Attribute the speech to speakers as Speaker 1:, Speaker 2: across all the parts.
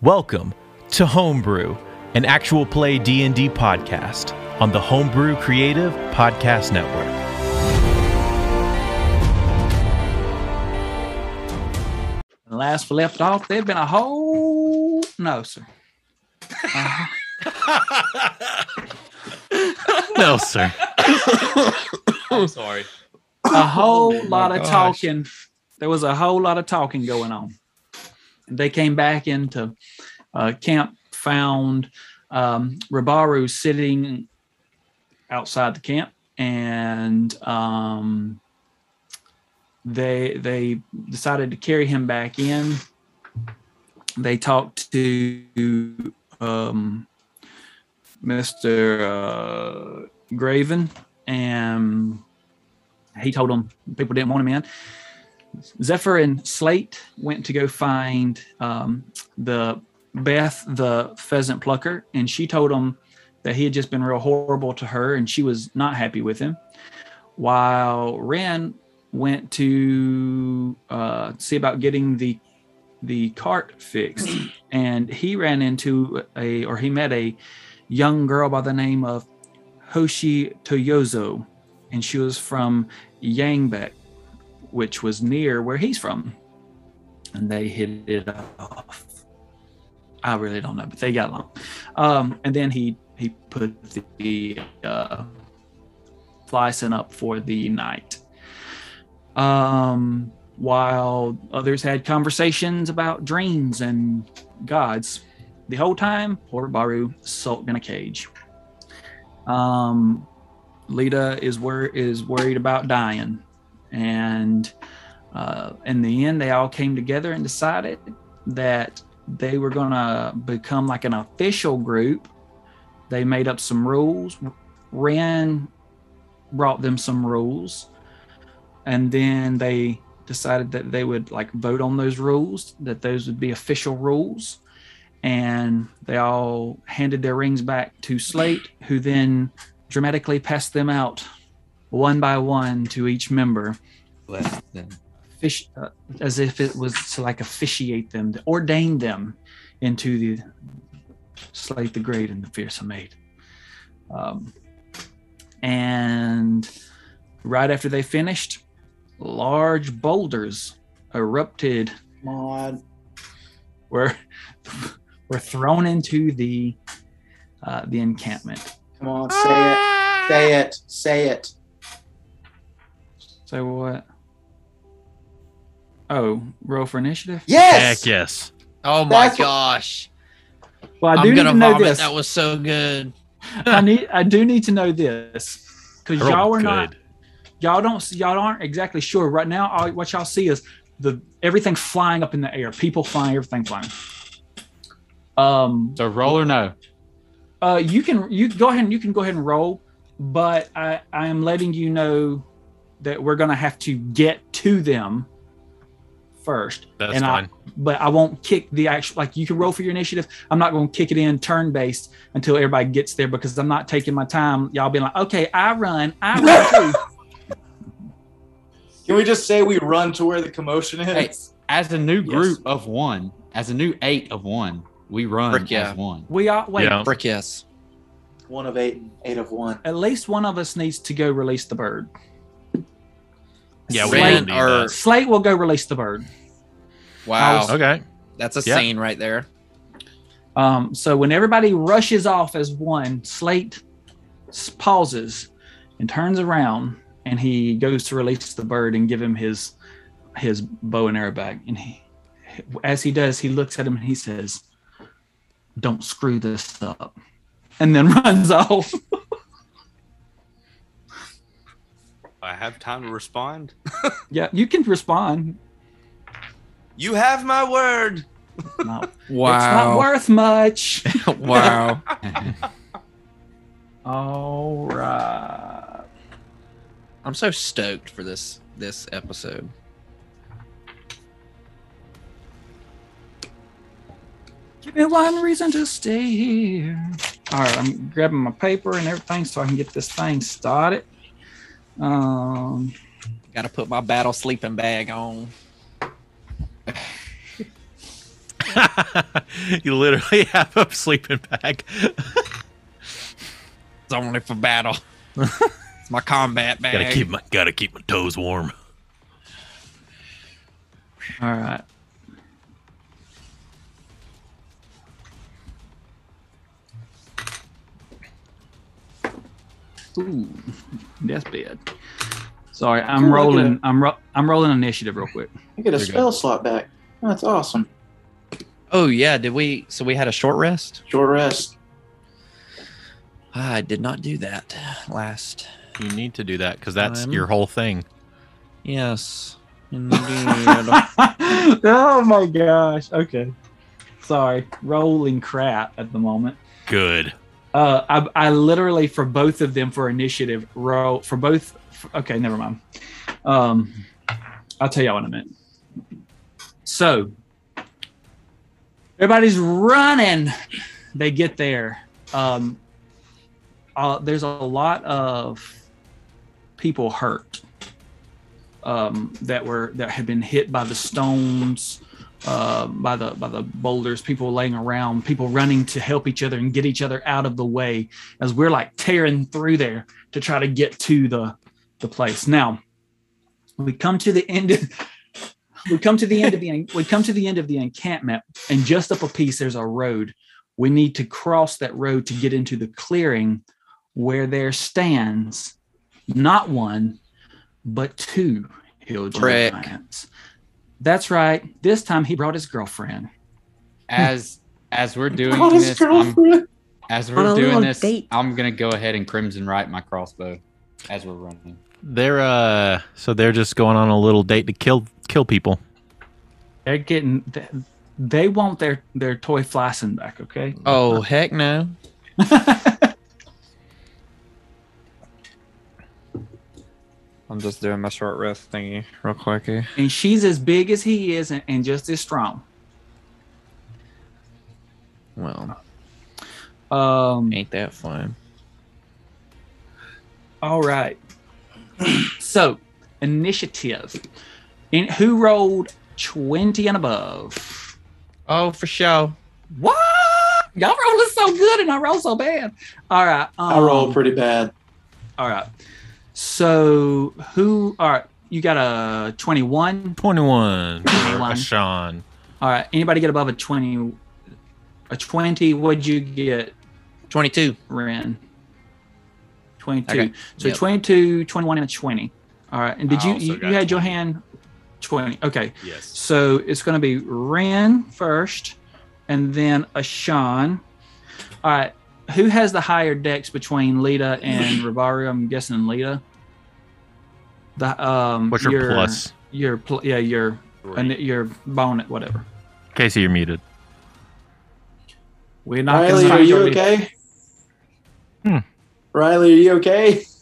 Speaker 1: Welcome to Homebrew, an actual play D&D podcast on the Homebrew Creative Podcast Network.
Speaker 2: And last we left off, there'd been a whole no, sir. Uh,
Speaker 1: No, sir.
Speaker 3: I'm sorry.
Speaker 2: a whole lot of
Speaker 4: gosh.
Speaker 2: talking. There was a whole lot of talking going on. And they came back into uh, camp, found um, Ribaru sitting outside the camp, and um, they they decided to carry him back in. They talked to um, Mr. Uh, Graven and he told them people didn't want him in. Zephyr and Slate went to go find um, the Beth, the pheasant plucker, and she told him that he had just been real horrible to her, and she was not happy with him. While Ren went to uh, see about getting the the cart fixed, and he ran into a or he met a young girl by the name of Hoshi Toyozo, and she was from Yangbeck, which was near where he's from. And they hit it off. I really don't know, but they got along. Um, and then he he put the uh, fly scent up for the night. Um, while others had conversations about dreams and gods, the whole time Porter Baru sulked in a cage. Um, Lita is wor- is worried about dying, and uh, in the end, they all came together and decided that they were gonna become like an official group. They made up some rules. Ren brought them some rules, and then they decided that they would like vote on those rules. That those would be official rules. And they all handed their rings back to Slate, who then dramatically passed them out one by one to each member
Speaker 4: Bless them.
Speaker 2: fish, uh, as if it was to like officiate them to ordain them into the slate the great and the fearsome eight um, and right after they finished large boulders erupted
Speaker 5: Mod.
Speaker 2: were were thrown into the uh, the encampment
Speaker 5: Come on, say it. Say
Speaker 4: Ah!
Speaker 5: it. Say it.
Speaker 2: so what oh roll for initiative
Speaker 5: Yes.
Speaker 1: Heck yes.
Speaker 3: Oh my
Speaker 5: That's what-
Speaker 3: gosh.
Speaker 2: Well, I do
Speaker 3: I'm
Speaker 2: need
Speaker 3: gonna
Speaker 2: to know
Speaker 3: vomit.
Speaker 2: this.
Speaker 3: That was so good.
Speaker 2: I need. I do need to know this because
Speaker 1: I rolled
Speaker 2: y'all are
Speaker 1: good.
Speaker 2: not. Y'all don't. s- Y'all aren't exactly sure right now. All, what y'all see is the everything flying up in the air. People flying. Everything flying. Um.
Speaker 6: So roll or no?
Speaker 2: Uh. You can. You go ahead. and You can go ahead and roll. But I. I am letting you know that we're gonna have to get to them first.
Speaker 1: That's
Speaker 2: And I-
Speaker 1: fine.
Speaker 2: But I won't kick the actual. Like you can roll for your initiative. I'm not going to kick it in turn based until everybody gets there because I'm not taking my time. Y'all being like, okay, I run. I run. too."
Speaker 4: Can we just say we run to where the commotion is?
Speaker 6: Hey, as a new
Speaker 2: Yes.
Speaker 6: group of one, as a new eight of one, we run
Speaker 3: Frick yeah.
Speaker 6: as one.
Speaker 2: We all wait.
Speaker 1: Yeah.
Speaker 3: Frick yes.
Speaker 5: One of eight and eight of one.
Speaker 2: At least one of us needs to go release the bird.
Speaker 1: Yeah, we
Speaker 2: Slate,
Speaker 1: don't
Speaker 3: Ren
Speaker 1: need
Speaker 3: or
Speaker 1: that.
Speaker 2: Slate will go release the bird.
Speaker 3: wow.
Speaker 1: Okay.
Speaker 3: That's a
Speaker 1: Yeah.
Speaker 3: scene right there.
Speaker 2: Um, so when everybody rushes off as one, Slate s- pauses and turns around, and he goes to release the bird and give him his his bow and arrow back. And he, as he does, he looks at him and he says, "Don't screw this up," and then runs off.
Speaker 4: I have time to respond.
Speaker 2: yeah, you can respond.
Speaker 4: You have my word.
Speaker 2: No, It's not worth much.
Speaker 3: wow.
Speaker 2: All right.
Speaker 3: I'm so stoked for this this episode.
Speaker 2: Give me one reason to stay here. All right, I'm grabbing my paper and everything so I can get this thing started. Um,
Speaker 3: Gotta put my battle sleeping bag on.
Speaker 1: you literally have a sleeping bag.
Speaker 3: It's only for battle. it's my combat bag.
Speaker 1: gotta keep my gotta keep my toes warm.
Speaker 2: All right. Ooh, that's bad. Sorry, I'm
Speaker 5: Ooh, I get
Speaker 2: rolling.
Speaker 5: it.
Speaker 2: I'm ro- I'm rolling initiative real quick.
Speaker 5: I get a
Speaker 3: There you go.
Speaker 5: spell slot back. That's awesome.
Speaker 3: oh yeah, did we? So we had a short rest.
Speaker 5: Short rest.
Speaker 3: I did not do that last.
Speaker 1: You need to do that because that's
Speaker 3: Time.
Speaker 1: your whole thing.
Speaker 3: Yes. Indeed.
Speaker 2: oh my gosh. Okay. Sorry, rolling crap at the moment.
Speaker 1: Good.
Speaker 2: Uh, I, I literally for both of them for initiative roll for both. For, okay, never mind. Um, I'll tell y'all in a minute. So everybody's running. They get there. Um, uh, there's a lot of people hurt um, that were that had been hit by the stones, uh, by the by the boulders. People laying around. People running to help each other and get each other out of the way as we're like tearing through there to try to get to the the place. Now we come to the end. Of, we come to the end of the we come to the end of the encampment, and just up a piece there's a road. We need to cross that road to get into the clearing where there stands not one, but two hill
Speaker 3: Frick.
Speaker 2: giants. That's right. This time he brought his girlfriend.
Speaker 6: As as we're doing
Speaker 5: Got his
Speaker 6: this, I'm,
Speaker 5: girlfriend.
Speaker 6: as
Speaker 7: On a
Speaker 6: we're doing
Speaker 7: little
Speaker 6: this,
Speaker 7: date.
Speaker 6: I'm gonna go ahead and crimson right my crossbow as we're running.
Speaker 1: They're uh, so they're just going on a little date to kill kill people.
Speaker 2: They're getting th- they want their their toy flyson back, okay?
Speaker 3: oh heck no! I'm just doing my short rest thingy real quick. here.
Speaker 2: And she's as big as he is and, and just as strong.
Speaker 3: Well,
Speaker 2: Um
Speaker 3: ain't that fun?
Speaker 2: all right. so, initiative. And who rolled 20 and above?
Speaker 3: Oh, for sure.
Speaker 2: What? Y'all rolling so good and I roll so bad. All right.
Speaker 4: Oh.
Speaker 2: Um,
Speaker 5: I roll pretty bad.
Speaker 2: All right. So who? All right. You got a twenty-one.
Speaker 1: Twenty one.
Speaker 2: Twenty-one.
Speaker 1: Sean.
Speaker 2: All right. Anybody get above a twenty? A twenty? What'd you get,
Speaker 3: Twenty-two.
Speaker 2: Ren? Twenty-two.
Speaker 3: Okay.
Speaker 2: So
Speaker 3: Yep.
Speaker 2: twenty-two, twenty-one, 22, 21, and a twenty. All right. And did
Speaker 6: I
Speaker 2: you
Speaker 6: also
Speaker 2: you, you
Speaker 6: got
Speaker 2: had your
Speaker 6: 20.
Speaker 2: hand twenty? Okay.
Speaker 1: Yes.
Speaker 2: So it's going to be Ren first, and then Ashan. All right. Who has the higher decks between Lita and Rivario? I'm guessing Lita. The um.
Speaker 1: What's your, plus?
Speaker 2: Your pl- yeah your and your bonnet whatever.
Speaker 1: Casey, you're muted.
Speaker 2: We're
Speaker 5: Riley,
Speaker 2: gonna-
Speaker 5: are you okay?
Speaker 1: Hmm.
Speaker 5: Riley, are you okay?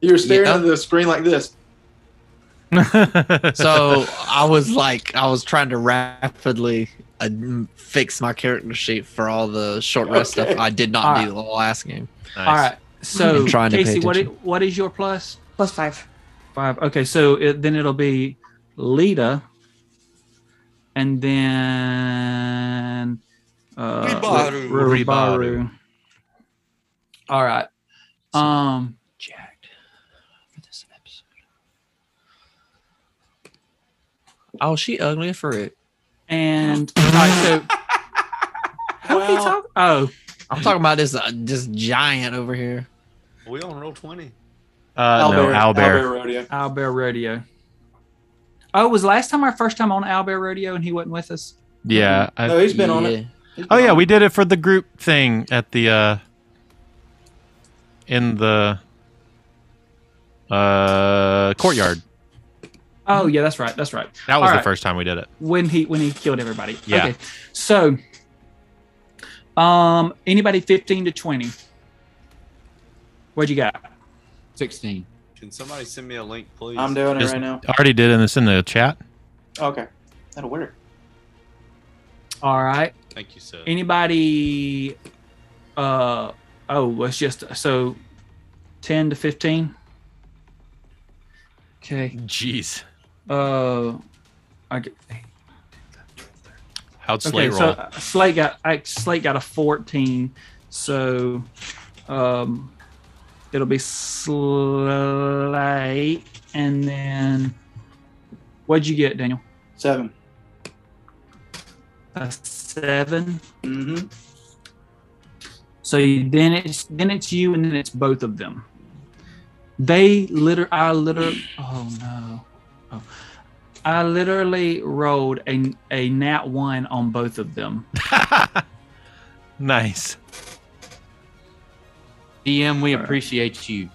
Speaker 5: You were staring
Speaker 3: Yeah.
Speaker 5: at the screen like this.
Speaker 3: so I was like, I was trying to rapidly uh, fix my character sheet for all the short rest
Speaker 5: Okay.
Speaker 3: stuff. I did not
Speaker 2: Alright.
Speaker 3: do the last game.
Speaker 2: All right. So
Speaker 3: I'm trying to pay
Speaker 2: Casey, what i-
Speaker 3: attention.
Speaker 2: what is your plus
Speaker 7: Plus five.
Speaker 2: five? Okay, so it, then it'll be Lita, and then uh,
Speaker 3: Ribaru.
Speaker 2: Ri- Ribaru.
Speaker 1: Ribaru.
Speaker 2: All right. Um.
Speaker 3: Jacked for this episode. Oh, she ugly for it.
Speaker 2: And all right, so how are you
Speaker 5: Wow.
Speaker 2: talk? Oh,
Speaker 3: I'm talking about this uh, this giant over here.
Speaker 8: We on roll twenty.
Speaker 1: Uh, no, Albert.
Speaker 5: Rodeo.
Speaker 2: Albert Rodeo. Oh, was last time our first time on Albert Rodeo, and he wasn't with us.
Speaker 1: Yeah. I-
Speaker 5: No, he's been on it. He's
Speaker 1: oh
Speaker 5: been
Speaker 1: yeah,
Speaker 5: on
Speaker 1: we did it for the group thing at the uh in the uh courtyard.
Speaker 2: Oh yeah, that's right. That's right.
Speaker 1: That was
Speaker 2: All
Speaker 1: the
Speaker 2: right.
Speaker 1: first time we did it.
Speaker 2: When he when he killed everybody.
Speaker 1: Yeah.
Speaker 2: Okay. So, um, anybody fifteen to twenty? What you got?
Speaker 6: Sixteen.
Speaker 8: Can somebody send me a link, please?
Speaker 5: it. I'm doing it
Speaker 1: Just-
Speaker 5: right now.
Speaker 1: Already did in this in the chat.
Speaker 5: Okay. That'll work.
Speaker 2: All right.
Speaker 8: Thank you, sir.
Speaker 2: Anybody? Uh oh, it's just so ten to fifteen. Okay.
Speaker 1: Jeez.
Speaker 2: Uh, I get,
Speaker 1: How'd Slate
Speaker 2: okay,
Speaker 1: roll?
Speaker 2: so uh, Slate got I, Slate got a fourteen, so um, it'll be Slate, and then what'd you get, Daniel?
Speaker 5: 7
Speaker 2: A seven.
Speaker 5: Mm-hmm.
Speaker 2: So you, then it's then it's you, and then it's both of them. They liter I liter oh no, oh. I literally rolled a a nat one on both of them.
Speaker 1: nice.
Speaker 6: DM, we
Speaker 2: Alright.
Speaker 6: appreciate you.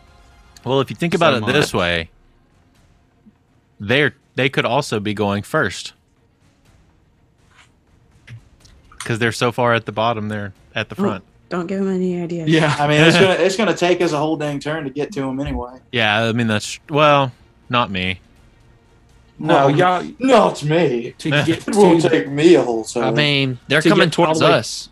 Speaker 1: Well, if you think about
Speaker 6: So
Speaker 1: it
Speaker 6: much.
Speaker 1: this way, they're they could also be going first because they're so far at the bottom. They're at the front.
Speaker 7: Don't give him any ideas.
Speaker 2: Yeah,
Speaker 5: I mean, it's gonna it's gonna take us a whole dang turn to get to him anyway.
Speaker 1: Yeah, I mean that's well, not me.
Speaker 2: no, y'all
Speaker 5: No, it's me.
Speaker 2: to get
Speaker 5: It won't
Speaker 2: to-
Speaker 5: take me a whole turn.
Speaker 3: I mean, they're
Speaker 2: To
Speaker 3: coming
Speaker 2: get all
Speaker 3: towards
Speaker 2: the way-
Speaker 3: us.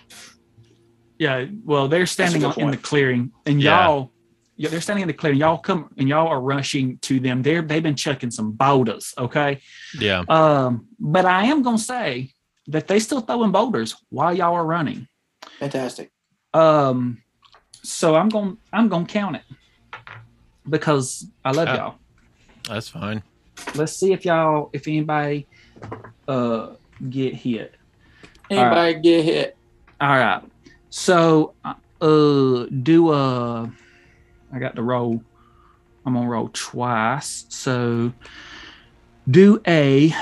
Speaker 2: yeah. Well, they're standing
Speaker 5: good
Speaker 2: on, in the
Speaker 5: point.
Speaker 2: clearing, and
Speaker 1: Yeah.
Speaker 2: y'all. Yeah, they're standing in the clearing. Y'all come and y'all are rushing to them. They're they've been checking some boulders, okay?
Speaker 1: Yeah,
Speaker 2: Um, but I am gonna say that they still throwing boulders while y'all are running.
Speaker 5: fantastic.
Speaker 2: Um, so I'm going I'm going to count it because I love
Speaker 1: Uh.
Speaker 2: y'all.
Speaker 1: that's fine.
Speaker 2: Let's see if y'all if anybody uh get hit.
Speaker 5: Anybody get hit?
Speaker 2: All right. So uh uh, do uh I got to roll. I'm going to roll twice. So do a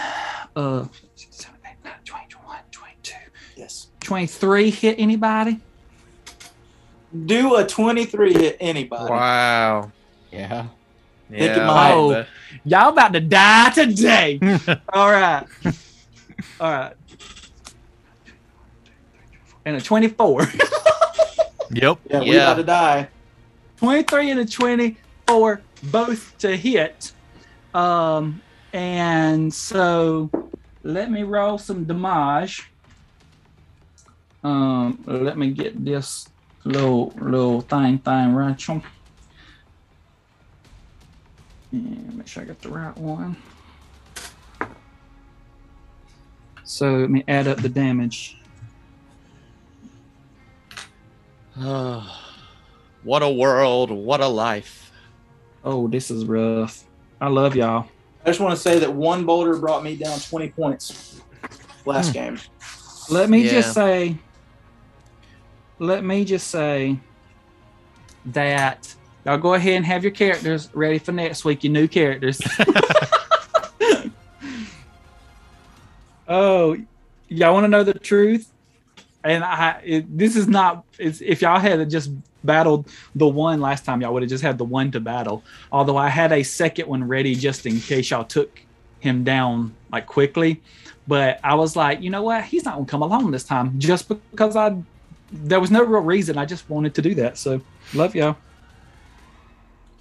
Speaker 2: uh 7, 8, 9, 20, 21, 22,
Speaker 5: Yes.
Speaker 2: 23 hit anybody?
Speaker 5: Do a twenty-three hit anybody?
Speaker 3: Wow.
Speaker 6: Yeah.
Speaker 5: Think
Speaker 3: Yeah,
Speaker 5: of
Speaker 3: I
Speaker 2: mine.
Speaker 3: like
Speaker 2: Oh, Y'all about to die today. All right. All right. And a 24.
Speaker 1: Yep.
Speaker 5: Yeah, we
Speaker 3: Yeah.
Speaker 5: about to die.
Speaker 2: 23 and a 24 both to hit. Um, and so let me roll some damage. Um, let me get this little little thing thing right chunk. And make sure I got the right one. So let me add up the damage.
Speaker 3: that. what a world. What a life.
Speaker 2: Oh, this is rough. I love y'all.
Speaker 5: I just want to say that one boulder brought me down twenty points last game.
Speaker 2: Let me
Speaker 3: Yeah.
Speaker 2: just say, let me just say that y'all go ahead and have your characters ready for next week, your new characters. oh, y'all want to know the truth? And I, it, this is not, it's, if y'all had just battled the one last time, y'all would have just had the one to battle. Although I had a second one ready just in case y'all took him down like quickly but I was like, you know what? He's not gonna come along this time, just because I there was no real reason. I just wanted to do that. So love y'all.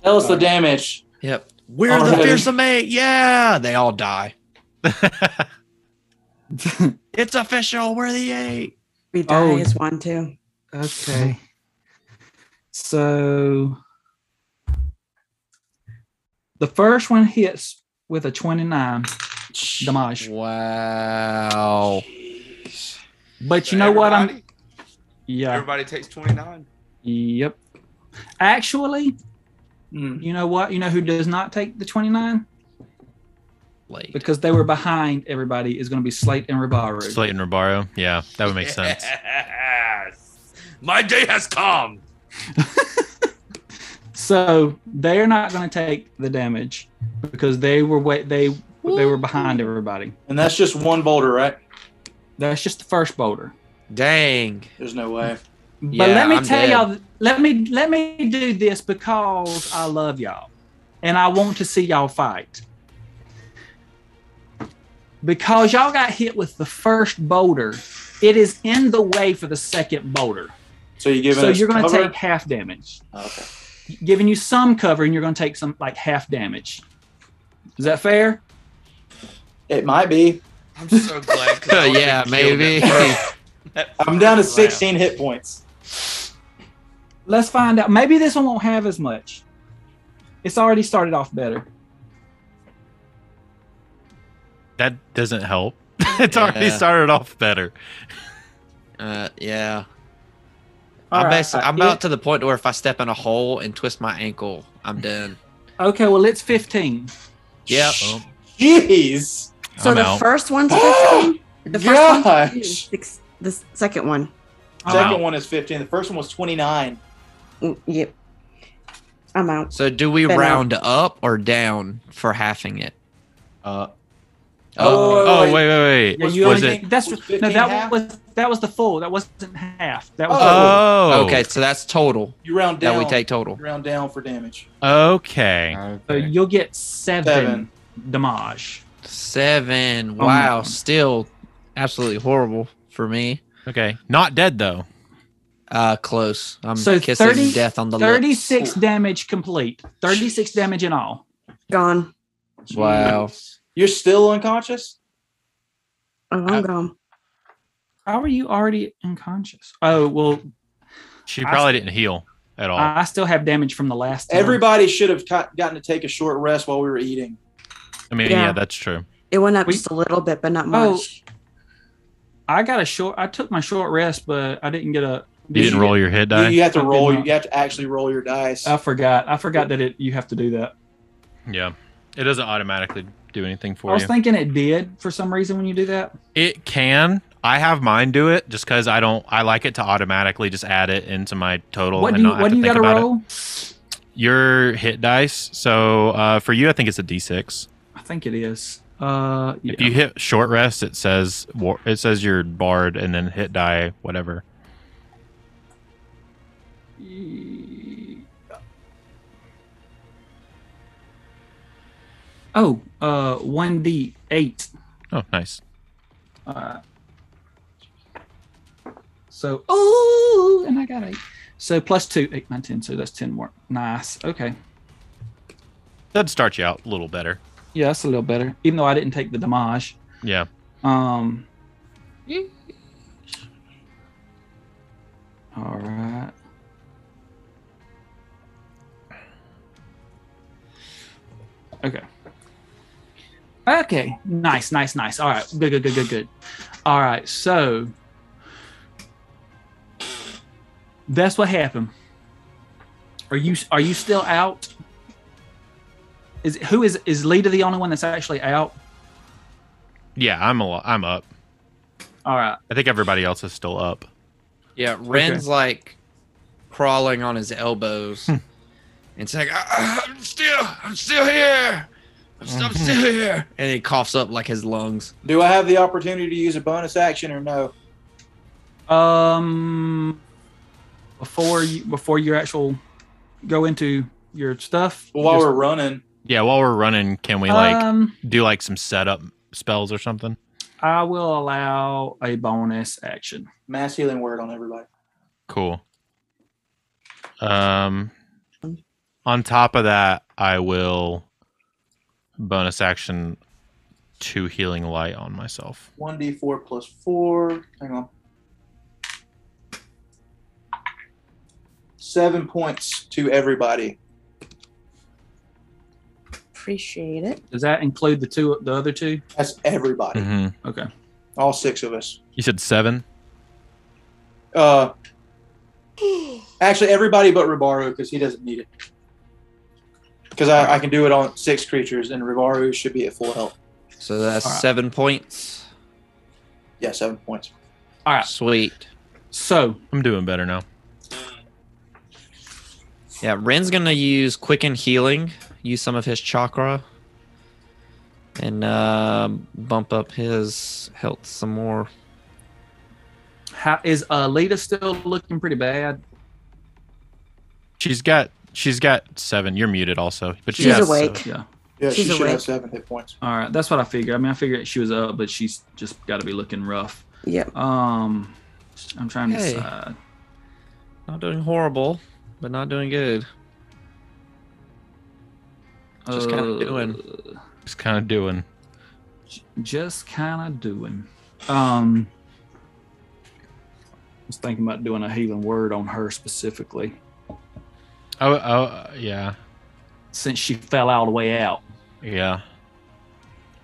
Speaker 5: Tell us the damage.
Speaker 3: Yep. We're the
Speaker 5: Alright.
Speaker 3: fearsome eight. Yeah. They all die. It's official. We're the eight.
Speaker 7: We die
Speaker 2: Oh.
Speaker 7: as one too.
Speaker 2: Okay. So the first one hits with a twenty-nine damage,
Speaker 3: Wow.
Speaker 2: but
Speaker 8: So
Speaker 2: you know what? I'm
Speaker 8: everybody-
Speaker 2: yeah,
Speaker 8: Everybody takes 29.
Speaker 2: yep. Actually,
Speaker 5: Mm.
Speaker 2: you know what? You know who does not take the twenty-nine
Speaker 3: Late.
Speaker 2: because they were behind everybody is going to be Slate and Ribaru.
Speaker 1: Slate and Ribaro. Yeah, that would make sense.
Speaker 8: Yes. My day has come.
Speaker 2: So they're not going to take the damage because they were wa- they they were behind everybody.
Speaker 5: And that's just one boulder, right?
Speaker 2: That's just the first boulder.
Speaker 3: Dang.
Speaker 5: There's no way.
Speaker 2: But
Speaker 3: Yeah,
Speaker 2: let me
Speaker 3: I'm
Speaker 2: tell
Speaker 3: dead.
Speaker 2: y'all, let me let me do this because I love y'all, and I want to see y'all fight. Because y'all got hit with the first boulder, it is in the way for the second boulder.
Speaker 5: So you give
Speaker 2: so
Speaker 5: us
Speaker 2: you're going to
Speaker 5: cover?
Speaker 2: take half damage,
Speaker 5: Okay.
Speaker 2: giving you some cover, and you're going to take some like half damage. Is that fair?
Speaker 5: It might be.
Speaker 8: I'm so glad. 'cause I would've
Speaker 3: yeah,
Speaker 8: been killed
Speaker 3: maybe.
Speaker 8: that- that
Speaker 5: I'm down to
Speaker 8: first round.
Speaker 5: 16 hit points.
Speaker 2: Let's find out. Maybe this one won't have as much. It's already started off better.
Speaker 1: That doesn't help. it's already
Speaker 3: Yeah.
Speaker 1: started off better.
Speaker 3: Uh, yeah.
Speaker 5: All
Speaker 3: I'm,
Speaker 5: right,
Speaker 3: basi- I'm about to the point where if I step in a hole and twist my ankle, I'm done.
Speaker 2: Okay, well it's fifteen.
Speaker 3: Yep.
Speaker 4: Jeez.
Speaker 7: So
Speaker 1: I'm
Speaker 7: the
Speaker 1: out.
Speaker 7: first one's 15. The first
Speaker 4: Gosh.
Speaker 7: one, six, the second one.
Speaker 4: The
Speaker 1: I'm
Speaker 4: second
Speaker 1: out.
Speaker 4: one is 15. The first one was 29.
Speaker 7: Mm, Yep. I'm out.
Speaker 3: So do we
Speaker 7: Then I'll-
Speaker 3: round up or down for halving it?
Speaker 6: Uh,
Speaker 3: Up.
Speaker 1: Oh wait, wait, wait.
Speaker 2: Yeah, you
Speaker 1: was
Speaker 2: only-
Speaker 1: it?
Speaker 2: That's
Speaker 4: Was
Speaker 2: no,
Speaker 4: 15
Speaker 2: that
Speaker 4: half?
Speaker 2: was that was the full. That wasn't half. That was
Speaker 1: Oh.
Speaker 3: Okay, so that's total
Speaker 4: You round down.
Speaker 3: that we take total.
Speaker 4: You round down for damage.
Speaker 1: Oh. Okay.
Speaker 2: the full. So you'll get seven,
Speaker 4: Seven.
Speaker 2: damage.
Speaker 3: Seven.
Speaker 2: my
Speaker 3: Wow,
Speaker 2: God.
Speaker 3: still absolutely horrible for me.
Speaker 1: Okay. Not dead though.
Speaker 3: Uh, close. I'm
Speaker 2: So
Speaker 3: kissing
Speaker 2: 30
Speaker 3: death on the lips.
Speaker 2: Thirty-six damage complete. Thirty-six damage in all.
Speaker 7: Gone.
Speaker 3: Wow.
Speaker 4: You're still unconscious?
Speaker 7: Oh, I'm
Speaker 3: Uh,
Speaker 7: gone.
Speaker 2: How are you already unconscious? Oh well,
Speaker 1: She
Speaker 2: I-
Speaker 1: probably didn't heal at all.
Speaker 2: I still have damage from the last. time.
Speaker 4: Everybody should have co- gotten to take a short rest while we were eating.
Speaker 1: I mean, yeah.
Speaker 7: yeah.
Speaker 1: that's true.
Speaker 7: It went up
Speaker 2: we-
Speaker 7: just a little bit, but not
Speaker 2: Oh,
Speaker 7: much.
Speaker 2: I got a short. I took my short rest, but I didn't get a.
Speaker 1: You didn't roll your hit
Speaker 4: You-
Speaker 1: die.
Speaker 4: You have to
Speaker 2: I did
Speaker 4: roll.
Speaker 2: not.
Speaker 4: You have to actually roll your dice.
Speaker 2: I forgot. I forgot that it. You have to do that.
Speaker 1: Yeah. It doesn't automatically do anything
Speaker 2: I
Speaker 1: for
Speaker 2: was
Speaker 1: you.
Speaker 2: thinking it did for some reason when you do that.
Speaker 1: it can. I have mine do it just because I don't. I like it to automatically just add it into my total
Speaker 2: What
Speaker 1: and
Speaker 2: do you,
Speaker 1: not have
Speaker 2: what
Speaker 1: to
Speaker 2: do you
Speaker 1: think
Speaker 2: gotta
Speaker 1: about it.
Speaker 2: roll?
Speaker 1: Your hit dice. So uh, for you, I think it's a D6.
Speaker 2: I think it is. Uh, yeah.
Speaker 1: If you hit short rest, it says war- it says your bard and then hit die whatever.
Speaker 2: Oh, uh, one D eight.
Speaker 1: Oh, nice.
Speaker 2: Uh, so oh, and I got eight. So plus two, eight, nine, ten. So that's ten more. Nice. Okay.
Speaker 1: That'd start you out a little better.
Speaker 2: Yeah, that's a little better. Even though I didn't take the damage.
Speaker 1: Yeah.
Speaker 2: Um. All right. Okay. Okay. Nice, nice, nice. All right. Good, good, good, good, good. All right. So that's what happened. Are you are you still out? Is who is is Lita the only one that's actually out?
Speaker 1: Yeah, I'm a, I'm up.
Speaker 2: All right.
Speaker 1: I think everybody else is still up.
Speaker 3: Yeah, Ren's like crawling on his elbows. it's like "Ah, ah, I'm still, I'm still here. I'm still, I'm still here. And he coughs up like his lungs.
Speaker 4: Do I have the opportunity to use a bonus action or no?
Speaker 2: Um, before you before your actual go into your stuff.
Speaker 4: Well, while
Speaker 2: just-
Speaker 4: we're running,
Speaker 1: Yeah, while we're running, can we like
Speaker 2: um,
Speaker 1: do like some setup spells or something?
Speaker 2: I will allow a bonus action.
Speaker 4: mass healing word on everybody.
Speaker 1: Cool. Um, on top of that, I will bonus action two healing light on myself.
Speaker 4: 1d4 plus 4. Hang on. Seven points to everybody.
Speaker 7: Appreciate it.
Speaker 2: Does that include the two the other two?
Speaker 4: That's everybody.
Speaker 1: Mm-hmm.
Speaker 2: Okay.
Speaker 4: All six of us.
Speaker 1: You said seven.
Speaker 4: Uh, actually, everybody but Ribaru because he doesn't need it. Because I, I can do it on six creatures, and Ribaru should be at full health.
Speaker 3: So that's
Speaker 2: Alright.
Speaker 3: seven points.
Speaker 4: Yeah, seven points.
Speaker 2: Alright.
Speaker 3: Sweet.
Speaker 2: So
Speaker 1: I'm doing better now.
Speaker 3: Yeah, Ren's gonna use quicken healing, use some of his chakra, and uh, bump up his health some more.
Speaker 2: how is uh Lita still looking pretty bad?
Speaker 1: She's got she's got seven. You're muted also, but she
Speaker 7: She's
Speaker 1: has
Speaker 7: awake.
Speaker 1: seven.
Speaker 2: Yeah.
Speaker 4: Yeah,
Speaker 7: She's
Speaker 4: she should
Speaker 7: awake.
Speaker 4: have seven hit points.
Speaker 2: All right. That's what I figured. I mean, I figured she was up, but she's just got to be looking rough.
Speaker 7: Yep.
Speaker 2: Um, I'm trying to
Speaker 3: Hey.
Speaker 2: decide.
Speaker 3: Not doing horrible, but not doing good. Just kinda
Speaker 2: Uh,
Speaker 3: doing.
Speaker 1: She's kind of doing.
Speaker 2: just kind of doing. Um, I was thinking about doing a healing word on her specifically
Speaker 1: Oh, oh, yeah,
Speaker 2: since she fell all the way out.
Speaker 1: yeah.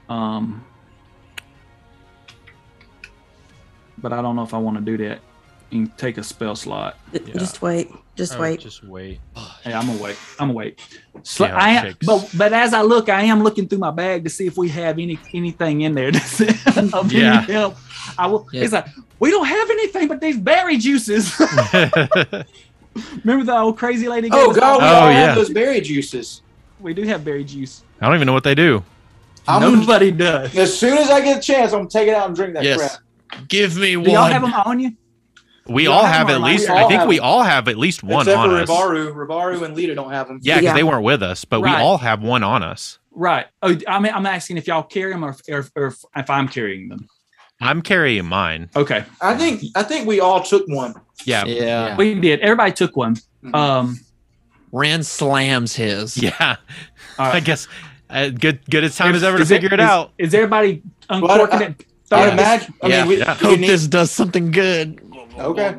Speaker 2: Um, but I don't know if I want to do that and take a spell slot.
Speaker 1: Yeah.
Speaker 7: Just wait. Just
Speaker 1: I would
Speaker 7: wait.
Speaker 1: Oh, Just wait.
Speaker 2: Hey, I'm gonna wait. I'm gonna wait. So
Speaker 1: See how it
Speaker 2: I am,
Speaker 1: shakes.
Speaker 2: but but as I look, I am looking through my bag to see if we have any anything in there. of any
Speaker 1: Yeah.
Speaker 2: help. I will.
Speaker 3: Yeah.
Speaker 2: It's like we don't have anything but these berry juices. Remember the old crazy lady? gave
Speaker 4: Oh
Speaker 2: us-
Speaker 4: God, we
Speaker 1: Oh,
Speaker 4: all
Speaker 1: yeah.
Speaker 4: have those berry juices.
Speaker 2: we do have berry juice.
Speaker 1: I don't even know what they do.
Speaker 4: I'm gonna,
Speaker 2: Nobody does.
Speaker 4: as soon as I get a chance, I'm gonna take it out and drink that
Speaker 3: Yes.
Speaker 4: crap.
Speaker 3: Give me
Speaker 2: Do y'all have
Speaker 3: one.
Speaker 2: them on you?
Speaker 1: We
Speaker 2: We
Speaker 1: all
Speaker 2: all have
Speaker 1: have
Speaker 2: our
Speaker 1: at
Speaker 2: lights.
Speaker 1: least.
Speaker 4: We
Speaker 1: I
Speaker 4: all
Speaker 1: think
Speaker 4: have
Speaker 1: we
Speaker 4: them.
Speaker 1: all have at least one
Speaker 4: Except
Speaker 1: on
Speaker 4: for
Speaker 1: us.
Speaker 4: Ribaru. Ribaru and Lita don't have them.
Speaker 1: Yeah, because
Speaker 7: Yeah.
Speaker 1: they weren't with us, but
Speaker 2: Right.
Speaker 1: we all have one on us.
Speaker 2: Right. Oh, I mean, I'm asking if y'all carry them or if, or if- or if- if I'm carrying them.
Speaker 1: I'm carrying mine.
Speaker 2: Okay,
Speaker 4: I think I think we all took one.
Speaker 1: Yeah, yeah.
Speaker 3: Yeah.
Speaker 2: we did. Everybody took one.
Speaker 4: Mhm.
Speaker 2: Um,
Speaker 3: Ren slams his.
Speaker 2: all right.
Speaker 1: I guess uh, good good as time
Speaker 2: Is-
Speaker 1: as ever to
Speaker 2: is
Speaker 1: figure it
Speaker 2: is-
Speaker 1: out.
Speaker 2: Is everybody
Speaker 4: I-
Speaker 2: uncorking it?
Speaker 4: I
Speaker 2: Throw it-
Speaker 4: imagine. I
Speaker 3: Yeah.
Speaker 4: mean, we,
Speaker 1: Yeah.
Speaker 4: we
Speaker 3: Hope
Speaker 4: need,
Speaker 3: this does something good.
Speaker 4: Okay.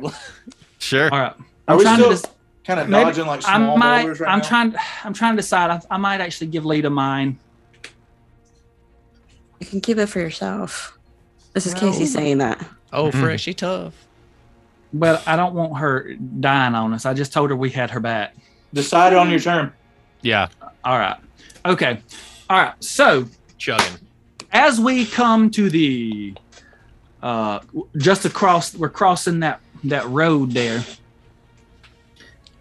Speaker 1: Sure.
Speaker 2: All right.
Speaker 4: are
Speaker 2: I'm
Speaker 4: we
Speaker 2: trying
Speaker 4: still
Speaker 2: to. Dis-
Speaker 4: kind of
Speaker 2: maybe-
Speaker 4: dodging like
Speaker 2: I
Speaker 4: small
Speaker 2: might.
Speaker 4: boulders right
Speaker 2: I'm
Speaker 4: now?
Speaker 2: trying. I'm trying to decide. I, I might actually give Lita mine.
Speaker 7: You can keep it for yourself. This is
Speaker 2: No.
Speaker 7: Casey saying that.
Speaker 3: Oh,
Speaker 1: Mhm.
Speaker 3: Fred, she tough.
Speaker 2: But I don't want her dying on us. I just told her we had her back.
Speaker 4: Decide on your turn.
Speaker 1: Yeah,
Speaker 2: All right. Okay. All right. So
Speaker 1: chugging.
Speaker 2: as we come to the uh just across we're crossing that that road there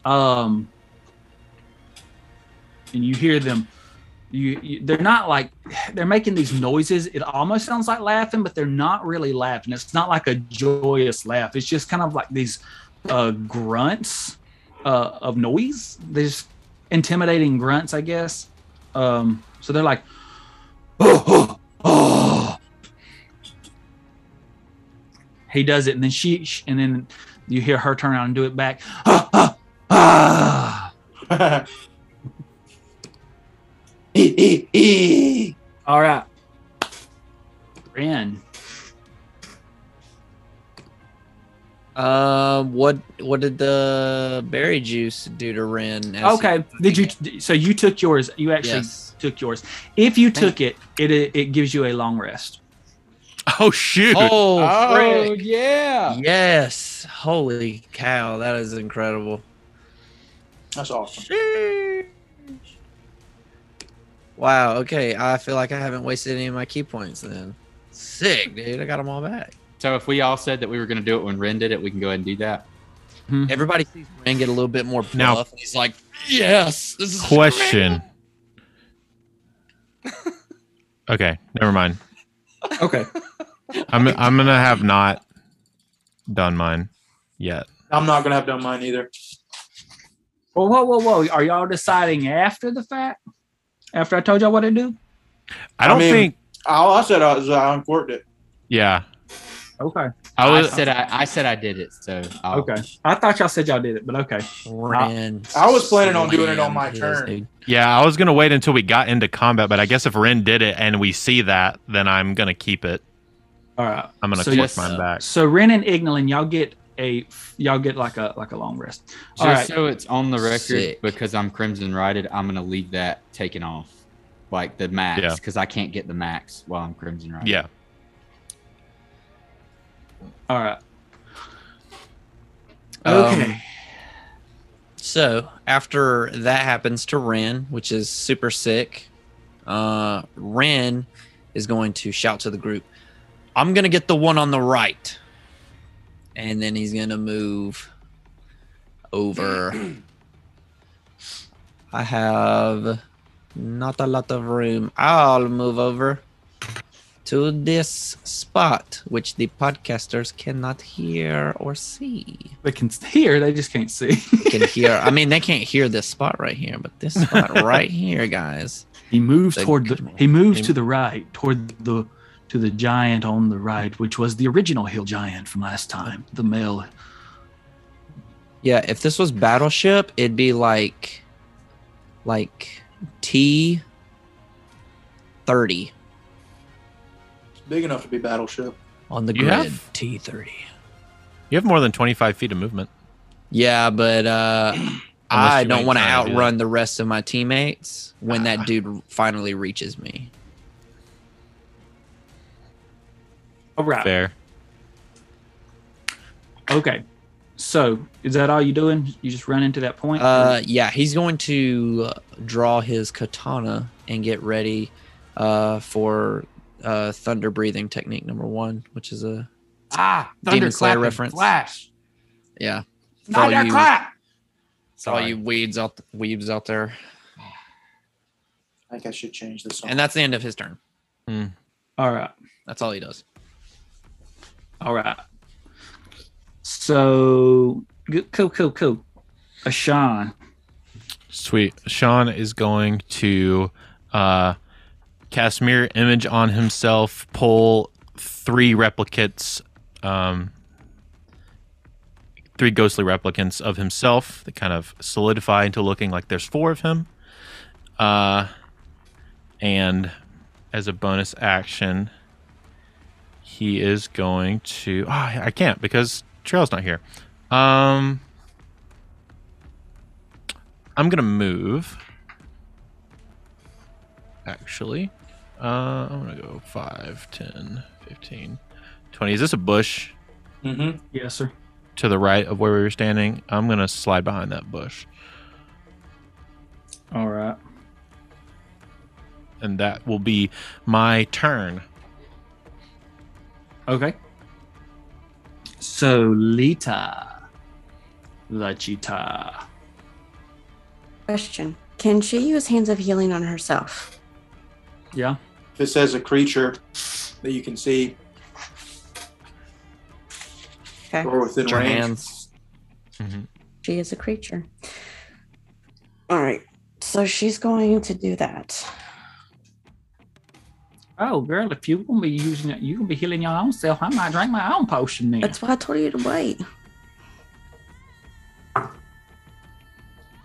Speaker 2: um and you hear them you, you they're not like they're making these noises it almost sounds like laughing but they're not really laughing it's not like a joyous laugh it's just kind of like these uh grunts uh of noise there's intimidating grunts i guess um so they're like oh, he does it, and then she, sh- and then you hear her turn around and do it back. All right, Ren.
Speaker 3: Uh, what what did the berry juice do to Ren? as he-
Speaker 2: Okay, did you? So you took yours. You actually
Speaker 3: Yes.
Speaker 2: took yours. If you took it, it it gives you a long rest.
Speaker 1: Oh shoot!
Speaker 3: Oh, frick.
Speaker 6: yeah.
Speaker 3: yes! Holy cow, that is incredible.
Speaker 4: That's awesome.
Speaker 3: Wow. Okay, I feel like I haven't wasted any of my key points. Then, sick, dude. I got them all back.
Speaker 6: So if we all said that we were going to do it when Ren did it, we can go ahead and do that.
Speaker 3: Everybody sees Ren get a little bit more buff,
Speaker 1: Now-
Speaker 3: and he's like, "Yes, this is
Speaker 1: Question. okay, never mind.
Speaker 2: Okay.
Speaker 1: I'm I'm gonna have not done mine yet.
Speaker 4: I'm not gonna have done mine either.
Speaker 2: Well, whoa, whoa, whoa! Are y'all deciding after the fact? After I told y'all what to do?
Speaker 1: I don't
Speaker 4: mean-
Speaker 1: think.
Speaker 4: All I said I was I uncorked it.
Speaker 1: Yeah,
Speaker 2: Okay.
Speaker 1: I
Speaker 6: I
Speaker 1: was.
Speaker 6: said I, I said I did it. So I'll-
Speaker 2: Okay. I thought y'all said y'all did it, but okay.
Speaker 3: Ren."
Speaker 4: I was planning on doing it on my
Speaker 3: slammed his,
Speaker 4: turn.
Speaker 3: dude.
Speaker 1: yeah, I was gonna wait until we got into combat, but I guess if Ren did it and we see that, then I'm gonna keep it.
Speaker 2: All right.
Speaker 1: I'm gonna
Speaker 2: So
Speaker 1: click
Speaker 6: yes,
Speaker 1: mine
Speaker 6: uh,
Speaker 1: back.
Speaker 2: So Ren and Ignolin, y'all get a y'all get like a like a long rest.
Speaker 6: Just
Speaker 2: All right.
Speaker 6: so it's on the record,
Speaker 3: Sick.
Speaker 6: because I'm Crimson Righted, I'm going to leave that taken off, like the max,
Speaker 1: Yeah.
Speaker 6: because I can't get the max while I'm Crimson Righted.
Speaker 1: Yeah,
Speaker 2: All right.
Speaker 3: Um,
Speaker 2: Okay.
Speaker 3: So after that happens to Ren, which is super sick, uh, Ren is going to shout to the group, "I'm gonna get the one on the right," and then he's gonna move over. I have not a lot of room. I'll move over to this spot, which the podcasters cannot hear or see
Speaker 2: they can hear, they just can't see.
Speaker 3: can hear. I mean, they can't hear this spot right here, but this spot right here, guys.
Speaker 2: He moves
Speaker 3: They-
Speaker 2: toward the he moves
Speaker 1: He-
Speaker 2: to the right toward the to the giant on the right, which was the original hill giant from last time. The male.
Speaker 3: Yeah, if this was Battleship, it'd be like, like T thirty
Speaker 4: It's big enough to be battleship.
Speaker 3: on the
Speaker 1: You
Speaker 3: grid.
Speaker 1: have-
Speaker 3: T thirty.
Speaker 1: you have more than 25 feet of movement.
Speaker 3: Yeah, but uh,
Speaker 1: Unless
Speaker 3: I
Speaker 1: you
Speaker 3: don't
Speaker 1: ain't
Speaker 3: want to
Speaker 1: trying to do
Speaker 3: outrun the rest of my teammates when
Speaker 1: Ah.
Speaker 3: that dude finally reaches me.
Speaker 2: All right.
Speaker 1: Fair.
Speaker 2: Okay. So is that all you doing? You just run into that point?
Speaker 3: Uh, yeah, he's going to uh, draw his katana and get ready uh, for uh, thunder breathing technique number one, which is a
Speaker 9: Ah,
Speaker 3: Demon
Speaker 9: thunder
Speaker 3: Slayer
Speaker 9: clapping,
Speaker 3: reference.
Speaker 9: Flash.
Speaker 3: yeah. For all
Speaker 9: Thunder
Speaker 3: you-
Speaker 9: clap.
Speaker 3: for all you weeds out weebs out there,
Speaker 4: I think I should change this song.
Speaker 3: and that's the end of his turn.
Speaker 2: all right.
Speaker 3: That's all he does.
Speaker 2: All right. So good, cool, cool, cool. Ashan.
Speaker 1: Sweet. Sean is going to uh, cast mirror image on himself, pull three replicates, um, three ghostly replicants of himself that kind of solidify into looking like there's four of him. Uh, and as a bonus action, he is going to. Oh, I can't because Trail's not here. Um. I'm gonna move. Actually, uh, I'm gonna go 5, 10, 15, 20. Is this a bush
Speaker 4: Mm-hmm.
Speaker 2: Yes, sir.
Speaker 1: to the right of where we were standing? I'm gonna slide behind that bush,
Speaker 2: All right.
Speaker 1: and that will be my turn.
Speaker 2: Okay. So Lita. Lachita.
Speaker 7: Question: Can she use hands of healing on herself?
Speaker 2: Yeah.
Speaker 4: If it says a creature that you can see
Speaker 7: Okay.
Speaker 4: or within
Speaker 3: Your
Speaker 4: range,
Speaker 3: hands.
Speaker 7: She is a creature. All right. So she's going to do that.
Speaker 2: Oh, girl, if you gonna be using it, you gonna be healing your own self. I might drink my own potion then.
Speaker 7: That's why I told you to wait.
Speaker 2: Uh-oh.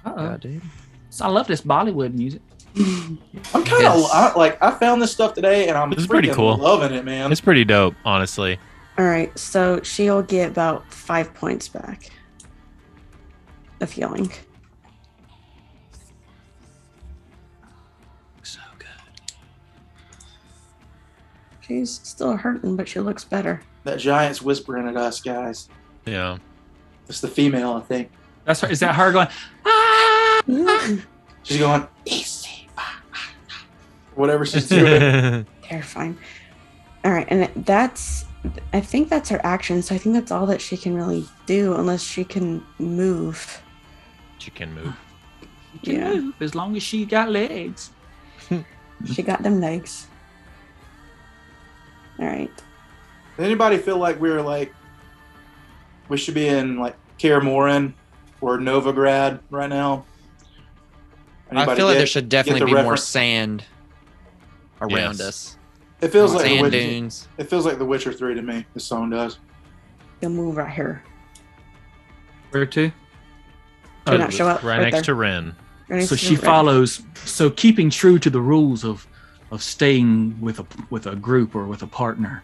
Speaker 2: Uh,
Speaker 3: Yeah, dude.
Speaker 2: So I love this Bollywood music.
Speaker 4: I'm kind of
Speaker 3: Yes.
Speaker 4: like I found this stuff today, and I'm
Speaker 1: This is pretty
Speaker 4: freaking
Speaker 1: cool.
Speaker 4: loving it, man.
Speaker 1: It's pretty dope, honestly.
Speaker 7: All right. So she'll get about five points back of healing.
Speaker 2: So good.
Speaker 7: She's still hurting, but she looks better.
Speaker 4: That giant's whispering at us, guys.
Speaker 1: Yeah.
Speaker 4: It's the female, I think.
Speaker 2: That's her. Is that her going? Ah!
Speaker 7: Mm,
Speaker 4: She's going easy, whatever she's doing.
Speaker 1: yeah.
Speaker 7: Terrifying. All right. And that's, I think that's her action. So I think that's all that she can really do unless she can move.
Speaker 1: She can move.
Speaker 7: Yeah.
Speaker 2: Yeah. As long as she got legs.
Speaker 7: She got them legs. All right.
Speaker 4: Does anybody feel like we're like we should be in like Karamorin or Novigrad right now?
Speaker 3: I feel like
Speaker 4: get-
Speaker 3: there should definitely
Speaker 4: the
Speaker 3: be more
Speaker 4: reference?
Speaker 3: sand around
Speaker 1: Yes.
Speaker 3: us.
Speaker 4: it feels like the
Speaker 3: Sand
Speaker 4: Witcher,
Speaker 3: dunes.
Speaker 4: it feels like The Witcher Three to me. This song does.
Speaker 7: They'll move right here.
Speaker 2: Where to? Oh,
Speaker 7: Did not show up
Speaker 1: Uh, Right
Speaker 7: right
Speaker 1: next
Speaker 7: there.
Speaker 1: to Ren.
Speaker 7: Ready
Speaker 2: so
Speaker 7: to
Speaker 2: she
Speaker 7: move right-
Speaker 2: follows so keeping true to the rules of of staying with a with a group or with a partner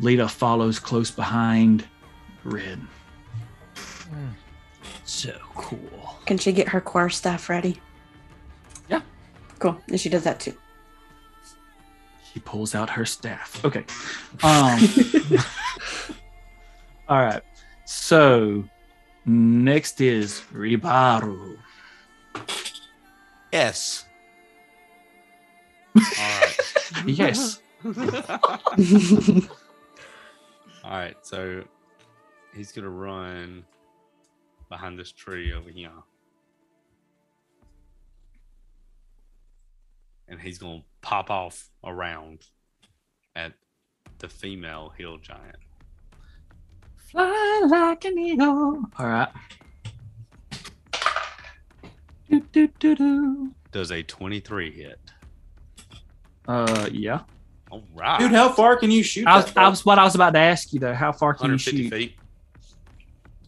Speaker 2: lita follows close behind red Hmm. so cool
Speaker 7: Can she get her choir staff ready?
Speaker 2: Yeah.
Speaker 7: Cool. And she does that too.
Speaker 2: she pulls out her staff okay um all right so next is ribaru
Speaker 3: Yes.
Speaker 9: All right.
Speaker 2: yes
Speaker 9: All right. So he's gonna run behind this tree over here, and he's gonna pop off around at the female hill giant.
Speaker 2: Fly like an eagle. All right. Do, do, do, do.
Speaker 9: Does a twenty-three hit?
Speaker 2: Uh, yeah.
Speaker 9: All right.
Speaker 4: Dude, how far can you shoot?
Speaker 2: I was,
Speaker 4: that
Speaker 2: I was what I was about to ask you though. How far can you
Speaker 9: 150
Speaker 2: shoot?
Speaker 9: feet.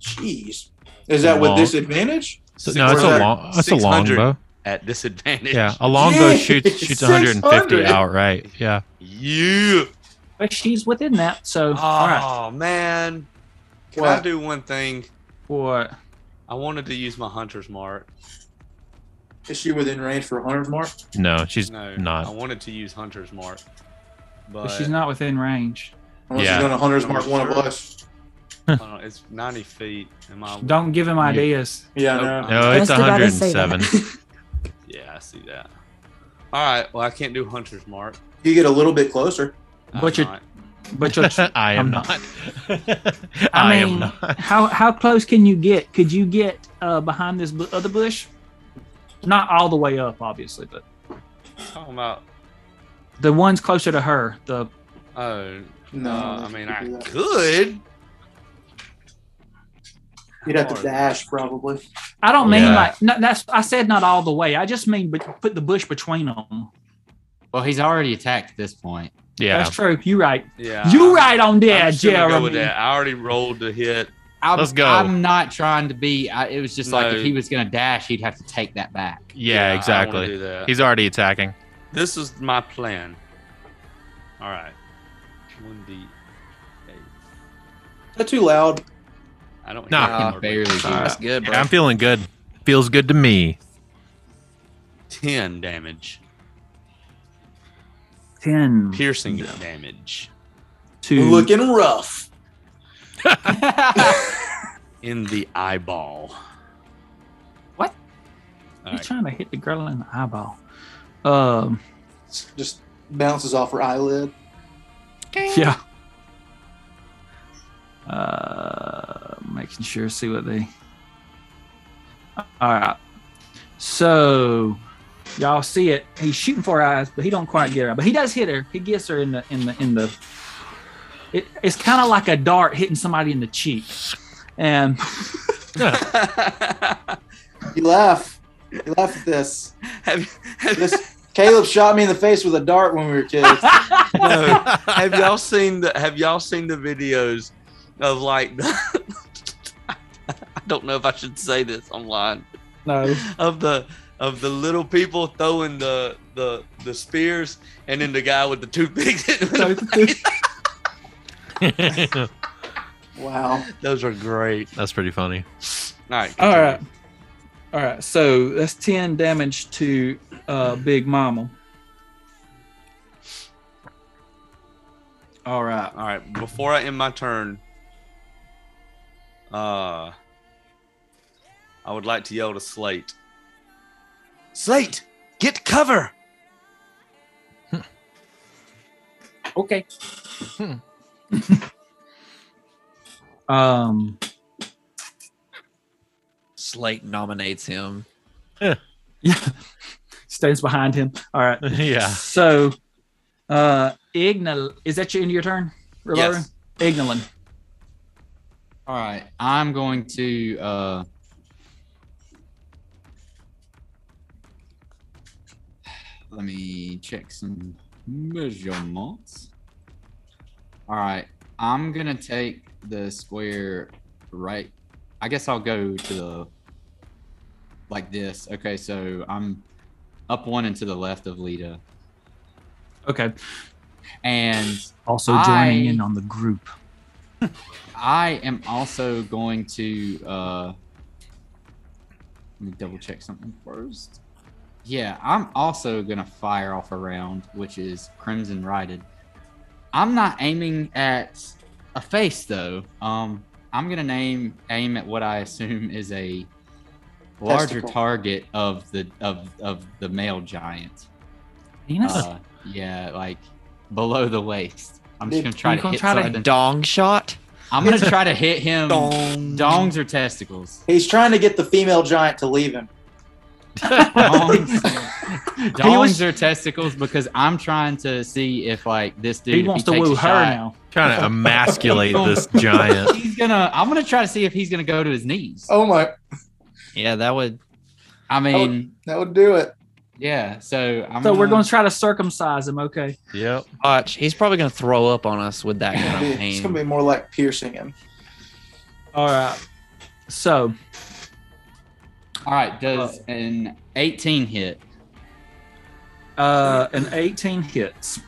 Speaker 4: Jeez, is that with
Speaker 1: Long.
Speaker 4: disadvantage?
Speaker 1: So, no, it's a
Speaker 9: 600
Speaker 1: long. That's a long
Speaker 9: 600.
Speaker 1: bow.
Speaker 9: at disadvantage.
Speaker 1: Yeah, a long bow
Speaker 4: Yay,
Speaker 1: shoots shoots 150
Speaker 4: 600.
Speaker 1: outright. Yeah.
Speaker 9: Yeah.
Speaker 2: But she's within that, so
Speaker 9: Oh
Speaker 2: all right.
Speaker 9: man. Can I
Speaker 4: What?
Speaker 9: do one thing?
Speaker 2: What?
Speaker 9: I wanted to use my hunter's mark.
Speaker 4: Is she within range for 100 mark?
Speaker 1: No, she's
Speaker 9: No, I
Speaker 1: not.
Speaker 9: wanted to use hunter's mark, but
Speaker 2: But she's not within range.
Speaker 4: Unless
Speaker 1: Yeah.
Speaker 4: she's gonna 100
Speaker 9: I'm
Speaker 4: mark one of
Speaker 9: sure.
Speaker 4: us.
Speaker 9: Uh, it's 90 feet. Am I?
Speaker 2: Don't give him ideas.
Speaker 4: Yeah,
Speaker 9: Nope.
Speaker 4: no.
Speaker 1: No,
Speaker 7: I
Speaker 1: it's
Speaker 7: was about to say
Speaker 1: 107.
Speaker 7: that.
Speaker 9: Yeah, I see that. All right. Well, I can't do hunter's mark.
Speaker 4: You get a little bit closer.
Speaker 9: I'm
Speaker 2: But you-
Speaker 9: not.
Speaker 2: But you'll
Speaker 1: I am
Speaker 2: I'm
Speaker 1: not.
Speaker 2: not.
Speaker 1: I
Speaker 2: I
Speaker 1: am
Speaker 2: mean-
Speaker 1: not.
Speaker 2: How how close can you get? Could you get uh, behind this bu- other bush? Not all the way up, obviously, but
Speaker 9: talking about.
Speaker 2: the one's closer to her. The
Speaker 9: Oh,
Speaker 4: No,
Speaker 9: uh, I mean, I
Speaker 4: do that.
Speaker 9: could.
Speaker 4: you'd have to dash probably.
Speaker 2: I don't mean
Speaker 1: Yeah.
Speaker 2: like no, that's. I said not all the way. I just mean but put the bush between them.
Speaker 6: Well, he's already attacked at this point.
Speaker 1: Yeah.
Speaker 2: That's true. You right.
Speaker 9: Yeah.
Speaker 2: you
Speaker 9: I-
Speaker 2: right on there,
Speaker 9: Uh, I'm just gonna
Speaker 2: Jeremy.
Speaker 9: Go with that. I already rolled the hit.
Speaker 6: I'm,
Speaker 1: Let's go.
Speaker 6: I'm not trying to be. I, it was just like
Speaker 9: No.
Speaker 6: if he was going to dash, he'd have to take that back.
Speaker 1: Yeah,
Speaker 9: I don't wanna
Speaker 1: exactly.
Speaker 9: do that.
Speaker 1: He's already attacking.
Speaker 9: This is my plan. All right. One D eight.
Speaker 4: Is that too loud?
Speaker 9: I don't.
Speaker 1: Nah,
Speaker 9: hear
Speaker 6: I
Speaker 9: it.
Speaker 6: can barely do
Speaker 9: Alright.
Speaker 3: That's good, bro.
Speaker 1: Yeah, I'm feeling good. Feels good to me.
Speaker 9: Ten damage.
Speaker 2: Ten
Speaker 9: Piercing damage.
Speaker 2: to
Speaker 4: Looking rough.
Speaker 9: in the eyeball.
Speaker 2: What? You're
Speaker 9: All right.
Speaker 2: trying to hit the girl in the eyeball. Um.
Speaker 4: Just bounces off her eyelid.
Speaker 2: Yeah. Uh, making sure, see what they. All right. So, y'all see it. He's shooting for her eyes, but he don't quite get her. eye. But he does hit her. He gets her in the in the in the. It, it's kind of like a dart hitting somebody in the cheek, and
Speaker 4: You laugh. You laugh at this.
Speaker 3: Have- have-
Speaker 4: This Caleb shot me in the face with a dart when we were kids.
Speaker 9: No, have y'all seen the Have y'all seen the videos of like? The, I don't know if I should say this online.
Speaker 2: no,
Speaker 9: Of the of the little people throwing the the the spears, and then the guy with the toothpicks. hitting them in the face.
Speaker 1: That's
Speaker 4: Wow.
Speaker 9: Those are great.
Speaker 1: pretty funny.
Speaker 9: All right.
Speaker 2: All
Speaker 9: continue.
Speaker 2: right. All right. So that's 10 damage to uh, Big Mama. All right.
Speaker 9: All right, before I end my turn, uh, I would like to yell to Slate. Slate, get cover!
Speaker 2: Okay.
Speaker 6: Hmm.
Speaker 2: um,
Speaker 3: Slate nominates him.
Speaker 2: yeah. Stands behind him. All right.
Speaker 1: yeah.
Speaker 2: So, uh, Ignal, is that your end of your turn? Rivaru?
Speaker 9: Yes.
Speaker 2: Ignolin.
Speaker 6: All right, I'm going to. uh Let me check some measurements. All right, I'm gonna take the square right. I guess I'll go to the like this. Okay, so I'm up one and to the left of Lita,
Speaker 2: Okay.
Speaker 6: and
Speaker 2: Also
Speaker 6: I-
Speaker 2: joining in on the group.
Speaker 6: I am also going to uh let me double check something first. Yeah, I'm also gonna fire off a round, which is Crimson Rided. I'm not aiming at a face though. Um I'm gonna name aim at what I assume is a larger
Speaker 4: Testicle.
Speaker 6: target of the of of the male giant.
Speaker 2: Venus?
Speaker 6: Uh, yeah, like below the waist. I'm
Speaker 4: You
Speaker 6: just gonna try to
Speaker 2: gonna
Speaker 6: hit
Speaker 2: try to
Speaker 6: something.
Speaker 3: Dong shot.
Speaker 6: I'm gonna try to hit him.
Speaker 3: Dong.
Speaker 6: Dongs or testicles?
Speaker 4: He's trying to get the female giant to leave him.
Speaker 6: Dongs,
Speaker 2: He was-
Speaker 6: dongs or testicles? Because I'm trying to see if like this dude
Speaker 2: he
Speaker 6: if
Speaker 2: wants to
Speaker 6: takes a
Speaker 2: woo her
Speaker 6: shot,
Speaker 2: now.
Speaker 1: Trying to emasculate this giant.
Speaker 6: He's gonna. I'm gonna try to see if he's gonna go to his knees.
Speaker 4: Oh my.
Speaker 3: Yeah, that would.
Speaker 6: I mean,
Speaker 4: That would do it.
Speaker 6: yeah. So I'm.
Speaker 2: Oh. So we're going
Speaker 6: gonna-
Speaker 2: to try to circumcise him. Okay.
Speaker 1: Yep.
Speaker 3: Watch, he's probably gonna throw up on us with that
Speaker 4: It's
Speaker 3: kind
Speaker 4: gonna
Speaker 3: of
Speaker 4: be- It's going to
Speaker 3: pain.
Speaker 4: be more like piercing him.
Speaker 2: All right. So
Speaker 6: All right. Does an 18 hit?
Speaker 2: uh an 18 hits.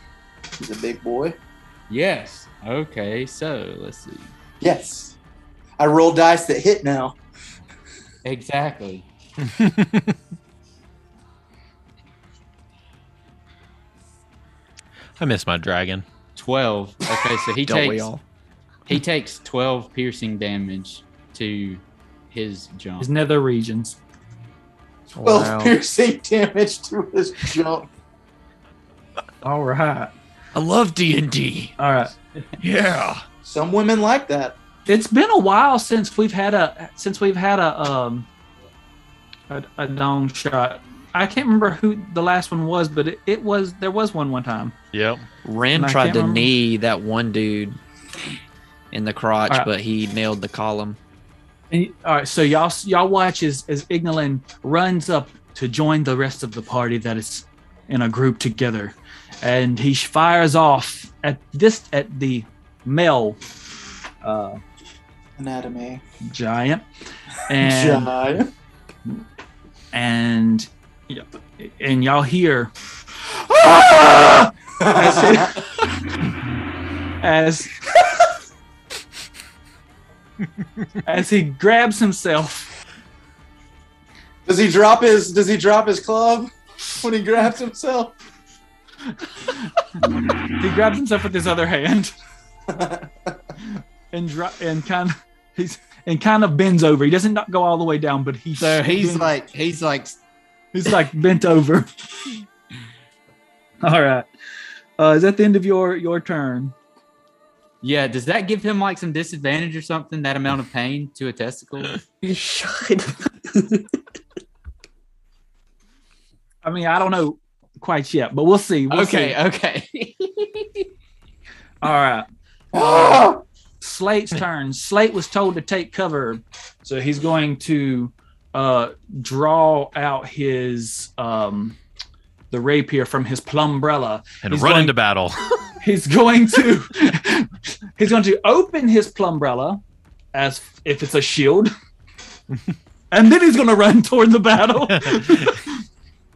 Speaker 4: He's a big boy.
Speaker 6: Yes. Okay. So let's see.
Speaker 4: Yes. I roll dice that hit now.
Speaker 6: Exactly.
Speaker 1: I miss my dragon.
Speaker 6: 12. Okay. So he
Speaker 3: Don't we
Speaker 6: takes
Speaker 3: all?
Speaker 6: He takes 12 piercing damage to his jump.
Speaker 2: His nether regions.
Speaker 4: Twelve piercing damage to his jump.
Speaker 2: All right.
Speaker 3: I love D and D.
Speaker 2: All right.
Speaker 3: Yeah.
Speaker 4: Some women like that.
Speaker 2: It's been a while since we've had a since we've had a um a, a long shot. I can't remember who the last one was, but it, it was there was one one time.
Speaker 1: Yep.
Speaker 3: Ram
Speaker 2: And I
Speaker 3: tried
Speaker 2: can't
Speaker 3: to
Speaker 2: remember-
Speaker 3: knee that one dude in the crotch,
Speaker 2: Alright.
Speaker 3: but he nailed the column.
Speaker 2: And, all right, so y'all y'all watch as as Ignolin runs up to join the rest of the party that is in a group together, and he fires off at this at the male uh,
Speaker 4: Anatomy.
Speaker 2: giant, and
Speaker 4: Giant.
Speaker 2: and and y'all hear "Ah!"
Speaker 4: That's it.
Speaker 2: as as he grabs himself.
Speaker 4: does he drop his does he drop his club when he grabs himself?
Speaker 2: He grabs himself with his other hand and dro- and kind of he's and kind of bends over. He doesn't not go all the way down, but he
Speaker 6: So he's
Speaker 2: bend-
Speaker 6: like, he's like,
Speaker 2: he's like bent over. all right, uh, is that the end of your your turn?
Speaker 6: yeah. Does that give him like some disadvantage or something? That amount of pain to a testicle?
Speaker 7: You should.
Speaker 2: I mean, I don't know quite yet, but we'll see. We'll see.
Speaker 6: okay, okay.
Speaker 2: All right.
Speaker 4: Ah!
Speaker 2: Slate's turn. Slate was told to take cover, so he's going to uh, draw out his um, the rapier from his plumbrella.
Speaker 1: And
Speaker 2: He's
Speaker 1: run
Speaker 2: going-
Speaker 1: into battle.
Speaker 2: He's going to he's going to open his plumbrella as if it's a shield, and then he's going to run toward the battle.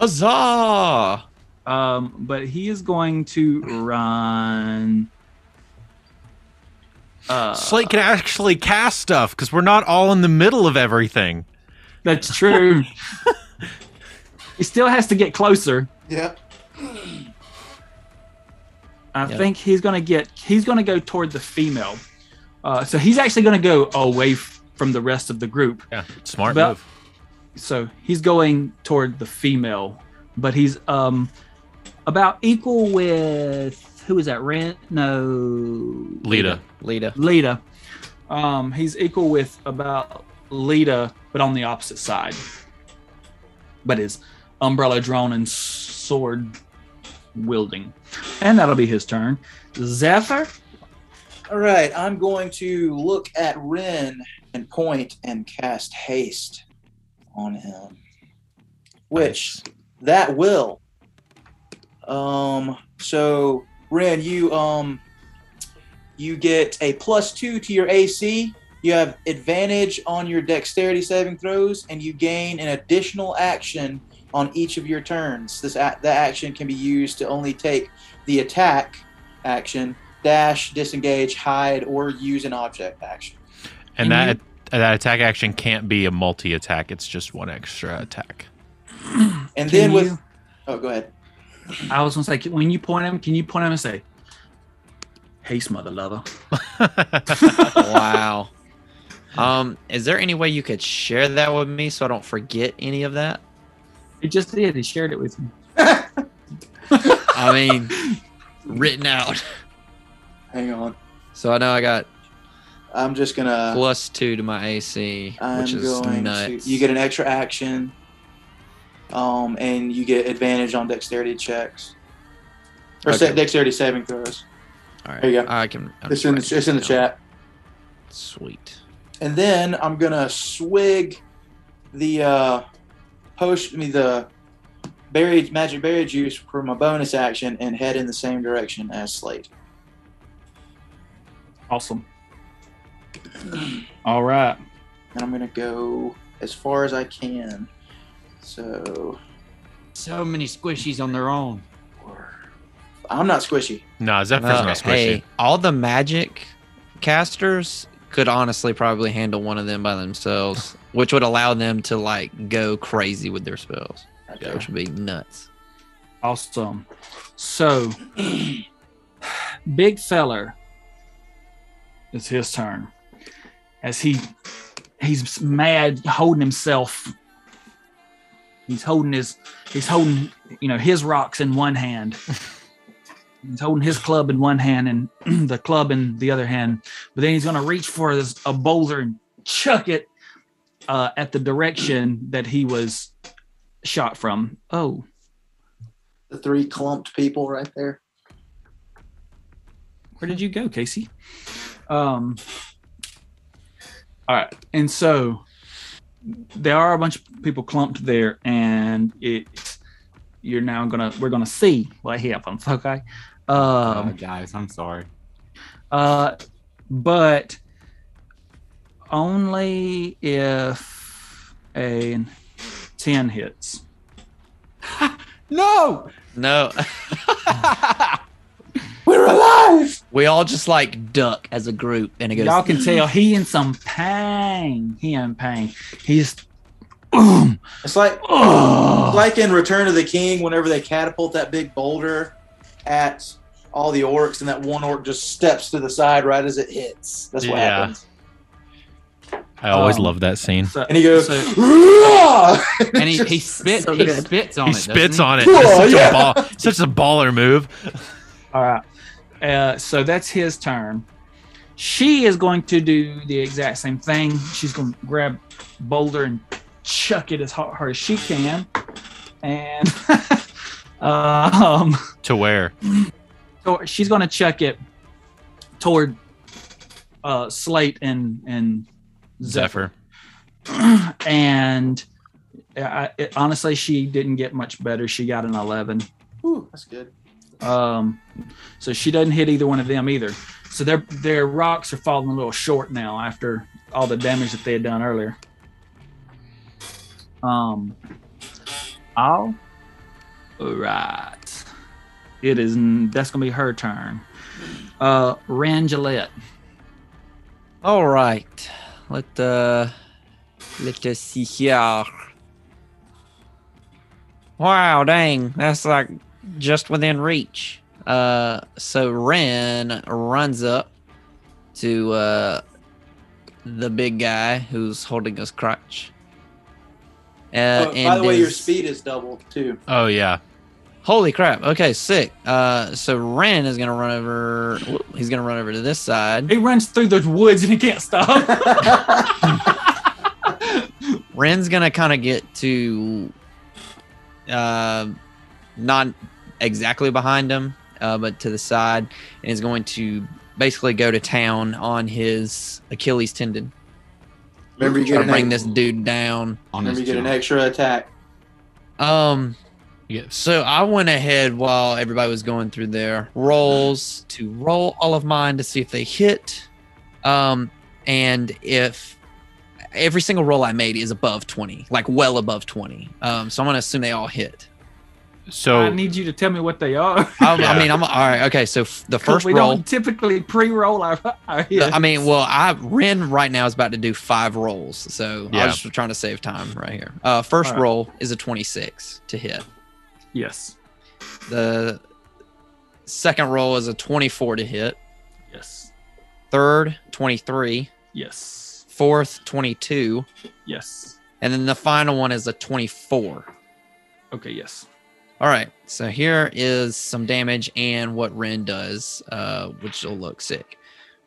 Speaker 3: Huzzah!
Speaker 2: Um, but he is going to run. Uh,
Speaker 1: Slate can actually cast stuff because we're not all in the middle of everything.
Speaker 2: That's true. he still has to get closer.
Speaker 4: Yep.
Speaker 2: I
Speaker 3: Yeah.
Speaker 2: think he's gonna get. He's gonna go toward the female. Uh, so he's actually gonna go away f- from the rest of the group.
Speaker 1: Yeah, smart
Speaker 2: But-
Speaker 1: move.
Speaker 2: So he's going toward the female, but he's um about equal with who is that? Rent? No,
Speaker 1: Lita.
Speaker 3: Lita.
Speaker 2: Lita. Um, he's equal with about Lita, but on the opposite side. But his umbrella drawn and sword wielding. And that'll be his turn. Zephyr?
Speaker 4: All right, I'm going to look at Ren and point and cast haste on him, which that will. Um, so Ren, you um, you get a plus two to your AC. You have advantage on your dexterity saving throws, and you gain an additional action on each of your turns. This a- that action can be used to only take the attack action dash, disengage, hide, or use an object action.
Speaker 1: And,
Speaker 2: And
Speaker 1: that that attack action can't be a multi attack. It's just one extra attack.
Speaker 4: And
Speaker 2: Can
Speaker 4: then with
Speaker 2: you-
Speaker 4: oh, go ahead.
Speaker 2: I was gonna say, when you point him, can you point him and say, Haste, mother lover?
Speaker 3: wow. Um, is there any way you could share that with me so I don't forget any of that?
Speaker 2: He just did. He shared it with me.
Speaker 3: I mean, written out.
Speaker 4: Hang on,
Speaker 3: So I know I got
Speaker 4: I'm just gonna.
Speaker 3: plus two to my AC,
Speaker 4: Uh, I'm
Speaker 3: which is
Speaker 4: going
Speaker 3: nuts.
Speaker 4: to. You get an extra action, um, and you get advantage on dexterity checks or sa-
Speaker 3: Okay.
Speaker 4: dexterity saving throws.
Speaker 3: All right.
Speaker 4: there you go.
Speaker 3: I can. I'm
Speaker 4: It's in the,
Speaker 3: just
Speaker 4: it's in the
Speaker 3: writing it down.
Speaker 4: chat.
Speaker 3: Sweet.
Speaker 4: And then I'm gonna swig the uh, potion, I mean, the buried magic berry juice for my bonus action and head in the same direction as Slate.
Speaker 2: Awesome. All right.
Speaker 4: and I'm gonna go as far as I can. So
Speaker 6: so many squishies on their own.
Speaker 4: I'm not squishy.
Speaker 1: nah, Zephyr's
Speaker 3: No,
Speaker 1: not squishy.
Speaker 3: Uh, Hey, all the magic casters could honestly probably handle one of them by themselves, which would allow them to like go crazy with their spells,
Speaker 4: Okay.
Speaker 3: which would be nuts.
Speaker 2: Awesome. So, big feller, it's his turn. As he he's mad, holding himself. He's holding his he's holding you know his rocks in one hand. He's holding his club in one hand and the club in the other hand. But then he's gonna reach for this, a boulder and chuck it uh, at the direction that he was shot from. Oh,
Speaker 4: The three clumped people right there.
Speaker 2: where did you go, Casey? Um, all right, and so there are a bunch of people clumped there, and it you're now gonna we're gonna see what happens. Okay,
Speaker 6: Uh,
Speaker 2: um,
Speaker 6: guys, I'm sorry.
Speaker 2: uh, but only if a ten hits.
Speaker 6: No.
Speaker 3: No,
Speaker 4: We're alive.
Speaker 3: we all just like duck as a group, and it goes.
Speaker 2: Y'all can tell he in some pain. He in pain. He's. Ugh.
Speaker 4: It's like
Speaker 2: Oh.
Speaker 4: like in Return of the King, whenever they catapult that big boulder at all the orcs, and that one orc just steps to the side right as it hits. That's what
Speaker 1: Yeah.
Speaker 4: happens.
Speaker 1: I always
Speaker 2: Um,
Speaker 1: love that scene.
Speaker 2: So-
Speaker 4: And he goes,
Speaker 6: So-
Speaker 4: "Rah!"
Speaker 6: And he, he
Speaker 4: Just
Speaker 6: spits.
Speaker 4: so
Speaker 6: he
Speaker 4: good.
Speaker 6: spits on
Speaker 1: He
Speaker 6: it. doesn't
Speaker 1: spits
Speaker 6: he?
Speaker 1: on it.
Speaker 4: Cool,
Speaker 1: That's such,
Speaker 4: yeah.
Speaker 1: a ball, such a baller move.
Speaker 2: All right. Uh, so that's his turn. She is going to do the exact same thing. She's going to grab Boulder and chuck it as hard, hard as she can. And um,
Speaker 1: To where?
Speaker 2: so she's going to chuck it toward uh, Slate and, and
Speaker 1: Zephyr.
Speaker 2: and uh, I, it, honestly, she didn't get much better. She got an 11.
Speaker 4: Ooh, that's good.
Speaker 2: Um, so she doesn't hit either one of them either. So their their rocks are falling a little short now after all the damage that they had done earlier. Um, all right. It is n- that's gonna be her turn. Uh, Rangelette.
Speaker 3: All right, let uh, let us see here. Wow, dang, that's like just within reach. Uh, so Ren runs up to uh the big guy who's holding his crotch. Uh,
Speaker 4: Oh, by the way, your
Speaker 3: is-
Speaker 4: speed is doubled too.
Speaker 1: Oh yeah.
Speaker 3: Holy crap! Okay, sick. Uh, so Ren is gonna run over. whoop, He's gonna run over to this side.
Speaker 2: He runs through the woods and he can't stop.
Speaker 3: Ren's gonna kind of get to, uh, not exactly behind him, uh, but to the side, and is going to basically go to town on his Achilles tendon.
Speaker 4: Remember, you
Speaker 3: Try
Speaker 4: get
Speaker 3: to
Speaker 4: an,
Speaker 3: bring
Speaker 4: ex-
Speaker 3: this dude down.
Speaker 6: On
Speaker 4: remember
Speaker 6: his
Speaker 4: you get an
Speaker 6: jaw.
Speaker 4: extra attack.
Speaker 3: Um,
Speaker 1: Yes.
Speaker 3: so I went ahead while everybody was going through their rolls to roll all of mine to see if they hit. Um, and if every single roll I made is above 20, like well above 20. Um, so I'm gonna assume they all hit.
Speaker 1: So
Speaker 2: I need you to tell me what they are.
Speaker 3: I,
Speaker 1: Yeah.
Speaker 3: I mean, I'm all right. Okay, so f- the first
Speaker 2: we
Speaker 3: roll.
Speaker 2: don't typically pre-roll our, our
Speaker 3: the-
Speaker 2: hits.
Speaker 3: I mean, well, I Ren right now is about to do five rolls, so
Speaker 1: Yeah.
Speaker 3: I'm just trying to save time right here. Uh, first
Speaker 2: All right.
Speaker 3: roll is a 26 to hit.
Speaker 2: yes,
Speaker 3: The second roll is a 24 to hit.
Speaker 2: yes,
Speaker 3: Third, 23.
Speaker 2: yes,
Speaker 3: Fourth, 22.
Speaker 2: yes.
Speaker 3: And then the final one is a 24.
Speaker 2: Okay, yes.
Speaker 3: All right, so here is some damage and what Ren does, uh, which will look sick.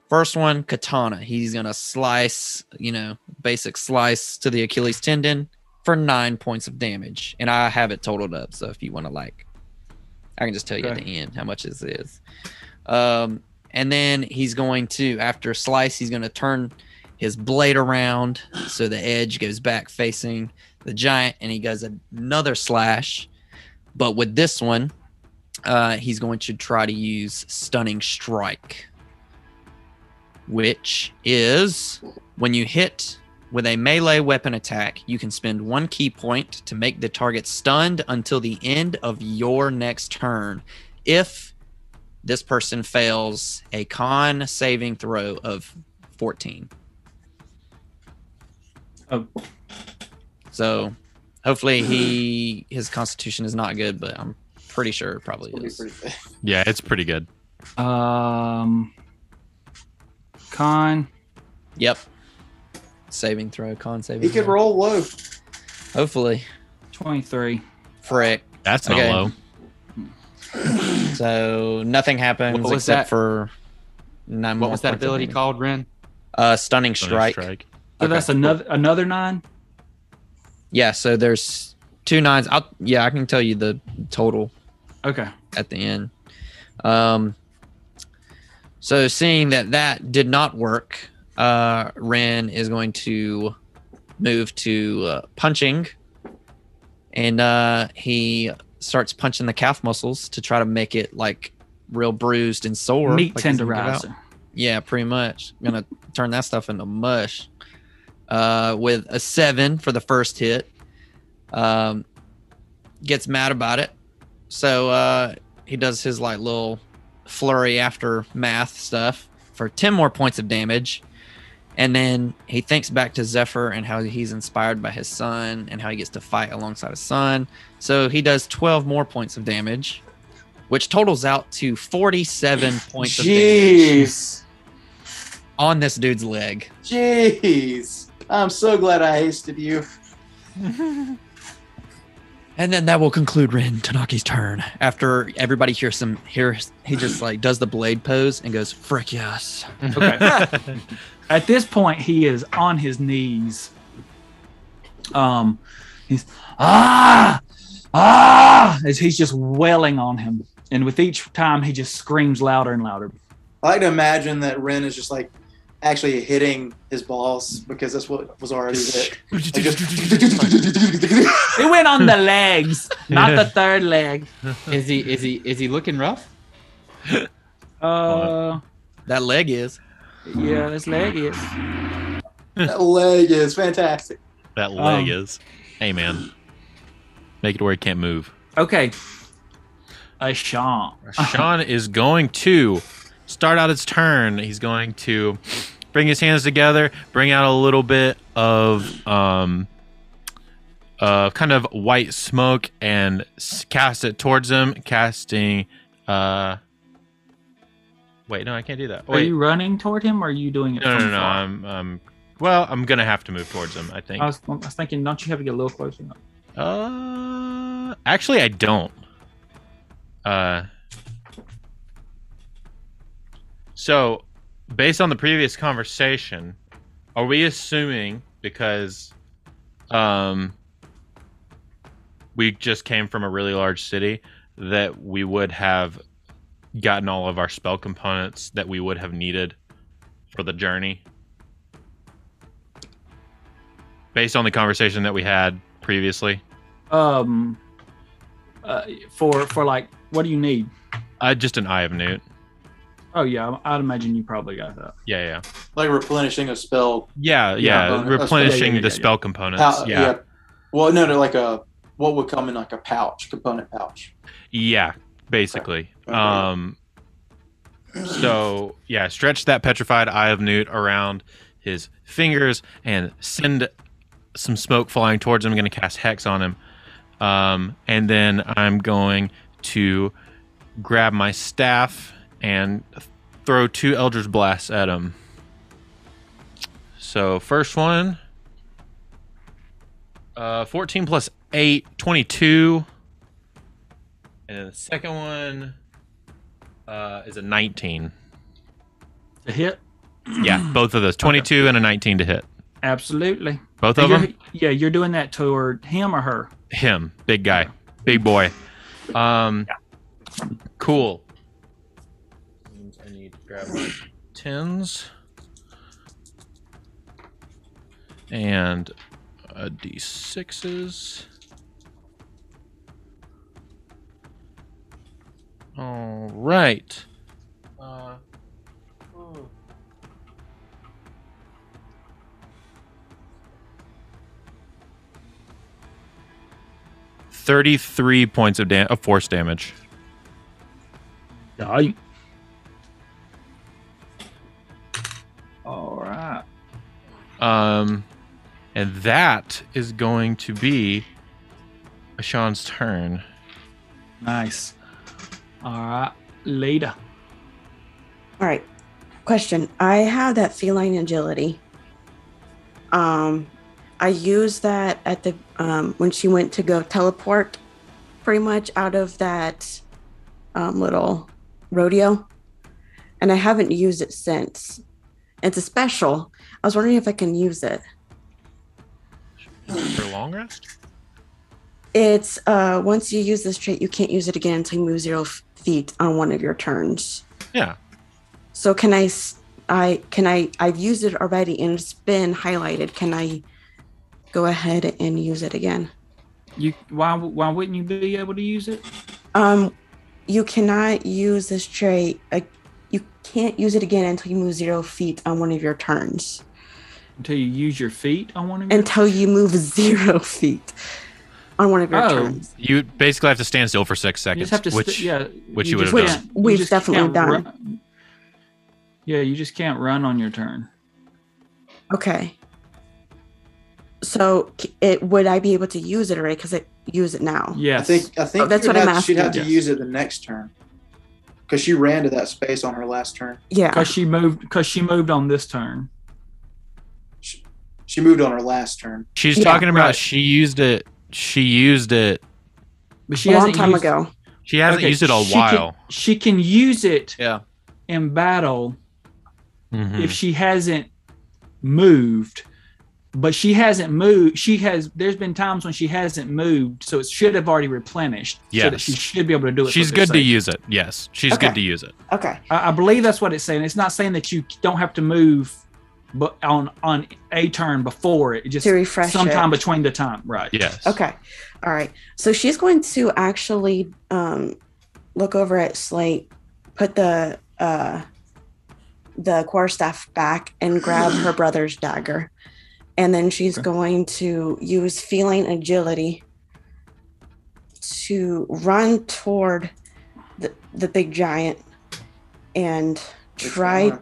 Speaker 3: First one, Katana. He's gonna slice, you know, basic slice to the Achilles tendon for nine points of damage, and I have it totaled up. So if you want to like, I can just tell you at
Speaker 2: Okay.
Speaker 3: the end how much this is. Um, and then he's going to, after slice, he's gonna turn his blade around so the edge goes back facing the giant, and he does another slash. But with this one, uh, he's going to try to use Stunning Strike, which is when you hit with a melee weapon attack, you can spend one key point to make the target stunned until the end of your next turn. If this person fails a con saving throw of 14.
Speaker 2: Oh.
Speaker 3: So hopefully he his constitution is not good, but I'm pretty sure it probably
Speaker 4: It'll be
Speaker 3: is.
Speaker 4: pretty good.
Speaker 1: yeah, it's pretty good.
Speaker 2: Um, Con.
Speaker 3: Yep. Saving throw, con saving.
Speaker 4: He could
Speaker 3: throw.
Speaker 4: roll low.
Speaker 3: Hopefully.
Speaker 2: 23.
Speaker 3: Frick.
Speaker 1: That's not
Speaker 3: Okay.
Speaker 1: low.
Speaker 3: So nothing happens
Speaker 6: What was
Speaker 3: except
Speaker 6: that?
Speaker 3: for nine
Speaker 6: What
Speaker 3: more
Speaker 6: was that
Speaker 3: points of
Speaker 6: ability
Speaker 3: damage.
Speaker 6: called, Ren?
Speaker 3: Uh, stunning
Speaker 1: Bonus
Speaker 3: strike.
Speaker 1: strike.
Speaker 2: So
Speaker 3: Okay,
Speaker 2: Oh, that's another another nine.
Speaker 3: Yeah. So there's two nines. I'll, yeah, I can tell you the total
Speaker 2: Okay.
Speaker 3: at the end. Um, so seeing that that did not work, uh, Ren is going to move to uh, punching, and uh, he starts punching the calf muscles to try to make it like real bruised and sore.
Speaker 2: Meat
Speaker 3: like, it's gonna give out.
Speaker 2: tenderizer.
Speaker 3: Yeah, pretty much. Gonna turn that stuff into mush. Uh, with a seven for the first hit. Um, gets mad about it. So uh, he does his like little flurry after math stuff for 10 more points of damage. And then he thinks back to Zephyr and how he's inspired by his son and how he gets to fight alongside his son. So he does 12 more points of damage, which totals out to 47 points of damage
Speaker 4: Jeez.
Speaker 3: on this dude's leg.
Speaker 4: Jeez. I'm so glad I hasted you.
Speaker 3: And then that will conclude Ren Tanaki's turn. After everybody hears some hears he just like does the blade pose and goes, Frick yes.
Speaker 1: Okay.
Speaker 2: At this point, he is on his knees. Um, he's ah ah as he's just wailing on him, and with each time he just screams louder and louder.
Speaker 4: I like to imagine that Ren is just like actually hitting his balls because that's what was already hit. Like, just-
Speaker 2: It went on the legs, not
Speaker 1: Yeah.
Speaker 2: the third leg.
Speaker 6: Is he is he is he looking rough?
Speaker 2: Uh,
Speaker 3: That leg is.
Speaker 2: yeah, his leg is.
Speaker 4: that leg is fantastic.
Speaker 1: that leg
Speaker 2: Um,
Speaker 1: is. Hey man, make it where he can't move.
Speaker 2: Okay. A shot.
Speaker 1: Sean is going to start out his turn. He's going to bring his hands together, bring out a little bit of um, uh, kind of white smoke, and s- cast it towards him, casting. Uh, wait, no, I can't do that.
Speaker 2: Are
Speaker 1: Wait,
Speaker 2: you running toward him, or are you doing it?
Speaker 1: no, no,
Speaker 2: from
Speaker 1: no, no.
Speaker 2: far?
Speaker 1: I'm, I'm. Well, I'm gonna have to move towards him. I think.
Speaker 2: I was, I was thinking, don't you have to get a little closer?
Speaker 1: Uh, actually, I don't. Uh, so, based on the previous conversation, are we assuming because, um, we just came from a really large city that we would have gotten all of our spell components that we would have needed for the journey? Based on the conversation that we had previously.
Speaker 2: Um, uh, for for like, what do you need?
Speaker 1: Uh, just an Eye of Newt.
Speaker 2: Oh yeah, I- I'd imagine you probably got that.
Speaker 1: Yeah, yeah,
Speaker 4: Like replenishing a spell.
Speaker 1: yeah, yeah.
Speaker 4: bonus- that's-
Speaker 1: replenishing
Speaker 2: yeah, yeah,
Speaker 1: the
Speaker 2: yeah,
Speaker 1: spell components.
Speaker 4: pow-
Speaker 1: yeah. yeah,
Speaker 4: Well, no, no, like a what would come in like a pouch, component pouch.
Speaker 1: basically.
Speaker 4: Okay.
Speaker 1: Um. So yeah, stretch that petrified Eye of Newt around his fingers and send some smoke flying towards him. I'm gonna cast Hex on him, um, and then I'm going to grab my staff and throw two Eldritch Blasts at him. So first one, uh, 14 plus 8, 22. And then the second one uh, is a 19.
Speaker 2: A hit,
Speaker 1: Yeah, both of those, 22 and a 19 to hit.
Speaker 2: absolutely.
Speaker 1: Both
Speaker 2: And
Speaker 1: of
Speaker 2: you're-
Speaker 1: them,
Speaker 2: Yeah, you're doing that toward him or her.
Speaker 1: him, big guy, big boy. Um, cool. Means I need to grab my tens and uh, a d6s. All right. Uh, oh. Thirty-three points of, dam- of force damage.
Speaker 2: Yeah. All right.
Speaker 1: Um, and that is going to be Sean's turn.
Speaker 2: Nice. All right. Later.
Speaker 7: All right. Question: I have that feline agility. Um, I used that at the um, when she went to go teleport, pretty much out of that um, little rodeo, and I haven't used it since. It's a special. I was wondering if I can use it.
Speaker 1: For a long rest?
Speaker 7: It's uh, once you use this trait, you can't use it again until you move zero f- feet on one of your turns.
Speaker 1: Yeah.
Speaker 7: So can I? s- I can I? I've used it already, and it's been highlighted. Can I go ahead and use it again?
Speaker 2: You why why wouldn't you be able to use it?
Speaker 7: Um, you cannot use this trait. Uh, you can't use it again until you move zero feet on one of your turns.
Speaker 2: Until you use your feet on one of your
Speaker 7: Until you move zero feet on one of your
Speaker 2: Oh.
Speaker 7: turns.
Speaker 1: You basically have to stand still for six
Speaker 2: You
Speaker 1: seconds.
Speaker 2: just have to st-
Speaker 1: which
Speaker 2: yeah,
Speaker 1: which you would
Speaker 2: just
Speaker 1: have
Speaker 2: can't-
Speaker 7: done. We've
Speaker 2: just
Speaker 7: definitely
Speaker 2: can't
Speaker 7: done.
Speaker 2: run- Yeah, you just can't run on your turn.
Speaker 7: Okay. So c- it would I be able to use it already? Because I use it now.
Speaker 2: Yes.
Speaker 4: I think I think
Speaker 7: Oh, that's
Speaker 4: you would
Speaker 7: what I'm
Speaker 4: have- she'd have to
Speaker 2: asking.
Speaker 4: use it the next turn because she ran to that space on her last turn.
Speaker 7: Yeah.
Speaker 2: because she moved because she moved on this turn.
Speaker 4: She moved on her last turn.
Speaker 1: She's
Speaker 7: Yeah,
Speaker 1: talking about
Speaker 2: right.
Speaker 1: she used it. She used it.
Speaker 2: But she
Speaker 7: A long
Speaker 2: hasn't
Speaker 7: time
Speaker 2: used-
Speaker 7: ago.
Speaker 1: She hasn't
Speaker 2: okay,
Speaker 1: used it all
Speaker 2: she can-
Speaker 1: while.
Speaker 2: she can use it
Speaker 3: Yeah.
Speaker 2: in battle
Speaker 1: Mhm.
Speaker 2: if she hasn't moved. But she hasn't moved. She has. There's been times when she hasn't moved, so it should have already replenished. So that
Speaker 1: Yes.
Speaker 2: she should be able to do it. is
Speaker 1: She's
Speaker 2: what they're
Speaker 1: good to
Speaker 2: saying.
Speaker 1: use it. Yes, she's
Speaker 7: Okay.
Speaker 1: good to use it.
Speaker 7: Okay.
Speaker 2: I, I believe that's what it's saying. It's not saying that you don't have to move, but on on a turn before it. It just
Speaker 7: To refresh it.
Speaker 2: sometime between the time. Right.
Speaker 1: Yes.
Speaker 7: Okay. All right. So she's going to actually um, look over at Slate, put the uh, the quarterstaff back, and grab her brother's dagger, and then she's
Speaker 2: Okay.
Speaker 7: going to use feline agility to run toward the the big giant and
Speaker 4: Which
Speaker 7: try
Speaker 4: one?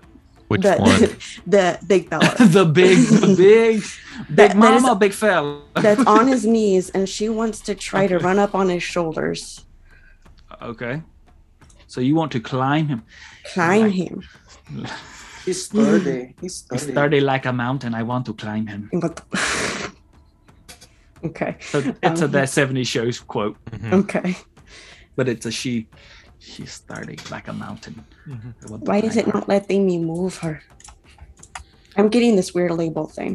Speaker 1: Which
Speaker 7: the,
Speaker 1: one?
Speaker 7: the big fella
Speaker 2: the big, the big, big
Speaker 7: That- that
Speaker 2: mama,
Speaker 7: is-
Speaker 2: big fella.
Speaker 7: that's on his knees, and she wants to try to run up on his shoulders,
Speaker 2: Okay. So you want to climb him.
Speaker 7: climb
Speaker 2: Right.
Speaker 7: him.
Speaker 4: He's sturdy. He's sturdy.
Speaker 1: Oh,
Speaker 2: He's sturdy like a mountain. I want to climb him.
Speaker 7: What the- okay.
Speaker 2: So
Speaker 1: Oh.
Speaker 2: it's a
Speaker 7: Um,
Speaker 2: that 70 shows quote,
Speaker 1: Mhm.
Speaker 7: Okay.
Speaker 2: but it's a she. She's sturdy like a mountain.
Speaker 1: Mm-hmm.
Speaker 2: I want to
Speaker 7: Why is
Speaker 2: climb
Speaker 7: it
Speaker 2: her.
Speaker 7: not letting me move her? I'm getting this weird label thing.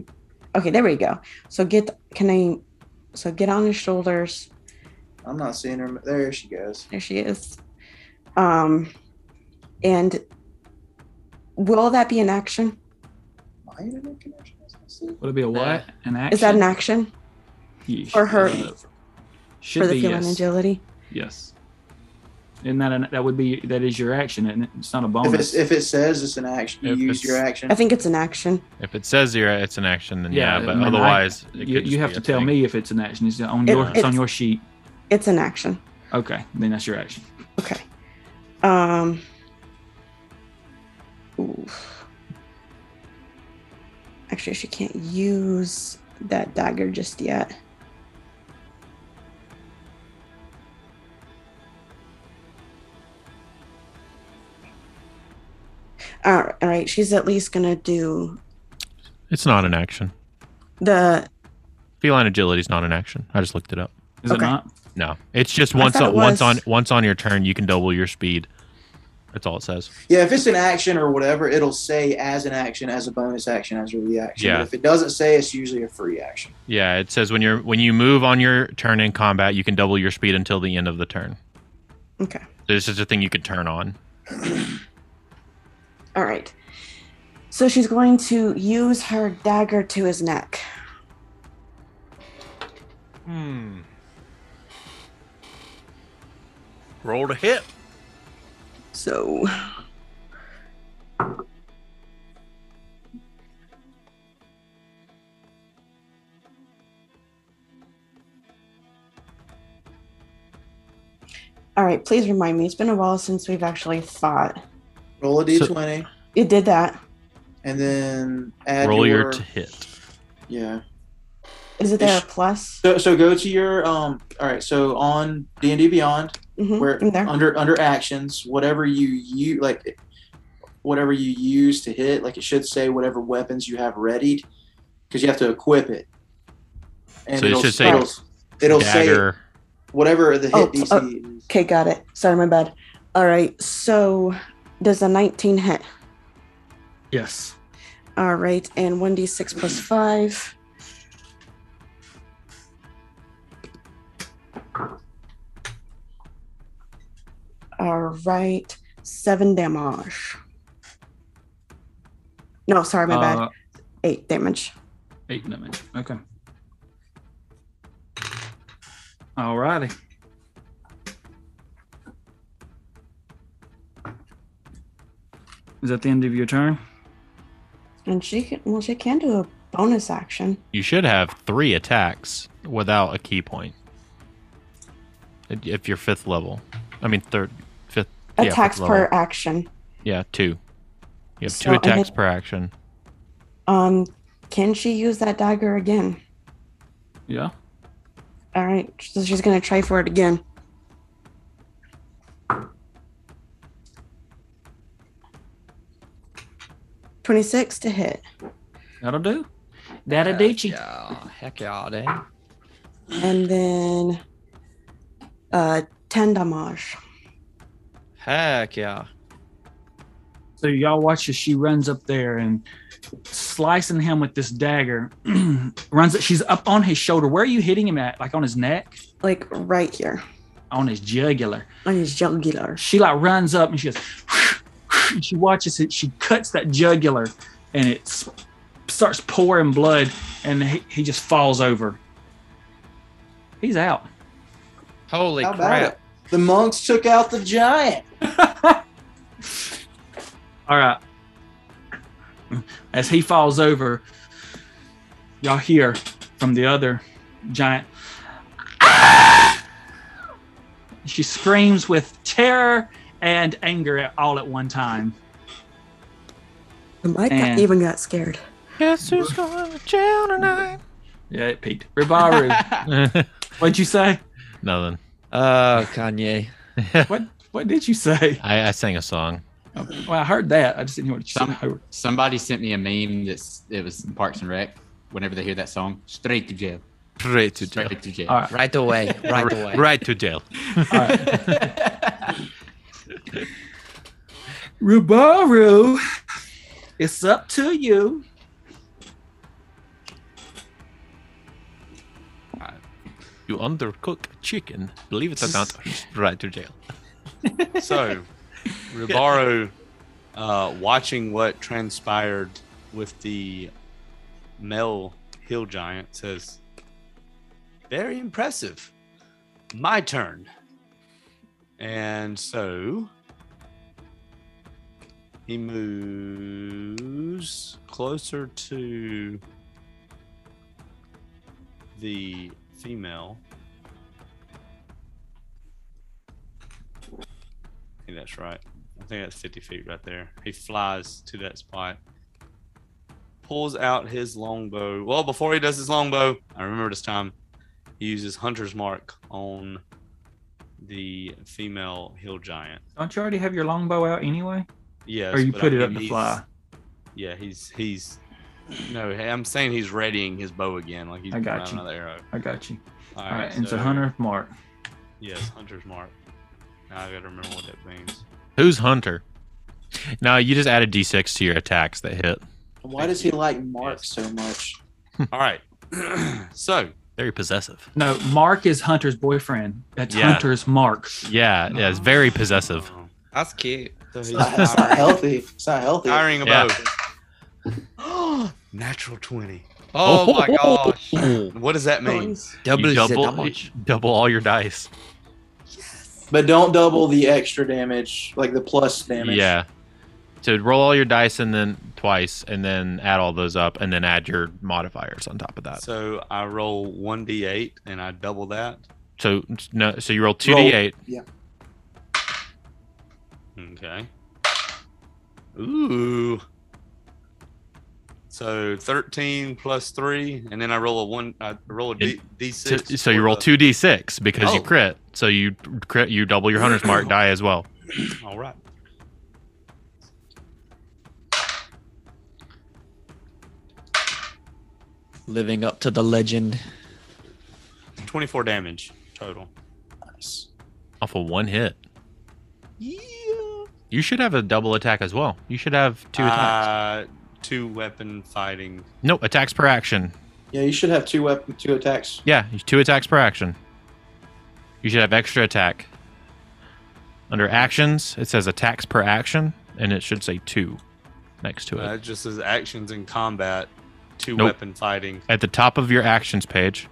Speaker 7: Okay, there we go. So get can I so get on his shoulders.
Speaker 4: I'm not seeing her. There she goes.
Speaker 7: There she is. Um and will that be an action?
Speaker 4: Am I in a connection? Let's see.
Speaker 2: Would it be
Speaker 1: Uh,
Speaker 2: a what? An action?
Speaker 7: Is that an action
Speaker 2: Yeesh.
Speaker 7: for her-
Speaker 2: Uh, Should
Speaker 7: for the
Speaker 2: be
Speaker 7: feline
Speaker 2: yes.
Speaker 7: agility?
Speaker 2: Yes. Isn't that an, that would be that is your action, and it? it's not a
Speaker 4: If,
Speaker 2: bonus.
Speaker 4: it's, if it says it's an action, you
Speaker 1: If it's-
Speaker 4: use your action.
Speaker 7: I think it's an action.
Speaker 1: If it says here it's an action, then
Speaker 2: Yeah,
Speaker 1: yeah.
Speaker 2: I
Speaker 1: but
Speaker 2: mean, I-
Speaker 1: otherwise, it could
Speaker 2: you,
Speaker 1: just
Speaker 2: you have
Speaker 1: be
Speaker 2: to
Speaker 1: a
Speaker 2: tell
Speaker 1: thing.
Speaker 2: me if it's an action. It's on
Speaker 7: It-
Speaker 2: your it's on
Speaker 7: it's-
Speaker 2: your sheet.
Speaker 7: It's an action.
Speaker 2: Okay, then that's your action.
Speaker 7: Okay. Um. oof. Actually, she can't use that dagger just yet. All right, all right, she's at least gonna do
Speaker 1: It's not an action.
Speaker 7: the.
Speaker 1: Feline agility is not an action. I just looked it up.
Speaker 2: Is
Speaker 7: Okay.
Speaker 2: it not?
Speaker 1: No, it's just once
Speaker 7: thought
Speaker 1: on,
Speaker 7: it
Speaker 1: once on
Speaker 7: was.
Speaker 1: once on your turn, you can double your speed. That's all it says.
Speaker 4: yeah, if it's an action or whatever, it'll say as an action, as a bonus action, as a reaction.
Speaker 1: Yeah.
Speaker 4: But if it doesn't say, it's usually a free action.
Speaker 1: Yeah, it says when you're when you move on your turn in combat, you can double your speed until the end of the turn.
Speaker 7: Okay.
Speaker 1: There's just a thing you could turn on.
Speaker 7: All right. So she's going to use her dagger to his neck.
Speaker 8: Hmm. Roll to hit.
Speaker 7: So. All right, please remind me. It's been a while since we've actually fought.
Speaker 4: Roll a
Speaker 1: So-
Speaker 4: d20
Speaker 7: You did that.
Speaker 4: and then add
Speaker 1: Roll
Speaker 4: your,
Speaker 1: your to hit.
Speaker 4: yeah.
Speaker 7: Is it there a plus?
Speaker 4: So so go to your um. All right. So on D and D Beyond,
Speaker 7: Mm-hmm.
Speaker 4: where
Speaker 7: I'm there.
Speaker 4: under under actions, whatever you you like, whatever you use to hit. Like it should say whatever weapons you have readied, because you have to equip it. And
Speaker 1: So it
Speaker 4: it'll-
Speaker 1: should say
Speaker 4: it'll, it'll say
Speaker 1: Dagger.
Speaker 4: whatever the hit
Speaker 7: Oh,
Speaker 4: DC is.
Speaker 7: Okay, got it. Sorry, my bad. All right, so does a 19 hit?
Speaker 2: Yes.
Speaker 7: All right, and 1d6 plus 5. All right, 7 damage. No, sorry, my bad.
Speaker 2: Uh,
Speaker 7: 8 damage.
Speaker 2: eight damage. Okay. All righty. Is that the end of your turn?
Speaker 7: And she can, well, she can do a bonus action.
Speaker 1: You should have three attacks without a key point. If- If you're fifth level, I mean third, fifth. yeah, fifth
Speaker 7: Attacks
Speaker 1: level.
Speaker 7: per action.
Speaker 1: Yeah, two. You have
Speaker 7: So,
Speaker 1: two
Speaker 7: and
Speaker 1: attacks
Speaker 7: it-
Speaker 1: per action.
Speaker 7: Um, can she use that dagger again?
Speaker 2: Yeah.
Speaker 7: All right, so she's gonna try for it again. Twenty-six to hit,
Speaker 2: That'll do. That'll do
Speaker 3: Heck
Speaker 2: you.
Speaker 3: yeah, heck yeah, dang.
Speaker 7: and then uh, ten damage.
Speaker 3: Heck yeah.
Speaker 2: So y'all watch as she runs up there and slicing him with this dagger. runs. She's up on his shoulder. Where are you hitting him at? Like on his neck?
Speaker 7: Like right here
Speaker 2: On his jugular.
Speaker 7: on his jugular.
Speaker 2: she like runs up and she goes, and she watches it. She cuts that jugular, and it s- starts pouring blood, and he, he just falls over. He's out.
Speaker 3: Holy
Speaker 4: How about
Speaker 3: crap.
Speaker 4: it? The monks took out the giant.
Speaker 2: All right. As he falls over, y'all hear from the other giant. She screams with terror and anger at all at one time.
Speaker 7: Mike
Speaker 2: And-
Speaker 7: even got scared.
Speaker 1: Guess who's going to jail tonight?
Speaker 2: Yeah, it peaked. Ribaru, what'd you say?
Speaker 1: Nothing.
Speaker 3: Oh, Kanye.
Speaker 2: What did you say?
Speaker 1: I, I sang a song.
Speaker 2: Oh, Well, I heard that. I just didn't hear what you
Speaker 6: Some-
Speaker 2: said. Howard.
Speaker 6: Somebody sent me a meme that's it was in Parks and Rec. Whenever they hear that song, straight to jail,
Speaker 1: Right to jail.
Speaker 6: straight to jail.
Speaker 2: All right.
Speaker 3: Right away. Right away.
Speaker 1: Right to jail.
Speaker 2: All right. Rubaru, it's up to you.
Speaker 1: You undercook chicken. Believe it or not, right to jail.
Speaker 9: So, Ribaro, uh, watching what transpired with the male hill giant, says, Very impressive. My turn. And so he moves closer to the female. I think that's right. I think that's 50 feet right there. He flies to that spot, pulls out his longbow. Well, before he does his longbow, I remember this time, he uses Hunter's Mark on the female hill giant.
Speaker 2: Don't you already have your longbow out anyway?
Speaker 9: Yes.
Speaker 2: or Oh, you
Speaker 9: but I
Speaker 2: put it
Speaker 9: mean,
Speaker 2: up to
Speaker 9: he's-
Speaker 2: fly?
Speaker 9: Yeah, he's, he's, no, hey, I'm saying he's readying his bow again. Like he's
Speaker 2: I
Speaker 9: pulling
Speaker 2: got
Speaker 9: out
Speaker 2: you.
Speaker 9: another arrow.
Speaker 2: I got you.
Speaker 9: All
Speaker 2: All right, and so Hunter Mark.
Speaker 9: Yes, Hunter's Mark. Now I gotta remember what that means.
Speaker 1: Who's Hunter? No, you just added d6 to your attacks that hit.
Speaker 4: Why does he like Mark so much?
Speaker 9: All right. so,
Speaker 1: Very possessive.
Speaker 2: No, Mark is Hunter's boyfriend. That's
Speaker 1: Yeah.
Speaker 2: Hunter's Mark.
Speaker 1: Yeah, yeah, it's very possessive.
Speaker 9: um,
Speaker 3: That's cute.
Speaker 9: so he's
Speaker 4: It's not, it's not
Speaker 9: firing-
Speaker 4: healthy. It's not healthy.
Speaker 9: Firing a
Speaker 1: Yeah.
Speaker 9: bow. Natural 20.
Speaker 3: Oh my gosh.
Speaker 9: What does that mean?
Speaker 3: Double,
Speaker 1: You
Speaker 3: is a
Speaker 1: double,
Speaker 3: damage.
Speaker 1: double all your dice.
Speaker 4: But don't double the extra damage, like the plus damage.
Speaker 1: Yeah. So roll all your dice and then twice, and then add all those up, and then add your modifiers on top of that.
Speaker 9: So I roll 1d8 and I double that.
Speaker 1: So no, so you roll two
Speaker 4: Roll.
Speaker 1: d8.
Speaker 9: Okay. Ooh. So 13 plus 3 and then I roll a 1 I roll a d,
Speaker 1: So,
Speaker 9: d6.
Speaker 1: so you
Speaker 9: for
Speaker 1: roll
Speaker 9: the-
Speaker 1: two d6 because you
Speaker 9: Oh.
Speaker 1: crit. So you crit, you double your hunter's mark die as well.
Speaker 9: All right.
Speaker 3: Living up to the legend.
Speaker 9: 24 damage total.
Speaker 4: Nice.
Speaker 1: off of one hit. You should have a double attack as well. You should have two attacks.
Speaker 9: Uh, two weapon fighting.
Speaker 1: No, attacks per action.
Speaker 4: Yeah, you should have two weapon, two attacks.
Speaker 1: Yeah, two attacks per action. You should have extra attack. Under actions, it says attacks per action, and it should say two next to it.
Speaker 9: Uh, it just says actions in combat, two
Speaker 1: Nope.
Speaker 9: weapon fighting.
Speaker 1: At the top of your actions page,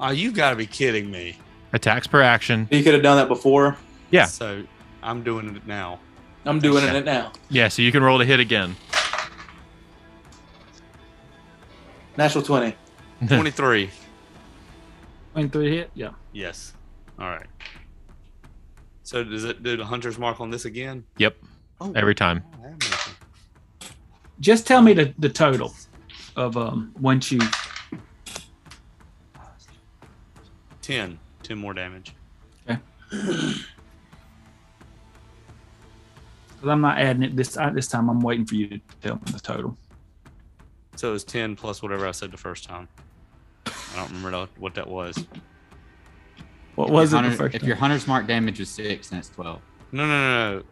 Speaker 9: Oh, you gotta be kidding me.
Speaker 1: attacks per action.
Speaker 4: You could have done that before.
Speaker 1: Yeah.
Speaker 9: So I'm doing it now.
Speaker 4: I'm doing it now.
Speaker 1: Yeah, so you can roll to hit again.
Speaker 4: Natural twenty.
Speaker 9: 23.
Speaker 2: Twenty three hit. Yeah.
Speaker 9: yes. All right. So does it do the hunter's mark on this again?
Speaker 1: Yep,
Speaker 9: Oh,
Speaker 1: every time.
Speaker 9: I have nothing.
Speaker 2: Just tell me the, the total of um once you
Speaker 9: 10. 10 more damage.
Speaker 2: because I'm not adding it this I, this time. I'm waiting for you to tell me the total.
Speaker 9: So it was 10 plus whatever I said the first time. I don't remember tha- what that was.
Speaker 2: What was
Speaker 6: Your
Speaker 2: it? the
Speaker 6: hunter-
Speaker 2: first
Speaker 6: if
Speaker 2: time?
Speaker 6: your hunter's mark damage is six, then it's twelve.
Speaker 9: No, no, no, no.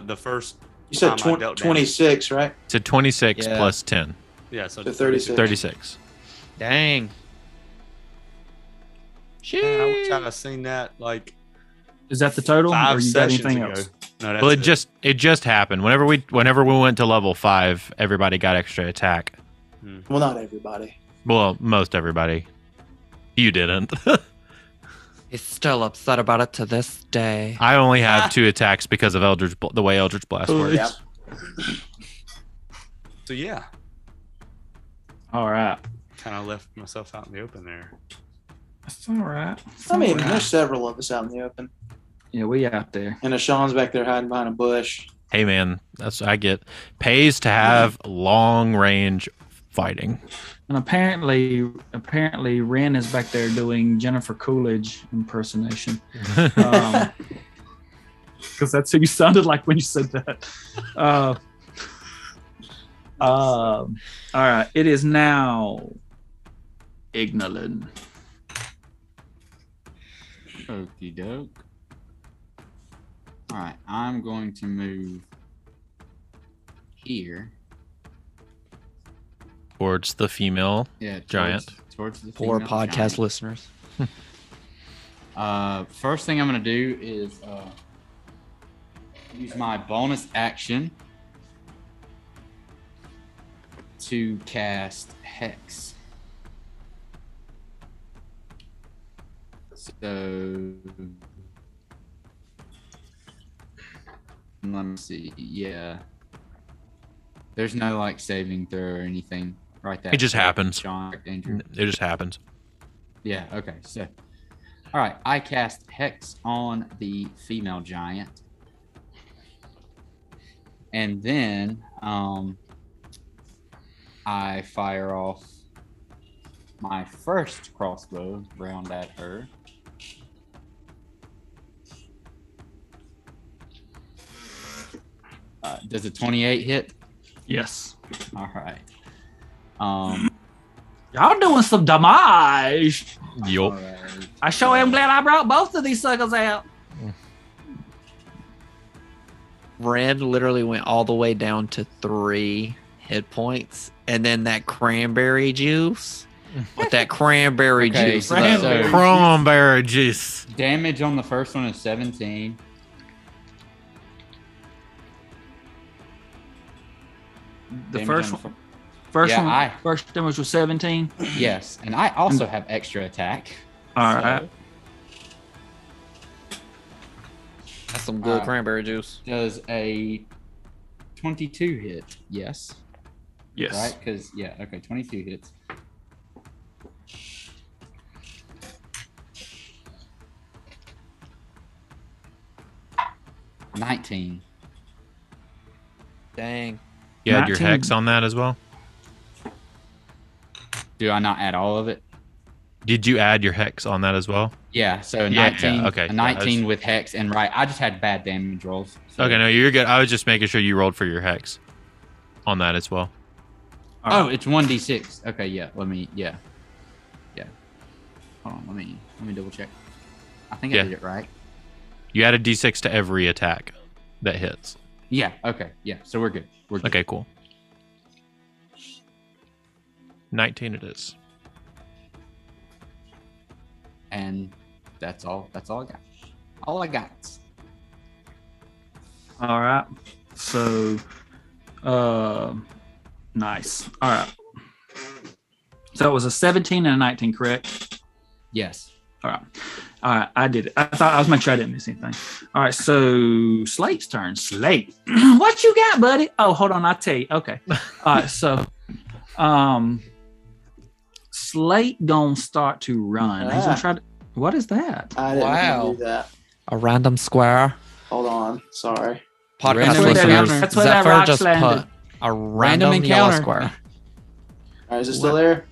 Speaker 9: The the first.
Speaker 4: You said
Speaker 9: time I
Speaker 4: twen-
Speaker 9: dealt damage.
Speaker 4: twenty-six, right?
Speaker 1: It's a 26
Speaker 3: Yeah.
Speaker 1: plus 10,
Speaker 9: Yeah, so
Speaker 4: So thirty-six.
Speaker 1: 36.
Speaker 3: Dang.
Speaker 9: Man, I wish I'd
Speaker 3: Shit.
Speaker 9: have seen that like
Speaker 2: Is that the total?
Speaker 9: five
Speaker 2: or you got
Speaker 9: sessions
Speaker 2: anything
Speaker 9: ago.
Speaker 2: else?
Speaker 9: No, that's
Speaker 1: Well, it
Speaker 9: it.
Speaker 1: just it just happened. Whenever we whenever we went to level five, everybody got extra attack.
Speaker 4: Well, not everybody.
Speaker 1: Well, most everybody. You didn't.
Speaker 3: He's still upset about it to this day.
Speaker 1: I only have two attacks because of Eldritch, Bl- the way Eldritch Blast works.
Speaker 4: Yeah.
Speaker 9: so yeah,
Speaker 2: All right.
Speaker 9: kind of left myself out in the open there.
Speaker 2: That's all right.
Speaker 4: I mean, there's several of us out in the open,
Speaker 2: Yeah, we out there.
Speaker 4: and Sean's back there hiding behind a bush.
Speaker 1: Hey, man, that's I get pays to have long range fighting.
Speaker 2: And apparently, apparently, Ren is back there doing Jennifer Coolidge impersonation. Because that's who you sounded like when you said that. Uh, um, all right. It is now Ignolin.
Speaker 6: Okey doke. All right, I'm going to move here.
Speaker 1: Towards the female,
Speaker 6: Yeah,
Speaker 1: Giant.
Speaker 6: towards, towards the
Speaker 3: Poor
Speaker 6: female
Speaker 3: podcast
Speaker 6: giant.
Speaker 3: listeners.
Speaker 6: Uh, first thing I'm gonna do is uh, use my bonus action to cast hex. So let me see. Yeah, there's no like saving throw or anything right there.
Speaker 1: It just happens.
Speaker 6: John, Andrew.
Speaker 1: it just happens.
Speaker 6: Yeah, okay. So, all right. I cast Hex on the female giant. And then um, I fire off my first crossbow round at her. Uh, does a 28 hit?
Speaker 2: Yes.
Speaker 6: All right. Um,
Speaker 2: Y'all doing some damage.
Speaker 6: all
Speaker 1: Yup.
Speaker 6: right.
Speaker 2: I sure am glad I brought both of these suckers out.
Speaker 3: Red literally went all the way down to three hit points, and then that cranberry juice. With that cranberry
Speaker 6: Okay,
Speaker 3: juice,
Speaker 6: so-
Speaker 3: though.
Speaker 1: Cranberry juice.
Speaker 6: Damage on the first one is 17.
Speaker 2: The
Speaker 6: Damage
Speaker 2: first
Speaker 6: on
Speaker 2: one, first
Speaker 6: Yeah,
Speaker 2: one,
Speaker 6: I-
Speaker 2: first damage was 17.
Speaker 6: the fir- Yes, and I also have extra attack.
Speaker 2: All
Speaker 6: so
Speaker 2: right.
Speaker 3: That's some good
Speaker 6: Uh,
Speaker 3: cranberry juice.
Speaker 6: Does a 22 hit? Yes.
Speaker 2: Yes.
Speaker 6: Right? Because, yeah, okay, 22 hits. Nineteen.
Speaker 3: Dang.
Speaker 1: You had your
Speaker 2: 19.
Speaker 1: hex on that as well.
Speaker 6: Do I not add all of it?
Speaker 1: Did you add your hex on that as well?
Speaker 6: Yeah. So a
Speaker 1: Yeah, yeah,
Speaker 6: nineteen.
Speaker 1: okay,
Speaker 6: A
Speaker 1: yeah,
Speaker 6: nineteen
Speaker 1: that's-
Speaker 6: with hex and right. I just had bad damage rolls. so-
Speaker 1: Okay, no, you're good. I was just making sure you rolled for your hex on that as well.
Speaker 2: All
Speaker 6: Oh, it's one d six. Okay, yeah. Let me. Yeah, yeah. Hold on. Let me. Let me double check. I think
Speaker 1: Yeah.
Speaker 6: I did it right.
Speaker 1: You add a d6 to every attack that hits.
Speaker 6: Yeah. Okay. Yeah. So we're good. We're good.
Speaker 1: Okay, cool. 19 it is.
Speaker 6: And that's all. That's all I got. All I got.
Speaker 2: All right. So, um, nice. All right. So it was a 17 and a 19, correct?
Speaker 6: Yes.
Speaker 2: All right. All right. I did it. I thought I was making sure I didn't miss anything. All right. So Slate's turn. Slate, what you got, buddy? Oh, hold on. I'll tell you. Okay. All right. So, um, Slate gonna start to run. He's gonna try to. What is that?
Speaker 4: I didn't
Speaker 3: Wow.
Speaker 4: wow. do that.
Speaker 3: A random square.
Speaker 4: Hold on. Sorry.
Speaker 3: Podcast
Speaker 6: Random
Speaker 3: listeners.
Speaker 6: encounter.
Speaker 2: That's where that
Speaker 3: Zephyr
Speaker 2: rock
Speaker 3: just
Speaker 2: landed.
Speaker 3: put a random, yellow
Speaker 6: encounter.
Speaker 3: square.
Speaker 4: All right, is it still there?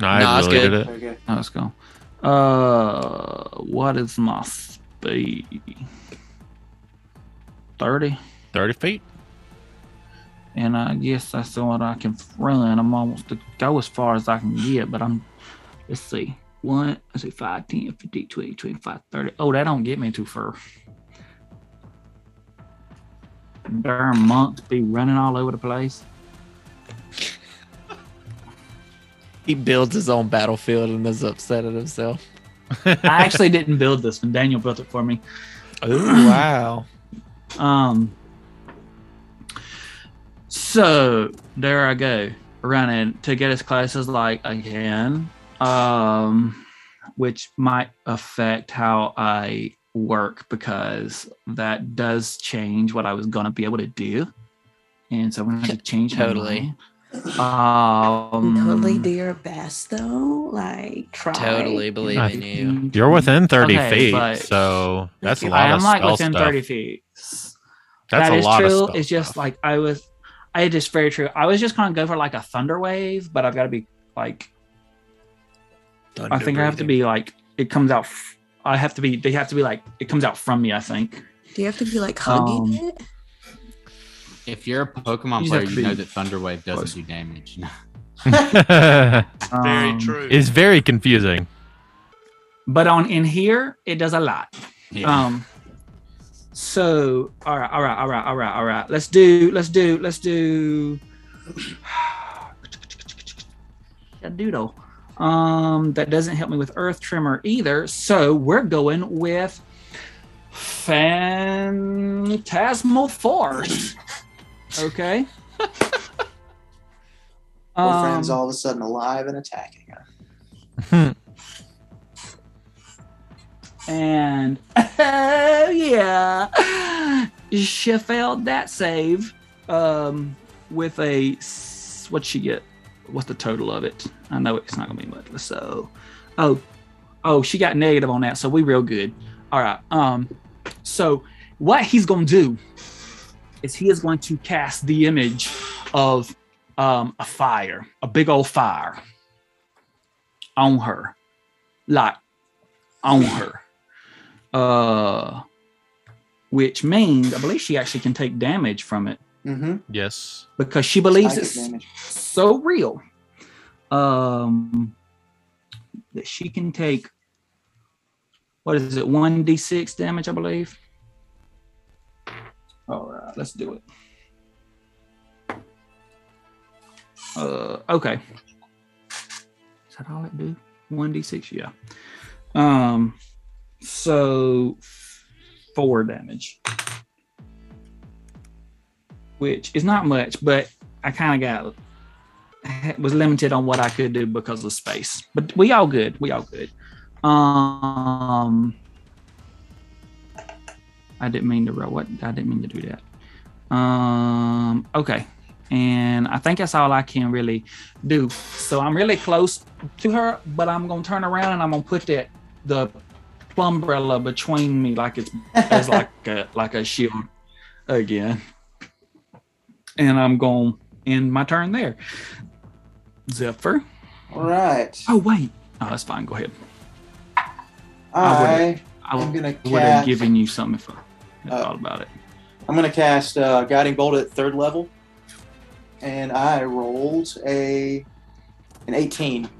Speaker 1: No, I
Speaker 3: Nah, that's
Speaker 1: really
Speaker 3: good.
Speaker 1: did it.
Speaker 4: Okay.
Speaker 2: Oh, let's go. Uh, what is my speed? Thirty,
Speaker 1: 30 feet.
Speaker 2: and I guess that's what I can run. I'm almost to go as far as I can get, but I'm. Let's see. One, let's see, 5, 10, 15, 20, 25, 30. Oh, that don't get me too far. Darn monks be running all over the place.
Speaker 3: He builds his own battlefield and is upset at himself.
Speaker 2: I actually didn't build this one. Daniel built it for me.
Speaker 3: wow.
Speaker 2: Um. So there I go running to get as close as like I can, um, which might affect how I work because that does change what I was gonna be able to do, and so I'm gonna have to change my
Speaker 3: Totally.
Speaker 2: mind. Um,
Speaker 7: totally do your best though. Like try.
Speaker 3: Totally believe
Speaker 1: Nice.
Speaker 3: in you.
Speaker 1: You're within 30
Speaker 2: Okay, but-
Speaker 1: feet, so that's a
Speaker 2: I
Speaker 1: lot
Speaker 2: am
Speaker 1: of
Speaker 2: like
Speaker 1: spell
Speaker 2: within
Speaker 1: stuff.
Speaker 2: thirty feet.
Speaker 1: That's
Speaker 2: That
Speaker 1: a
Speaker 2: is
Speaker 1: lot
Speaker 2: true.
Speaker 1: of spell
Speaker 2: it's just
Speaker 1: stuff.
Speaker 2: like I was, I it is very true. I was just gonna go for like a thunder wave, but I've got to be like, I think I have to be like, it comes out. f- I have to be. They have to be like, it comes out from me. I think.
Speaker 7: Do you have to be like hugging
Speaker 2: Um,
Speaker 7: it?
Speaker 6: If you're a Pokemon
Speaker 2: You just
Speaker 6: player,
Speaker 2: have to
Speaker 6: you know
Speaker 2: be
Speaker 6: that Thunder Wave doesn't
Speaker 2: close.
Speaker 6: do damage.
Speaker 2: Um,
Speaker 1: it's very confusing.
Speaker 2: But on in here, it does a lot.
Speaker 6: yeah.
Speaker 2: Um. So all right, all right, all right, all right, all right. Let's do. Let's do. Let's do. Yeah, doodle. Um, that doesn't help me with Earth Trimmer either. So we're going with Phantasmal Force. Okay.
Speaker 4: Her friend's
Speaker 2: Um,
Speaker 4: all of a sudden alive and attacking her.
Speaker 2: and oh yeah, she failed that save um, with a s- what she get? What's the total of it? I know it's not gonna be much. So, oh, oh, she got negative on that, so we real good. All right. Um, so what he's gonna do is he is going to cast the image of um, a fire, a big old fire, on her, like on her. Uh, which means I believe she actually can take damage from it
Speaker 4: Mm-hmm.
Speaker 1: Yes.
Speaker 2: because she believes
Speaker 4: Psychic
Speaker 2: it's
Speaker 4: damage.
Speaker 2: so real um, that she can take what is it, one d six damage, I believe. All right, let's do it. Uh, okay. Is that all it do? One d six, yeah. Um, so four damage, which is not much, but I kind of got was limited on what I could do because of space. But we all good. We all good. Um, I didn't mean to roll. What I didn't mean to do that. Um, okay, and I think that's all I can really do. So I'm really close to her, but I'm gonna turn around and I'm gonna put that the umbrella between me like it's as like a like a shield again. And I'm gonna end my turn there. Zephyr.
Speaker 4: All right.
Speaker 2: Oh wait. Oh, that's fine. Go ahead. I
Speaker 4: I
Speaker 2: I
Speaker 4: I'm gonna
Speaker 2: would have
Speaker 4: cast-
Speaker 2: given you something if I had
Speaker 4: Oh.
Speaker 2: thought about it.
Speaker 4: I'm gonna cast uh, Guiding Bolt at third level. and I rolled a an 18.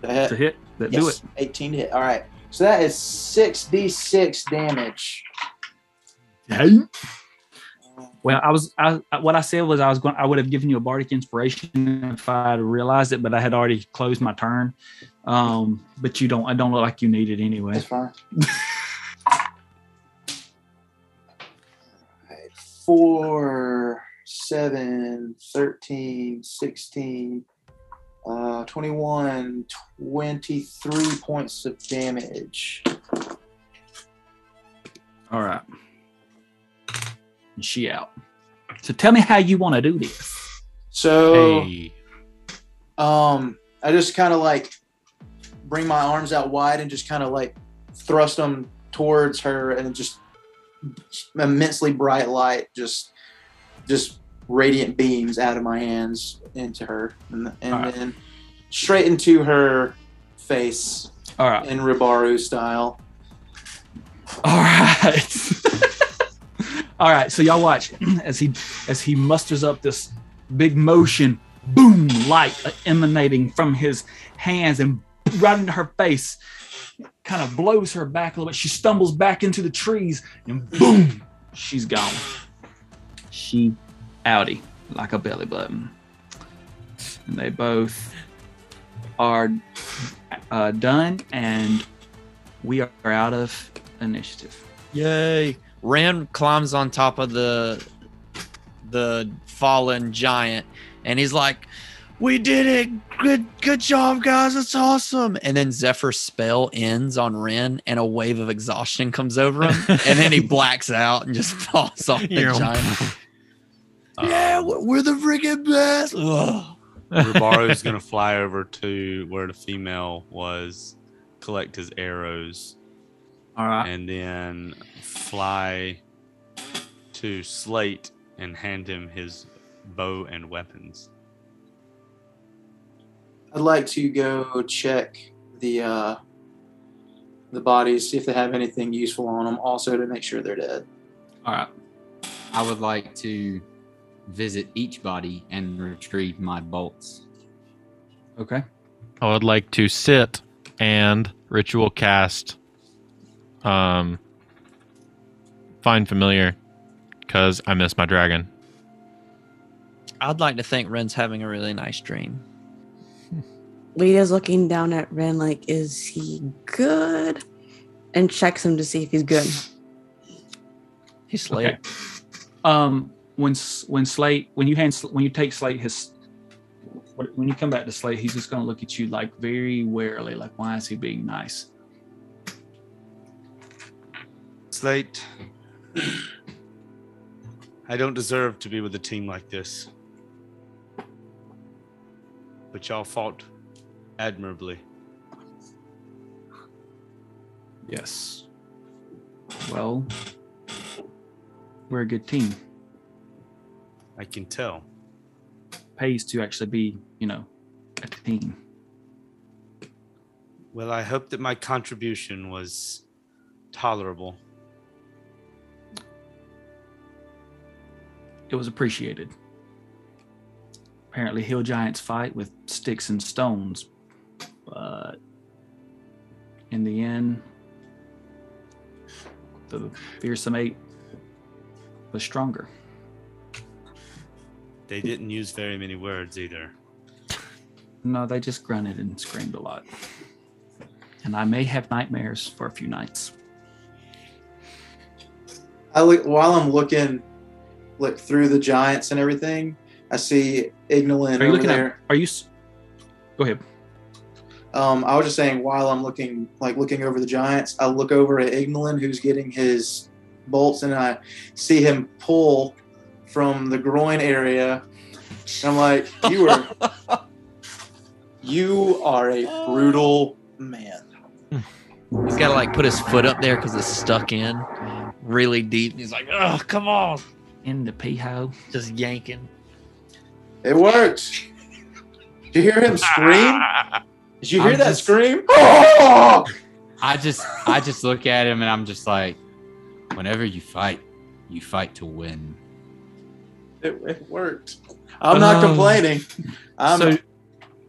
Speaker 4: Did I hit?
Speaker 2: to hit. That do
Speaker 4: Yes,
Speaker 2: it.
Speaker 4: 18 to hit. All right. So that is 6d6 damage.
Speaker 2: Well, I was I, I- what I said was I was going I would have given you a bardic inspiration if I had realized it, but I had already closed my turn. Um, but you don't I don't look like you need it anyway.
Speaker 4: That's fine. Alright, Four, seven, 13, 16, uh, 21, 23 points of damage.
Speaker 2: All right. And she out. So tell me how you want to do this.
Speaker 4: So
Speaker 1: Hey.
Speaker 4: um, I just kind of like bring my arms out wide and just kind of like thrust them towards her, and it just immensely bright light just just radiant beams out of my hands into her, and, and
Speaker 2: Alright.
Speaker 4: then straight into her face
Speaker 2: All right.
Speaker 4: in Ribaru style.
Speaker 2: All right. All right. So y'all watch as he as he musters up this big motion, boom, light emanating from his hands and right into her face, kind of blows her back a little bit. She stumbles back into the trees and boom, she's gone. She outie like a belly button. And they both are uh, done, and we are out of initiative.
Speaker 3: Yay! Ren climbs on top of the the fallen giant, and he's like, "We did it! Good, good job, guys! It's awesome!" And then Zephyr's spell ends on Ren, and a wave of exhaustion comes over him, and then he blacks out and just falls off the
Speaker 1: Yeah.
Speaker 3: giant.
Speaker 9: Uh,
Speaker 3: yeah, we're we're the freaking best! Ugh.
Speaker 9: Rubaru's gonna fly over to where the female was, collect his arrows,
Speaker 2: All right.
Speaker 9: and then fly to Slate and hand him his bow and weapons.
Speaker 4: I'd like to go check the uh, the bodies, see if they have anything useful on them, also to make sure they're dead.
Speaker 6: All right. I would like to visit each body and retrieve my bolts.
Speaker 2: Okay.
Speaker 3: Oh.
Speaker 1: I would like to sit and ritual cast um find familiar cuz I miss my dragon.
Speaker 3: I'd like to think Ren's having a really nice dream.
Speaker 7: Lita's looking down at Ren like, is he good? And checks him to see if he's good.
Speaker 3: He's Slate.
Speaker 2: Okay. Um, when S- when Slate, when you hand Sl- when you take Slate his, wh- when you come back to Slate, he's just gonna look at you like very warily, like why is he being nice?
Speaker 9: Slate, I don't deserve to be with a team like this. But y'all fought admirably.
Speaker 2: Yes. Well, we're a good team.
Speaker 9: I can tell.
Speaker 2: Pays to actually be, you know, a team.
Speaker 9: Well, I hope that my contribution was tolerable.
Speaker 2: It was appreciated. Apparently, hill giants fight with sticks and stones, but in the end, the fearsome eight was stronger.
Speaker 9: They didn't use very many words either.
Speaker 2: No, they just grunted and screamed a lot. And I may have nightmares for a few nights.
Speaker 4: I look while I'm looking, look through the giants and everything. I see Ignolin
Speaker 2: Are you
Speaker 4: over
Speaker 2: looking at-
Speaker 4: there.
Speaker 2: Are you? s- Go ahead.
Speaker 4: Um, I was just saying while I'm looking, like looking over the giants, I look over at Ignolin who's getting his bolts, and I see him pull from the groin area. And I'm like, you are, you are a brutal man.
Speaker 3: He's got to like put his foot up there because it's stuck in really deep. And he's like, oh, come on.
Speaker 2: In the piho.
Speaker 3: Just yanking.
Speaker 4: It worked. Did you hear him scream? Did you hear
Speaker 6: I'm
Speaker 4: that
Speaker 6: just-
Speaker 4: scream? Oh!
Speaker 6: I just I just look at him and I'm just like, whenever you fight, you fight to win.
Speaker 4: It, it worked. I'm not
Speaker 2: Um,
Speaker 4: complaining. I'm,
Speaker 2: so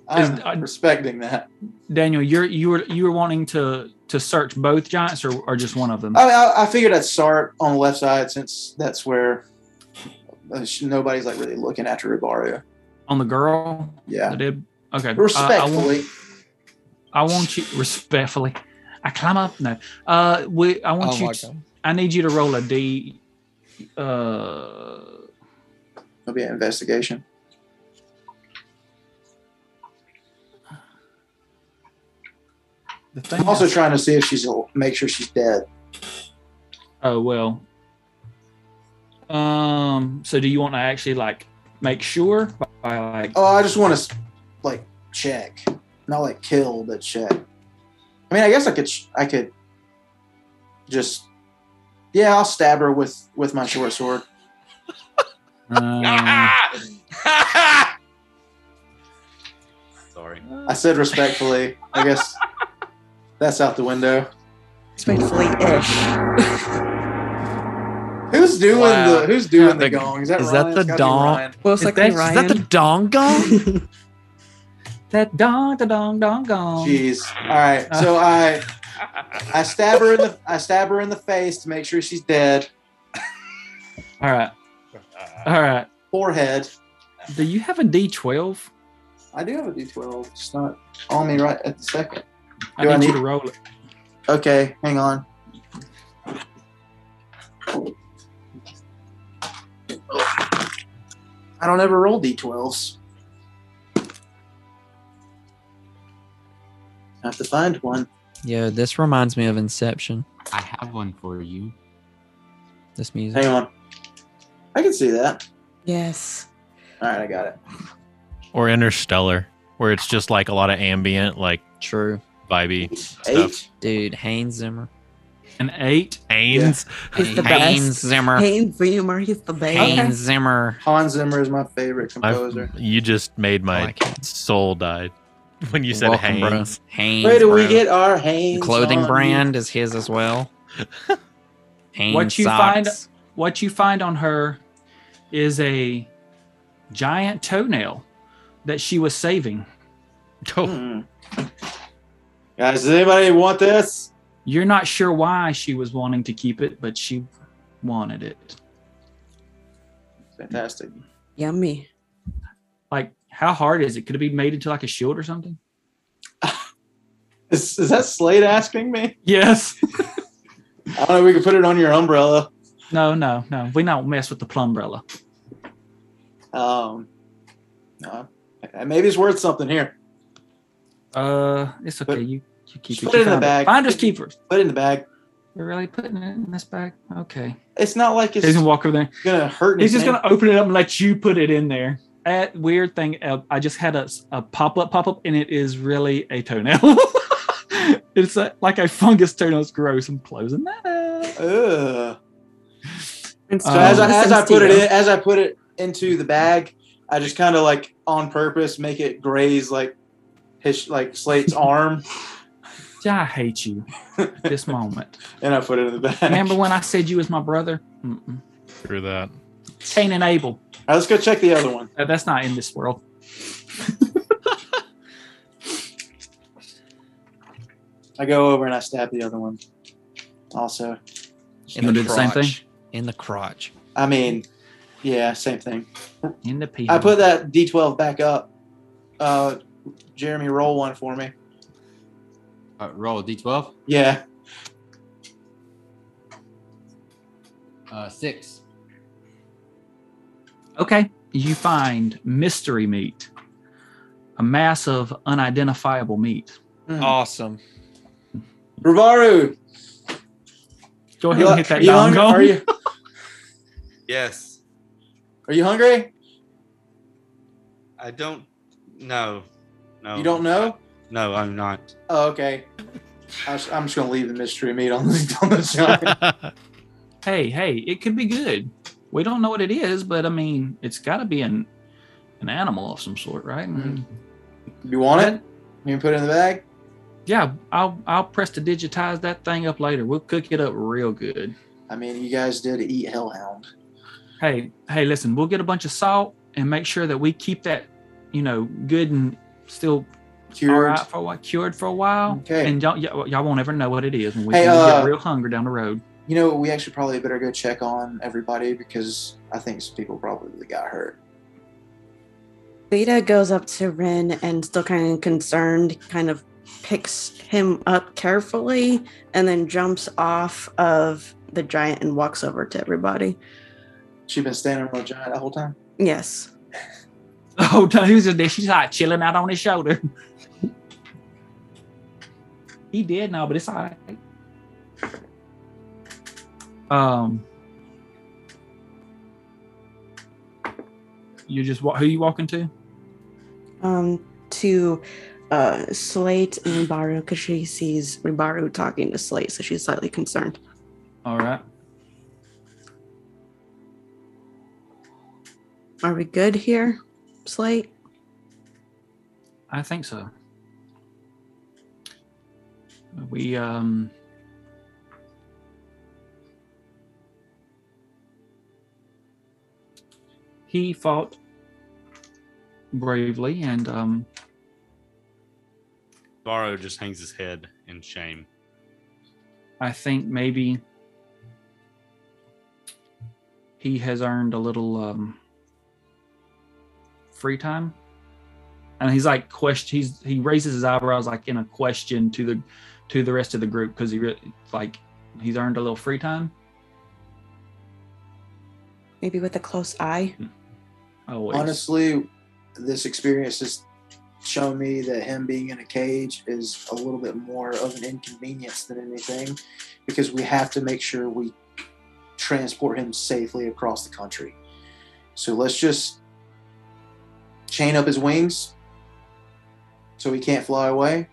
Speaker 4: I'm
Speaker 2: is- I-
Speaker 4: respecting that.
Speaker 2: Daniel, you're you were you were wanting to to search both giants or, or just one of them?
Speaker 4: I, I, I figured I'd start on the left side since that's where uh, sh- nobody's like really looking after Ribario.
Speaker 2: On the girl,
Speaker 4: Yeah,
Speaker 2: the dead. Okay, Uh, I- I, want,
Speaker 4: respectfully.
Speaker 2: I want you respectfully. I climb up. No, uh, we. I want
Speaker 3: Oh
Speaker 2: you.
Speaker 3: my
Speaker 2: To,
Speaker 3: God.
Speaker 2: I need you to roll a d. Uh,
Speaker 4: It'll be an investigation.
Speaker 2: the thing
Speaker 4: I'm also
Speaker 2: is-
Speaker 4: trying to see if she's al- make sure she's dead.
Speaker 2: Oh well. Um. So, do you want to actually like make sure by, by like?
Speaker 4: Oh, I just want to like check, not like kill, but check. I mean, I guess I could, sh- I could just, yeah, I'll stab her with with my short sword.
Speaker 2: uh,
Speaker 9: Sorry.
Speaker 4: I said respectfully. I guess that's out the window.
Speaker 7: Respectfully ish.
Speaker 4: Who's doing
Speaker 3: Wow.
Speaker 4: the Who's doing
Speaker 3: Yeah,
Speaker 4: the
Speaker 3: the-
Speaker 4: gong? Is that
Speaker 3: is
Speaker 4: Ryan?
Speaker 3: that the
Speaker 4: It's gotta be
Speaker 3: dong?
Speaker 4: Ryan.
Speaker 7: Well,
Speaker 3: Is that,
Speaker 7: second
Speaker 3: is that the
Speaker 7: Ryan.
Speaker 3: dong gong?
Speaker 2: that dong, da dong, dong, dong.
Speaker 4: Jeez. All right. So I I stab her in the I stab her in the face to make sure she's dead.
Speaker 2: All right. All right.
Speaker 4: Forehead.
Speaker 2: Do you have a D12?
Speaker 4: I do have a D12. It's not on me right at the second.
Speaker 2: I
Speaker 4: Do
Speaker 2: need,
Speaker 4: I
Speaker 2: you
Speaker 4: need-
Speaker 2: to roll it.
Speaker 4: Okay, hang on. I don't ever roll d12s. I have to find one.
Speaker 3: Yeah, this reminds me of Inception.
Speaker 6: I have one for you.
Speaker 3: This music.
Speaker 4: Hang on. I can see that.
Speaker 7: Yes.
Speaker 4: All right, I got it.
Speaker 1: or Interstellar, where it's just like a lot of ambient, like
Speaker 3: True,
Speaker 1: vibey stuff.
Speaker 4: Eight.
Speaker 3: dude. Haynes Zimmer.
Speaker 2: An eight.
Speaker 1: Ains.
Speaker 7: He's the
Speaker 3: Haynes
Speaker 7: best.
Speaker 3: Zimmer.
Speaker 7: Haynes Zimmer, he's the best.
Speaker 3: Haynes Zimmer.
Speaker 4: Hans Zimmer is my favorite composer.
Speaker 1: I've- You just made
Speaker 3: Oh, I
Speaker 1: my
Speaker 3: like him.
Speaker 1: soul die when you said
Speaker 3: Welcome, bro.
Speaker 1: Haynes.
Speaker 3: Haynes.
Speaker 4: Where do we
Speaker 3: bro.
Speaker 4: get our
Speaker 3: The
Speaker 4: hands?
Speaker 3: clothing
Speaker 4: on?
Speaker 3: brand is his as well. Haynes
Speaker 2: What you find-
Speaker 3: socks.
Speaker 2: What you find on her is a giant toenail that she was saving.
Speaker 1: Oh,
Speaker 4: Hmm. Guys, does anybody want this?
Speaker 2: You're not sure why she was wanting to keep it, but she wanted it.
Speaker 4: Fantastic.
Speaker 7: Yummy.
Speaker 2: Like, how hard is it? Could it be made into like a shield or something?
Speaker 4: Is, is that Slade asking me?
Speaker 2: Yes.
Speaker 4: I don't know. We could put it on your umbrella.
Speaker 2: no, no, no. We don't mess with the plumbrella.
Speaker 4: Um, no, maybe it's worth something here.
Speaker 2: Uh, it's okay.
Speaker 4: Put-
Speaker 2: you you keep
Speaker 4: just
Speaker 2: it.
Speaker 4: put it
Speaker 2: You
Speaker 4: in the
Speaker 2: found
Speaker 4: bag.
Speaker 2: Finders keepers.
Speaker 4: Put it in the bag.
Speaker 2: We're really putting it in this bag. Okay.
Speaker 4: It's not like it's
Speaker 2: He's gonna walk over there.
Speaker 4: gonna hurt.
Speaker 2: He's just
Speaker 4: anything.
Speaker 2: gonna open it up and let you put it in there. That weird thing. Uh, I just had a, pop up, pop up, and it is really a toenail. it's a, like a fungus toenail. It's gross. I'm closing that. Up.
Speaker 4: Ugh.
Speaker 7: And
Speaker 4: So as I,
Speaker 2: Um,
Speaker 4: as I
Speaker 7: Steve.
Speaker 4: put it in, as I put it into the bag, I just kind of like on purpose make it graze like his like Slate's arm,
Speaker 2: Gee, I hate you. at this moment.
Speaker 4: and I put it in the bag.
Speaker 2: Remember when I said you was my brother? Mm-mm.
Speaker 1: screw that.
Speaker 2: Cain and Abel.
Speaker 4: All right, let's go check the other one.
Speaker 2: Uh, that's not in this world.
Speaker 4: I go over and I stab the other one. Also,
Speaker 3: in
Speaker 2: Gonna
Speaker 3: the
Speaker 2: do the same thing?
Speaker 3: crotch. In the crotch.
Speaker 4: I mean, yeah, same thing.
Speaker 2: In the pee.
Speaker 4: I put that D12 back up. Uh, Jeremy, roll one for me.
Speaker 6: Uh, roll a d12.
Speaker 4: Yeah.
Speaker 6: Uh, six.
Speaker 2: Okay. You find mystery meat, a mass of unidentifiable meat.
Speaker 3: Awesome.
Speaker 4: Rivaru,
Speaker 2: Go ahead
Speaker 4: you,
Speaker 2: and hit
Speaker 4: are
Speaker 2: that
Speaker 4: you
Speaker 2: dong
Speaker 4: hungry?
Speaker 2: gong.
Speaker 4: Are you,
Speaker 9: Yes.
Speaker 4: are you hungry?
Speaker 9: I don't. No. No.
Speaker 4: You don't know?
Speaker 9: No, I'm not.
Speaker 4: Oh, okay. I was- I'm just gonna leave the mystery meat on the on the giant.
Speaker 2: hey, hey, it could be good. We don't know what it is, but I mean, it's got to be an an animal of some sort, right?
Speaker 4: Mm. You want it? You can put it in the bag.
Speaker 2: Yeah, I'll I'll press to digitize that thing up later. We'll cook it up real good.
Speaker 4: I mean, you guys did eat hellhound.
Speaker 2: hey, hey, listen, we'll get a bunch of salt and make sure that we keep that, you know, good and still all
Speaker 4: Cured.
Speaker 2: right for a while, cured for a while.
Speaker 4: Okay.
Speaker 2: And y'all, y'all, y'all won't ever know what it is when we,
Speaker 4: Hey,
Speaker 2: when we
Speaker 4: uh,
Speaker 2: get real hungry down the road.
Speaker 4: You know, we actually probably better go check on everybody because I think some people probably got hurt.
Speaker 7: Vita goes up to Ren and still kind of concerned, kind of picks him up carefully and then jumps off of the giant and walks over to everybody.
Speaker 4: She been standing on a giant the whole time.
Speaker 7: Yes.
Speaker 2: Oh, no, he was just there. She's like chilling out on his shoulder. he did now, but it's all right. Um, you just wa- who you walking to?
Speaker 7: Um to uh Slate and Ribaru because she sees Ribaru talking to Slate, so she's slightly concerned.
Speaker 2: All right.
Speaker 7: Are we good here, Slate?
Speaker 2: I think so. We um he fought bravely and um
Speaker 9: Borrow just hangs his head in shame.
Speaker 2: I think maybe he has earned a little um, free time. And he's like question. He's he raises his eyebrows like in a question to the to the rest of the group because he re- like he's earned a little free time.
Speaker 7: Maybe with a close eye.
Speaker 2: Always.
Speaker 4: Honestly, this experience has shown me that him being in a cage is a little bit more of an inconvenience than anything because we have to make sure we transport him safely across the country. So let's just chain up his wings so he can't fly away,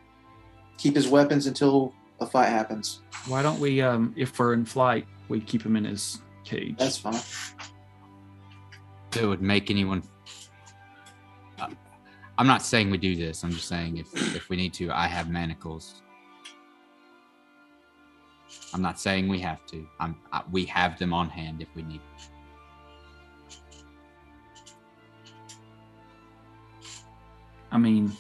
Speaker 4: keep his weapons until a fight happens.
Speaker 2: Why don't we um if we're in flight we keep him in his cage?
Speaker 4: That's fine.
Speaker 6: It would make anyone. I- I'm not saying we do this. I'm just saying if if we need to, I have manacles. I'm not saying we have to. I'm I, we have them on hand if we need.
Speaker 2: I mean,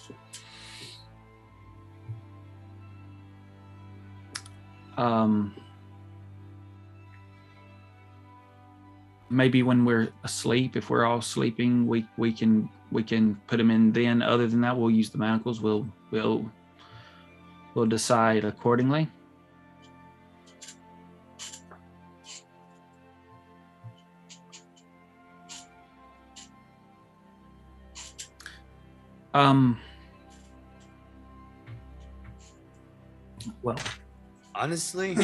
Speaker 2: um, maybe when we're asleep, if we're all sleeping, we we can we can put them in. Then, other than that, we'll use the manacles. We'll we'll we'll decide accordingly. Um. Well,
Speaker 9: Honestly,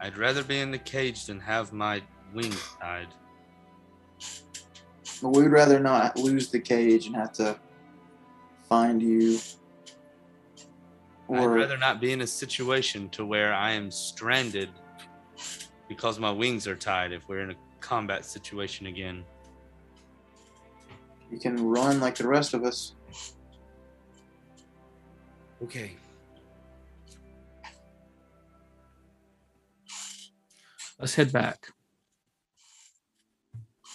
Speaker 9: I'd rather be in the cage than have my wings tied.
Speaker 4: But we'd rather not lose the cage and have to find you.
Speaker 9: I'd rather not be in a situation to where I am stranded because my wings are tied if we're in a combat situation again.
Speaker 4: You can run like the rest of us.
Speaker 3: Okay.
Speaker 2: let's head back.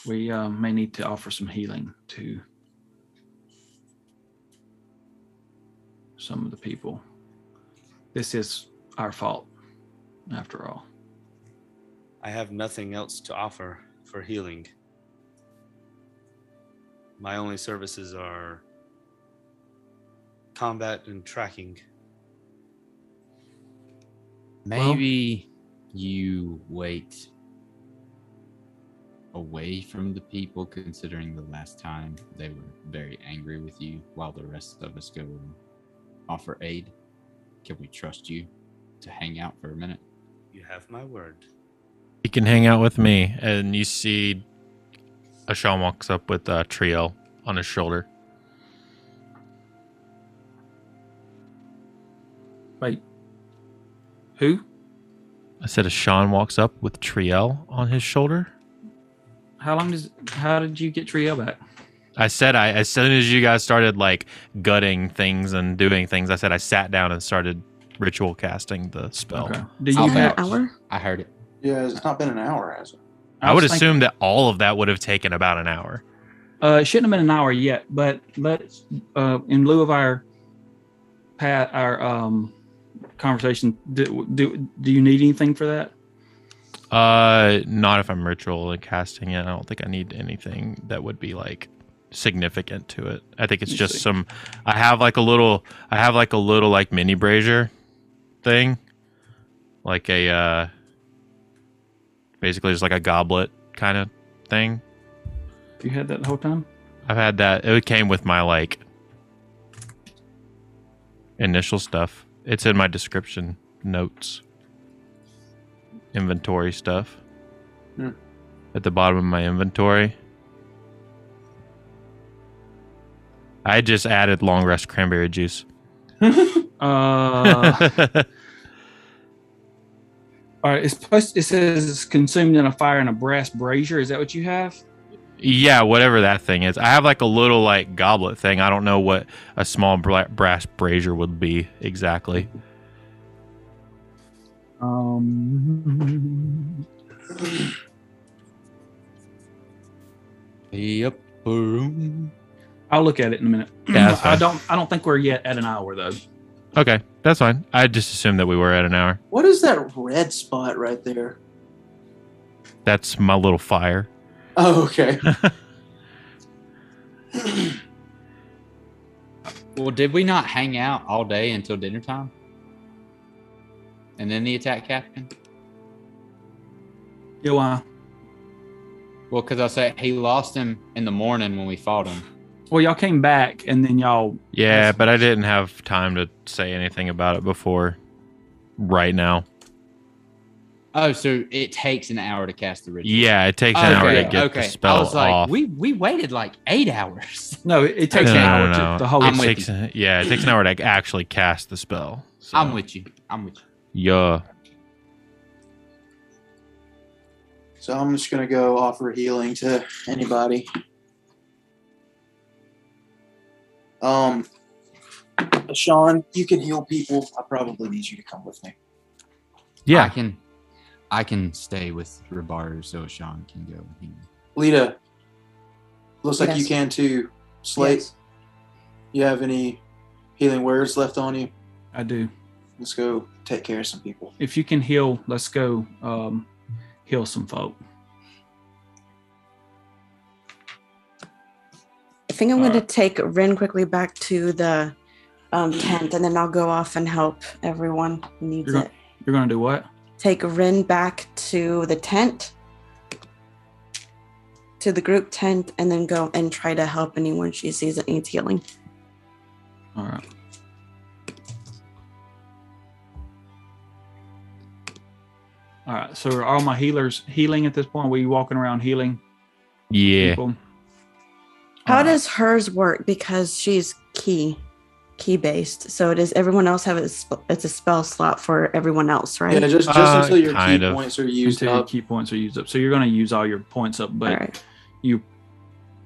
Speaker 2: We uh, may need to offer some healing to some of the people. This is our fault, after all.
Speaker 9: I have nothing else to offer for healing. My only services are combat and tracking.
Speaker 6: Maybe you wait away from the people, considering the last time they were very angry with you, while the rest of us go and offer aid. Can we trust you to hang out for a minute?
Speaker 9: You have my word.
Speaker 1: You can hang out with me, and you see, Ashan walks up with uh, Triel on his shoulder.
Speaker 2: Wait, who?
Speaker 1: I said Ashan walks up with Triel on his shoulder.
Speaker 2: How long does? How did you get Trio back?
Speaker 1: I said I as soon as you guys started like gutting things and doing things, I said I sat down and started ritual casting the spell.
Speaker 2: Do you
Speaker 6: I'll
Speaker 2: have?
Speaker 6: back.
Speaker 7: An hour?
Speaker 6: I heard it.
Speaker 4: Yeah, it's not been an hour, has it?
Speaker 1: I, would
Speaker 2: was thinking-
Speaker 1: assume that all of that would have taken about an hour.
Speaker 2: Uh, it shouldn't have been an hour yet, but let's, uh, in lieu of our, pat our um, conversation, do, do do you need anything for that?
Speaker 1: Uh, not if I'm ritual and casting it. I don't think I need anything that would be like significant to it. I think it's
Speaker 2: I
Speaker 1: just
Speaker 2: see.
Speaker 1: some. I have like a little. I have like a little like mini brazier thing, like a uh, basically just like a goblet kind of thing.
Speaker 2: You had that the whole time.
Speaker 1: I've had that. It came with my like initial stuff. It's in my description notes, inventory stuff
Speaker 9: Hmm.
Speaker 1: at the bottom of my inventory. I just added long rest cranberry juice.
Speaker 2: Uh, all right. It's supposed. It says it's consumed in a fire in a brass brazier. Is that what you have?
Speaker 1: yeah, whatever that thing is. I have like a little like goblet thing. I don't know what a small bra- brass brazier would be exactly.
Speaker 2: Um.
Speaker 9: Yep. Boom.
Speaker 2: I'll look at it in a minute.
Speaker 1: Yeah, that's
Speaker 2: I
Speaker 1: fine.
Speaker 2: don't. I don't think we're yet at an hour though.
Speaker 1: Okay, that's fine. I just assumed that we were at an hour.
Speaker 4: What is that red spot right there?
Speaker 1: That's my little fire.
Speaker 4: Oh, okay.
Speaker 6: Well, did we not hang out all day until dinner time? And then the attack happened?
Speaker 2: Yeah. Why?
Speaker 6: Well, because I said he lost him in the morning when we fought him.
Speaker 2: Well, y'all came back and then y'all.
Speaker 1: Yeah,
Speaker 2: That's-
Speaker 1: but I didn't have time to say anything about it before right now.
Speaker 6: Oh, so it takes an hour to cast the ritual.
Speaker 1: Yeah, it takes an
Speaker 6: okay,
Speaker 1: hour to get
Speaker 6: okay.
Speaker 1: the spell
Speaker 6: I was like,
Speaker 1: off.
Speaker 6: we we waited like eight hours.
Speaker 2: No, it, it takes
Speaker 1: No,
Speaker 2: an
Speaker 1: no,
Speaker 2: hour
Speaker 1: no, no.
Speaker 2: to the whole.
Speaker 6: I'm
Speaker 1: it
Speaker 6: with
Speaker 1: takes, yeah, it takes an hour to actually cast the spell. So.
Speaker 6: I'm with you. I'm with you.
Speaker 1: Yeah.
Speaker 4: so I'm just gonna go offer healing to anybody. Um, Sean, you can heal people. I probably need you to come with me.
Speaker 6: I
Speaker 1: Yeah.
Speaker 6: can, I can stay with Rabar so Sean can go. and he-
Speaker 4: Lita, looks like you
Speaker 7: Yes.
Speaker 4: can too. Slate, you have any healing words left on you?
Speaker 2: I do.
Speaker 4: Let's go take care of some people.
Speaker 2: If you can heal, let's go um, heal some folk.
Speaker 7: I think I'm
Speaker 9: All
Speaker 7: going to take Ren quickly back to the um, tent, and then I'll go off and help everyone who needs
Speaker 2: You're
Speaker 7: it.
Speaker 2: You're gonna do what?
Speaker 7: Take Ren back to the tent, to the group tent, and then go and try to help anyone she sees that needs healing.
Speaker 2: All right. All right. So are all my healers healing at this point? Were you walking around healing
Speaker 1: Yeah.
Speaker 2: people?
Speaker 7: How
Speaker 2: All right.
Speaker 7: does hers work? Because she's key, key based. So does everyone else have a? sp- It's a spell slot for everyone else, right?
Speaker 4: Yeah, just just
Speaker 1: Uh,
Speaker 4: until your key
Speaker 1: kind of.
Speaker 4: points are used
Speaker 2: until your
Speaker 4: up.
Speaker 2: key points are used up? So you're gonna use all your points up, but
Speaker 7: All right.
Speaker 2: you're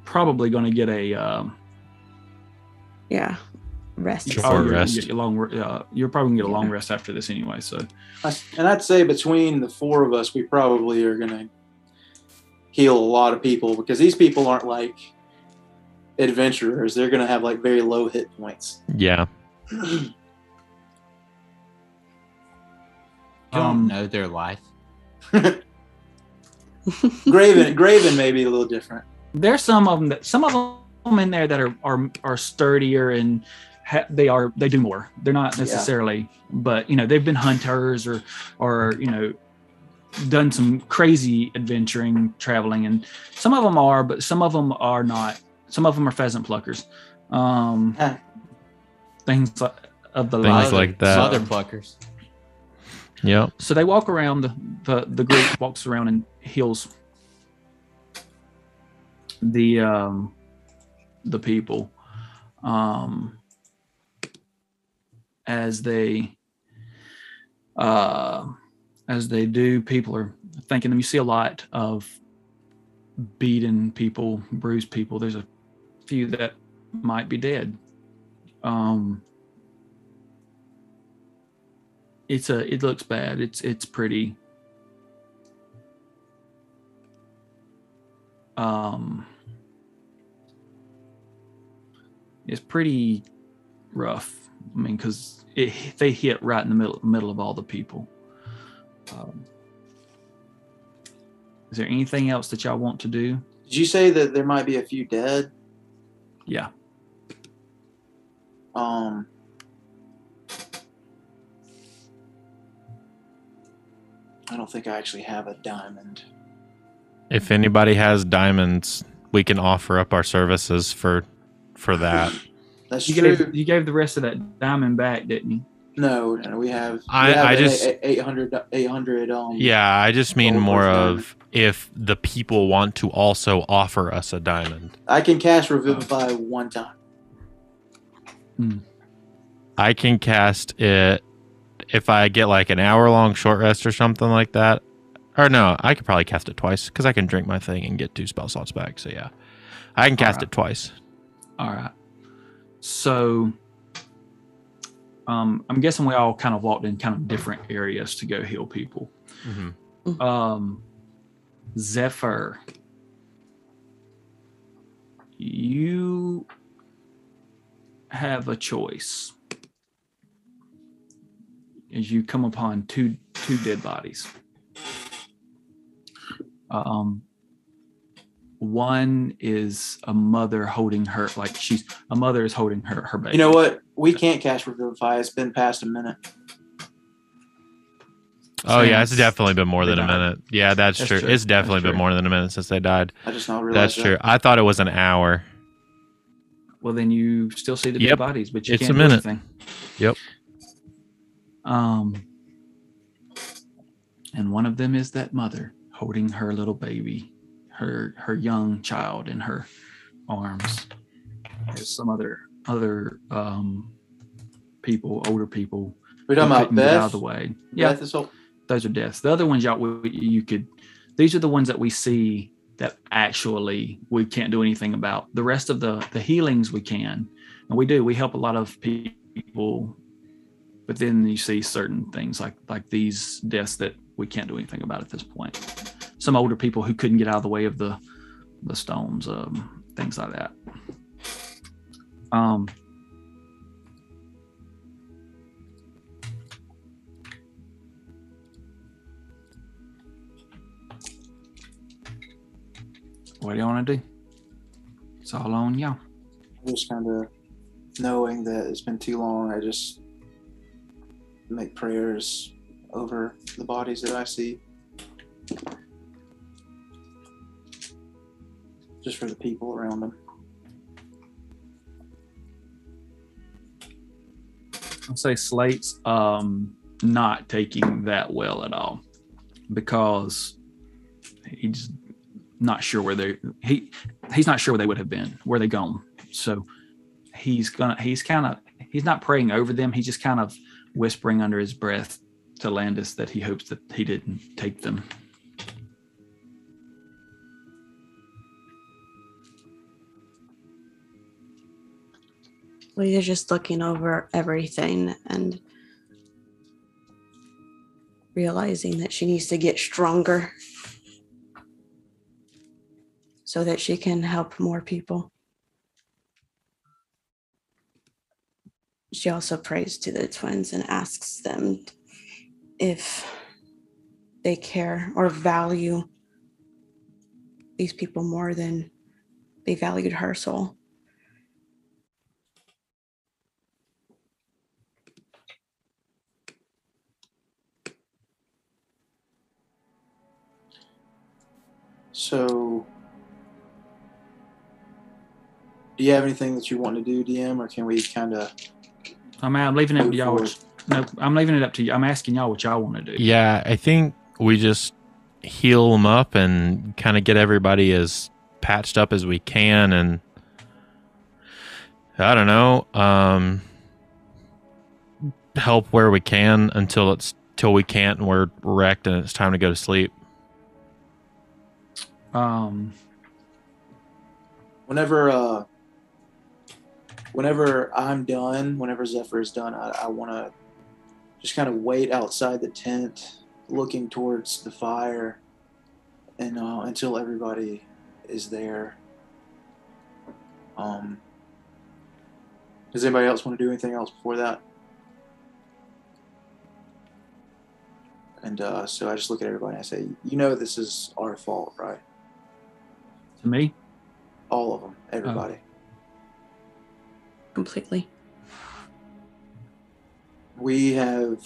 Speaker 2: probably gonna get a um,
Speaker 7: Yeah. Rest.
Speaker 1: Sure.
Speaker 2: Oh, you're gonna
Speaker 1: rest.
Speaker 2: get your long, re- uh, you're probably gonna get a long rest after this anyway. So
Speaker 4: I- And I'd say between the four of us, we probably are going to heal a lot of people because these people aren't like adventurers. They're going to have like very low hit points.
Speaker 1: Yeah.
Speaker 6: You don't
Speaker 2: Um,
Speaker 6: know their life.
Speaker 4: Graven, Graven may be a little different.
Speaker 2: there's some of them that some of them in there that are are, are sturdier and ha- they are they do more. They're not necessarily, but you know they've been hunters or or you know done some crazy adventuring, traveling, and some of them are, but some of them are not. Some of them are pheasant pluckers, um,
Speaker 4: Huh.
Speaker 7: Uh-huh.
Speaker 2: things like, of the
Speaker 1: Things
Speaker 2: like.
Speaker 1: Mother- like that.
Speaker 6: Mother pluckers.
Speaker 1: Yep.
Speaker 2: So they walk around the the, the group walks around and heals the um the people um as they uh as they do people are thanking them you see a lot of beaten people bruised people there's a few that might be dead um it's a it looks bad it's it's pretty um, it's pretty rough. I mean, because they hit right in the middle middle of all the people. Um, is there anything else that y'all want to do?
Speaker 4: Did you say that there might be a few dead?
Speaker 2: Yeah.
Speaker 4: Um. I don't think I actually have a diamond.
Speaker 1: If anybody has diamonds, we can offer up our services for for that.
Speaker 4: That's
Speaker 2: You
Speaker 4: true.
Speaker 2: gave, you gave the rest of that diamond back, didn't you?
Speaker 4: no, no, we have.
Speaker 1: I-
Speaker 4: we have
Speaker 1: I
Speaker 4: an
Speaker 1: just-
Speaker 4: eight- 800, 800, Um.
Speaker 1: Yeah, I just mean
Speaker 4: Gold
Speaker 1: more
Speaker 4: worth diamond.
Speaker 1: of if the people want to also offer us a diamond.
Speaker 4: I can cast revivify one time.
Speaker 1: I can cast it if I get like an hour long short rest or something like that. Or no, I could probably cast it twice because I can drink my thing and get two spell slots back. So yeah, I can cast
Speaker 2: Alright.
Speaker 1: it twice.
Speaker 2: All right. So, um, I'm guessing we all kind of walked in kind of different areas to go heal people. Um, Zephyr, you have a choice as you come upon two two dead bodies. Um, one is a mother holding her like she's a mother is holding her her baby.
Speaker 4: You know what? We can't cast revivify. It's been past a minute.
Speaker 1: Oh yeah, it's
Speaker 2: Since
Speaker 1: definitely been more
Speaker 2: they
Speaker 1: than a
Speaker 2: died.
Speaker 1: minute. Yeah, that's,
Speaker 2: That's
Speaker 1: true.
Speaker 2: true.
Speaker 1: It's definitely
Speaker 2: That's
Speaker 1: been
Speaker 2: true.
Speaker 1: more than a minute since they died.
Speaker 4: I just not
Speaker 1: That's
Speaker 4: realized. that.
Speaker 1: true. I thought it was an hour.
Speaker 2: Well, then you still see the
Speaker 1: Yep.
Speaker 2: dead bodies, but you
Speaker 1: It's a
Speaker 2: can't do
Speaker 1: minute.
Speaker 2: anything.
Speaker 1: Yep.
Speaker 2: Um, and one of them is that mother holding her little baby, her her young child in her arms. There's some other other um people, older people.
Speaker 4: We're talking
Speaker 2: who
Speaker 4: about
Speaker 2: couldn't get out
Speaker 4: Beth.
Speaker 2: of the way. Yeah,
Speaker 4: Beth is whole.
Speaker 2: those are deaths. The other ones y'all we, you could these are the ones that we see that actually we can't do anything about. The rest of the the healings we can. And we do. We help a lot of people but then you see certain things like like these deaths that we can't do anything about at this point. Some older people who couldn't get out of the way of the the stones, um, things like that. Um What do you want to do? It's all on y'all.
Speaker 4: Just kind of knowing that it's been too long. I just make prayers over the bodies that I see, just for the people around them.
Speaker 2: I'll say Slate's um, not taking that well at all because he's not sure where they he he's not sure where they would have been, where they gone. So he's gonna he's kind of he's not praying over them. He's just kind of whispering under his breath to Landis that he hopes that he didn't take them.
Speaker 7: We are just looking over everything and realizing that she needs to get stronger so that she can help more people. She also prays to the twins and asks them if they care or value these people more than they valued her soul.
Speaker 4: So, do you have anything that you want to do, DM, or can we kind of?
Speaker 2: I mean, I'm leaving it to y'all. what- No, I'm leaving it up to you. I'm asking y'all what y'all want to do.
Speaker 1: Yeah, I think we just heal them up and kind of get everybody as patched up as we can and I don't know, um help where we can until it's till we can't and we're wrecked and it's time to go to sleep.
Speaker 2: Um,
Speaker 4: whenever uh whenever i'm done whenever zephyr is done i, I want to just kind of wait outside the tent looking towards the fire and uh, until everybody is there. Um, does anybody else want to do anything else before that? And uh, so I just look at everybody and I say, "You know, this is our fault, right?
Speaker 2: To me,
Speaker 4: All of them, everybody."
Speaker 7: completely.
Speaker 4: we have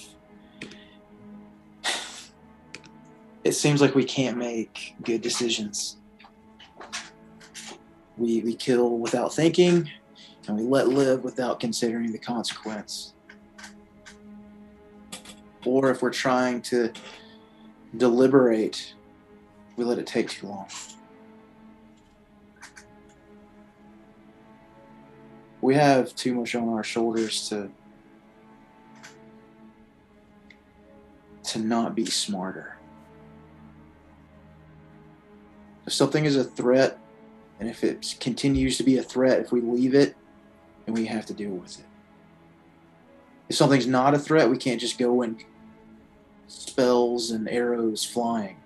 Speaker 4: it seems like we can't make good decisions we we kill without thinking and we let live without considering the consequence or if we're trying to deliberate we let it take too long we have too much on our shoulders to to not be smarter. If something is a threat, and if it continues to be a threat, if we leave it, then we have to deal with it. If something's not a threat, we can't just go and spells and arrows flying.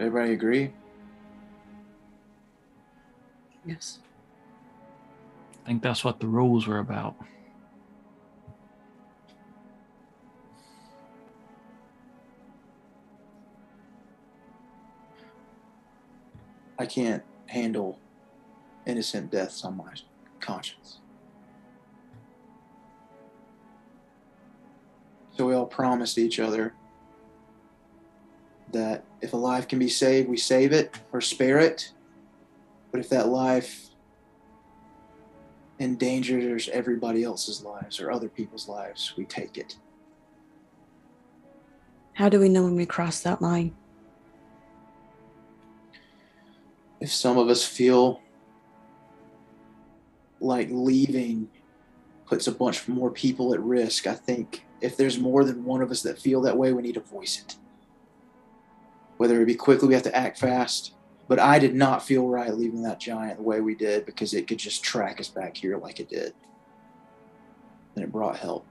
Speaker 4: Everybody agree?
Speaker 7: Yes.
Speaker 2: I think that's what the rules were about.
Speaker 4: I can't handle innocent deaths on my conscience. So we all promised each other that if a life can be saved, we save it or spare it. But if that life endangers everybody else's lives or other people's lives, we take it.
Speaker 7: How do we know when we cross that line?
Speaker 4: if some of us feel like leaving puts a bunch more people at risk, I think if there's more than one of us that feel that way, we need to voice it. Whether it be quickly, we have to act fast. But I did not feel right leaving that giant the way we did because it could just track us back here like it did. And it brought help.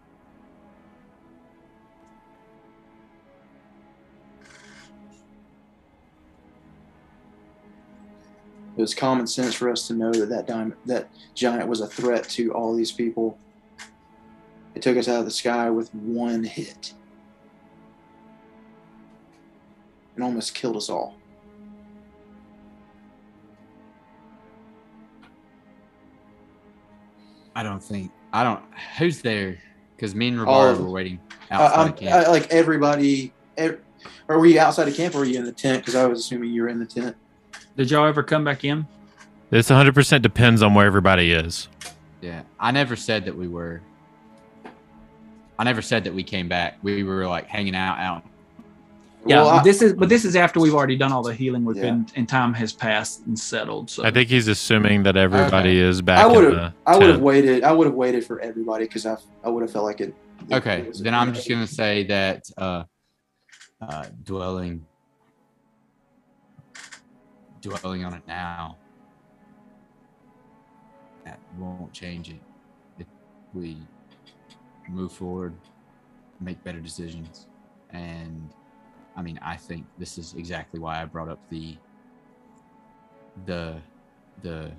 Speaker 4: it was common sense for us to know that that, dime, that giant was a threat to all these people. It took us out of the sky with one hit and almost killed us all.
Speaker 6: I don't think I don't. Who's there? Because me and
Speaker 4: All
Speaker 6: Rabar
Speaker 4: of
Speaker 6: were
Speaker 4: them.
Speaker 6: waiting
Speaker 4: I,
Speaker 6: outside
Speaker 4: I'm-
Speaker 6: of
Speaker 4: I-
Speaker 6: camp.
Speaker 4: like everybody, ev- or were you outside of camp or were you in the tent? Because I was assuming you were in the tent.
Speaker 2: Did y'all ever come back in?
Speaker 1: This 100% depends on where everybody is.
Speaker 6: yeah, I never said that we were. I never said that we came back. We were like hanging out out.
Speaker 2: Yeah,
Speaker 4: Well,
Speaker 2: but
Speaker 4: I-
Speaker 2: this is but this is after we've already done all the healing. We've
Speaker 4: Yeah.
Speaker 2: been and time has passed and settled. So
Speaker 1: I think he's assuming that everybody is back.
Speaker 4: I
Speaker 1: in
Speaker 4: would've-
Speaker 1: the
Speaker 4: I would have
Speaker 1: tent.
Speaker 4: waited. I would have waited for everybody because I, I would have felt like it.
Speaker 6: Okay,
Speaker 4: it was-
Speaker 6: then I'm just gonna say that uh, uh, dwelling, dwelling on it now, that won't change it. If we move forward, make better decisions, and I mean, I think this is exactly why I brought up the, the, the.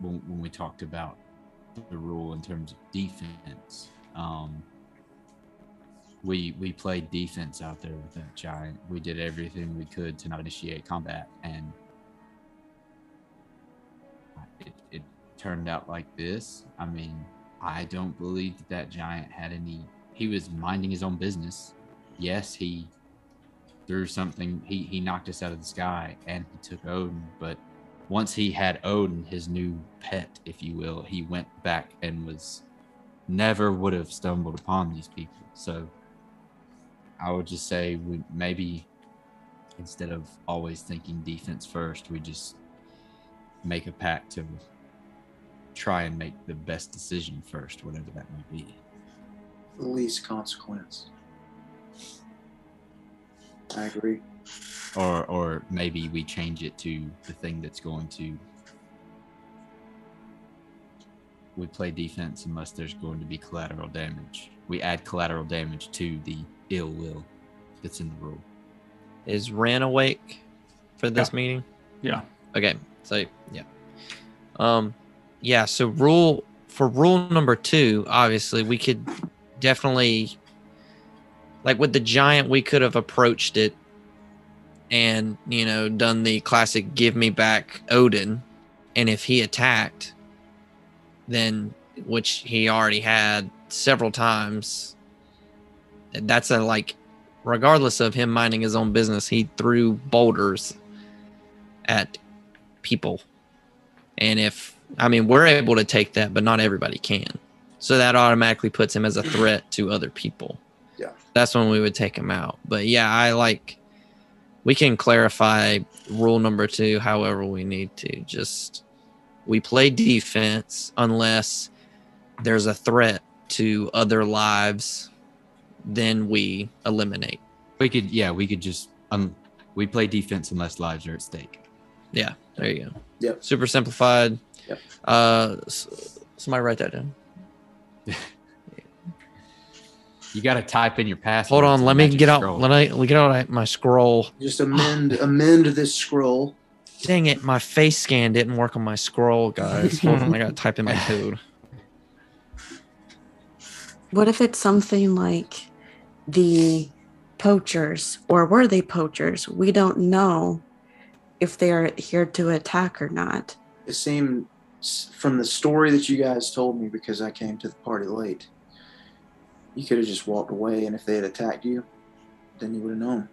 Speaker 6: When, when we talked about the rule in terms of defense. Um, we we played defense out there with that giant. We did everything we could to not initiate combat, and it, it turned out like this. I mean, I don't believe that that giant had any. He was minding his own business. Yes, he threw something. He he knocked us out of the sky, and he took Odin, but once he had Odin, his new pet, if you will, he went back and was never would have stumbled upon these people. So I would just say we maybe instead of always thinking defense first, we just make a pact to try and make the best decision first, whatever that might be.
Speaker 4: the least consequence. I agree.
Speaker 6: Or or maybe we change it to the thing that's going to we play defense unless there's going to be collateral damage. We add collateral damage to the ill will that's in the rule.
Speaker 3: Is Ren awake for this meeting?
Speaker 2: Yeah.
Speaker 3: Okay. So yeah. Um yeah, so rule for rule number 2, obviously we could definitely like with the giant we could have approached it and, you know, done the classic give me back Odin and if he attacked then which he already had several times that's a like regardless of him minding his own business he threw boulders at people and if i mean we're able to take that but not everybody can so that automatically puts him as a threat to other people
Speaker 5: Yeah.
Speaker 3: that's when we would take him out but yeah i like we can clarify rule number two however we need to just we play defense unless there's a threat to other lives then we eliminate
Speaker 6: We could, yeah, we could just um, we play defense unless lives are at stake.
Speaker 3: yeah there you go
Speaker 5: Yep.
Speaker 3: super simplified
Speaker 5: Yep.
Speaker 3: uh s- somebody write that down
Speaker 6: You got to type in your password.
Speaker 3: hold
Speaker 6: to
Speaker 3: on
Speaker 6: the
Speaker 3: let me
Speaker 6: magic
Speaker 3: get out
Speaker 6: scroll.
Speaker 3: let me let me get out my scroll
Speaker 5: Just amend amend this scroll.
Speaker 3: dang it my face scan didn't work on my scroll guys hold on i gotta type in my code
Speaker 7: What if it's something like the poachers, or were they poachers? We don't know if they're here to attack or not.
Speaker 5: It seemed s- from the story that you guys told me because I came to the party late. You could have just walked away, and if they had attacked you, then you would have known.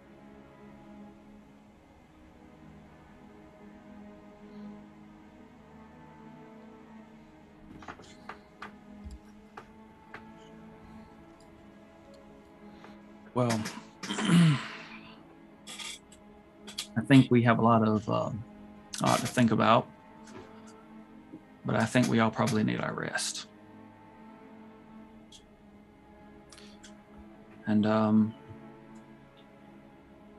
Speaker 2: Well, I think we have a lot of um, a lot to think about, but I think we all probably need our rest. And um,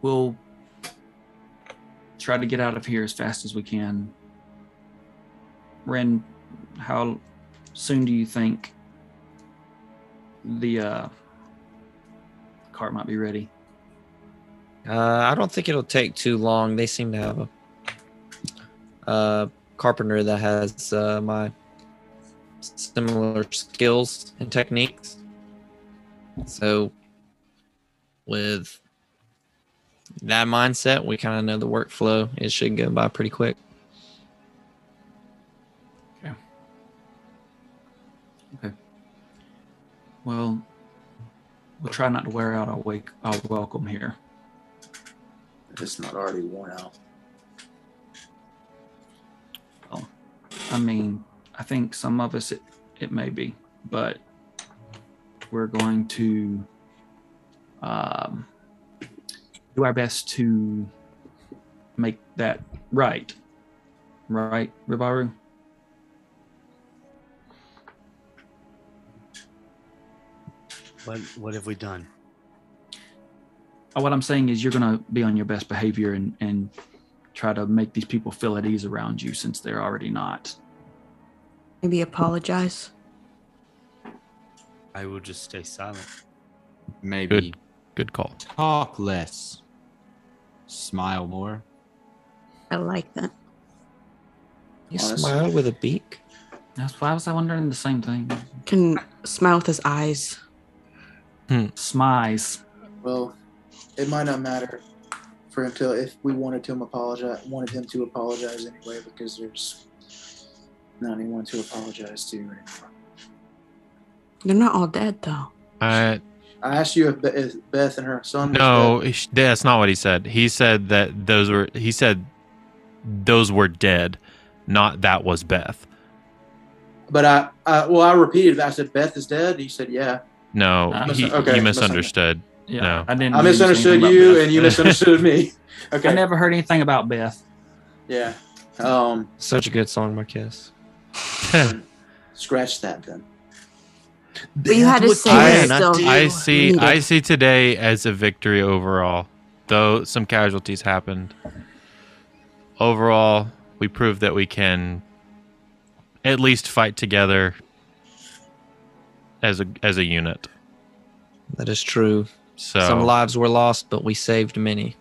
Speaker 2: we'll try to get out of here as fast as we can. Ren, how soon do you think the uh, cart might be ready?
Speaker 3: Uh, I don't think it'll take too long. They seem to have a uh, carpenter that has uh, my similar skills and techniques. So, with that mindset, we kind of know the workflow. It should go by pretty quick.
Speaker 2: Well, we'll try not to wear out our wake our welcome here.
Speaker 5: If it's not already worn out.
Speaker 2: I mean, I think some of us it, it may be, but we're going to um, do our best to make that right. Right, Ribaru?
Speaker 8: What What have we done?
Speaker 2: Uh, What I'm saying is you're going to be on your best behavior and, and try to make these people feel at ease around you since they're already not.
Speaker 7: Maybe apologize.
Speaker 9: I will just stay silent.
Speaker 6: Maybe
Speaker 1: Good. Good call.
Speaker 6: talk less, smile more.
Speaker 7: I like that.
Speaker 3: You
Speaker 5: Honestly.
Speaker 3: smile with a beak.
Speaker 2: That's why I was wondering the same thing.
Speaker 7: Can smile with his eyes.
Speaker 2: Smize.
Speaker 5: Well, it might not matter for him to if we wanted him apologize wanted him to apologize anyway because there's not anyone to apologize to anymore.
Speaker 7: They're not all dead though.
Speaker 1: Uh,
Speaker 5: I asked you if, Be- if Beth and her son. was
Speaker 1: no,
Speaker 5: dead.
Speaker 1: he- that's not what he said. He said that those were. He said those were dead, not that was Beth.
Speaker 5: but I, I well I repeated. I said Beth is dead. He said yeah.
Speaker 1: No,
Speaker 2: Ah.
Speaker 1: he,
Speaker 5: Okay,
Speaker 1: he
Speaker 5: misunderstood.
Speaker 1: misunderstood.
Speaker 2: Yeah,
Speaker 1: No.
Speaker 2: I didn't.
Speaker 5: I
Speaker 2: hear you say anything
Speaker 5: misunderstood
Speaker 2: about
Speaker 5: you
Speaker 2: Beth.
Speaker 5: and you misunderstood me.
Speaker 2: I
Speaker 5: Okay.
Speaker 2: never heard anything about Beth.
Speaker 5: yeah. Um.
Speaker 3: Such a good song, Marquez.
Speaker 5: Scratch that then.
Speaker 7: But you had to say
Speaker 1: I-
Speaker 7: it still.
Speaker 1: I see.
Speaker 7: needed.
Speaker 1: I see today as a victory overall, though some casualties happened. Overall, we proved that we can at least fight together as a as a unit.
Speaker 3: That is true.
Speaker 1: So
Speaker 3: Some lives were lost, but we saved many.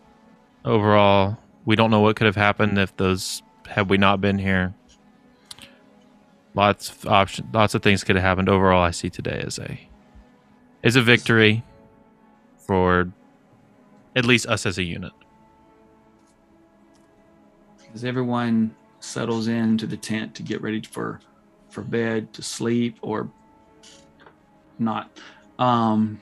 Speaker 1: overall. We don't know what could have happened if those had we not been here. Lots of option, lots of things could have happened. Overall, I see today as a is a victory for at least us as a unit.
Speaker 2: as everyone settles into the tent to get ready for for bed to sleep or not um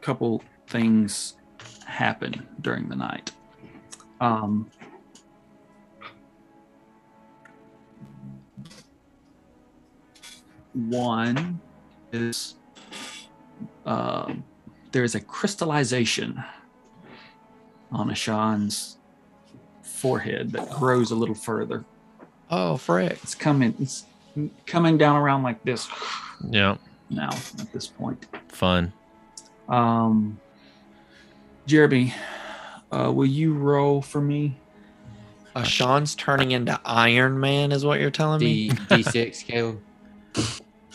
Speaker 2: couple things happen during the night um one is uh, there is a crystallization on Ashan's forehead that grows a little further.
Speaker 3: Oh, frick.
Speaker 2: It's coming, it's coming down around like this
Speaker 1: Yeah,
Speaker 2: now at this point.
Speaker 1: fun.
Speaker 2: Um, Jeremy, uh, will you roll for me?
Speaker 3: Uh, Sean's turning into Iron Man, is what you're telling me?
Speaker 6: D D six Caleb.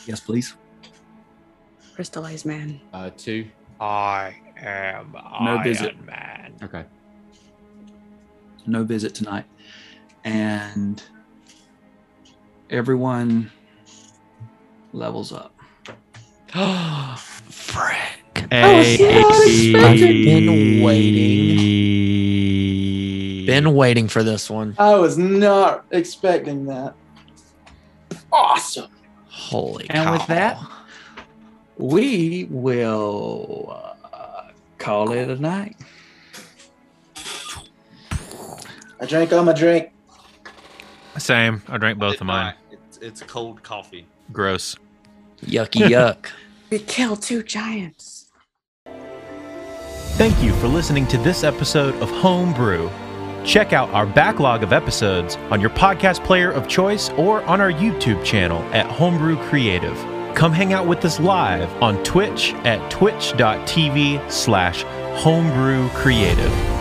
Speaker 2: Yes, please.
Speaker 7: crystallized man.
Speaker 6: Uh, two.
Speaker 8: I am
Speaker 2: No visit.
Speaker 8: Man.
Speaker 6: Okay.
Speaker 2: No visit tonight. And everyone levels up.
Speaker 3: frick.
Speaker 1: I've
Speaker 3: Oh, been
Speaker 1: waiting.
Speaker 3: Been waiting for this one.
Speaker 5: I was not expecting that. Awesome.
Speaker 3: Holy
Speaker 2: And
Speaker 3: cow.
Speaker 2: with that, we will uh, call it a night.
Speaker 5: I drank all my drink.
Speaker 1: Same. I drank both
Speaker 9: Did
Speaker 1: of mine.
Speaker 9: not. It's, it's cold coffee.
Speaker 1: Gross.
Speaker 3: yucky yuck.
Speaker 7: We killed two giants.
Speaker 1: Thank you for listening to this episode of Homebrew. Check out our backlog of episodes on your podcast player of choice or on our YouTube channel at Homebrew Creative. Come hang out with us live on Twitch at twitch.tv slash homebrew creative.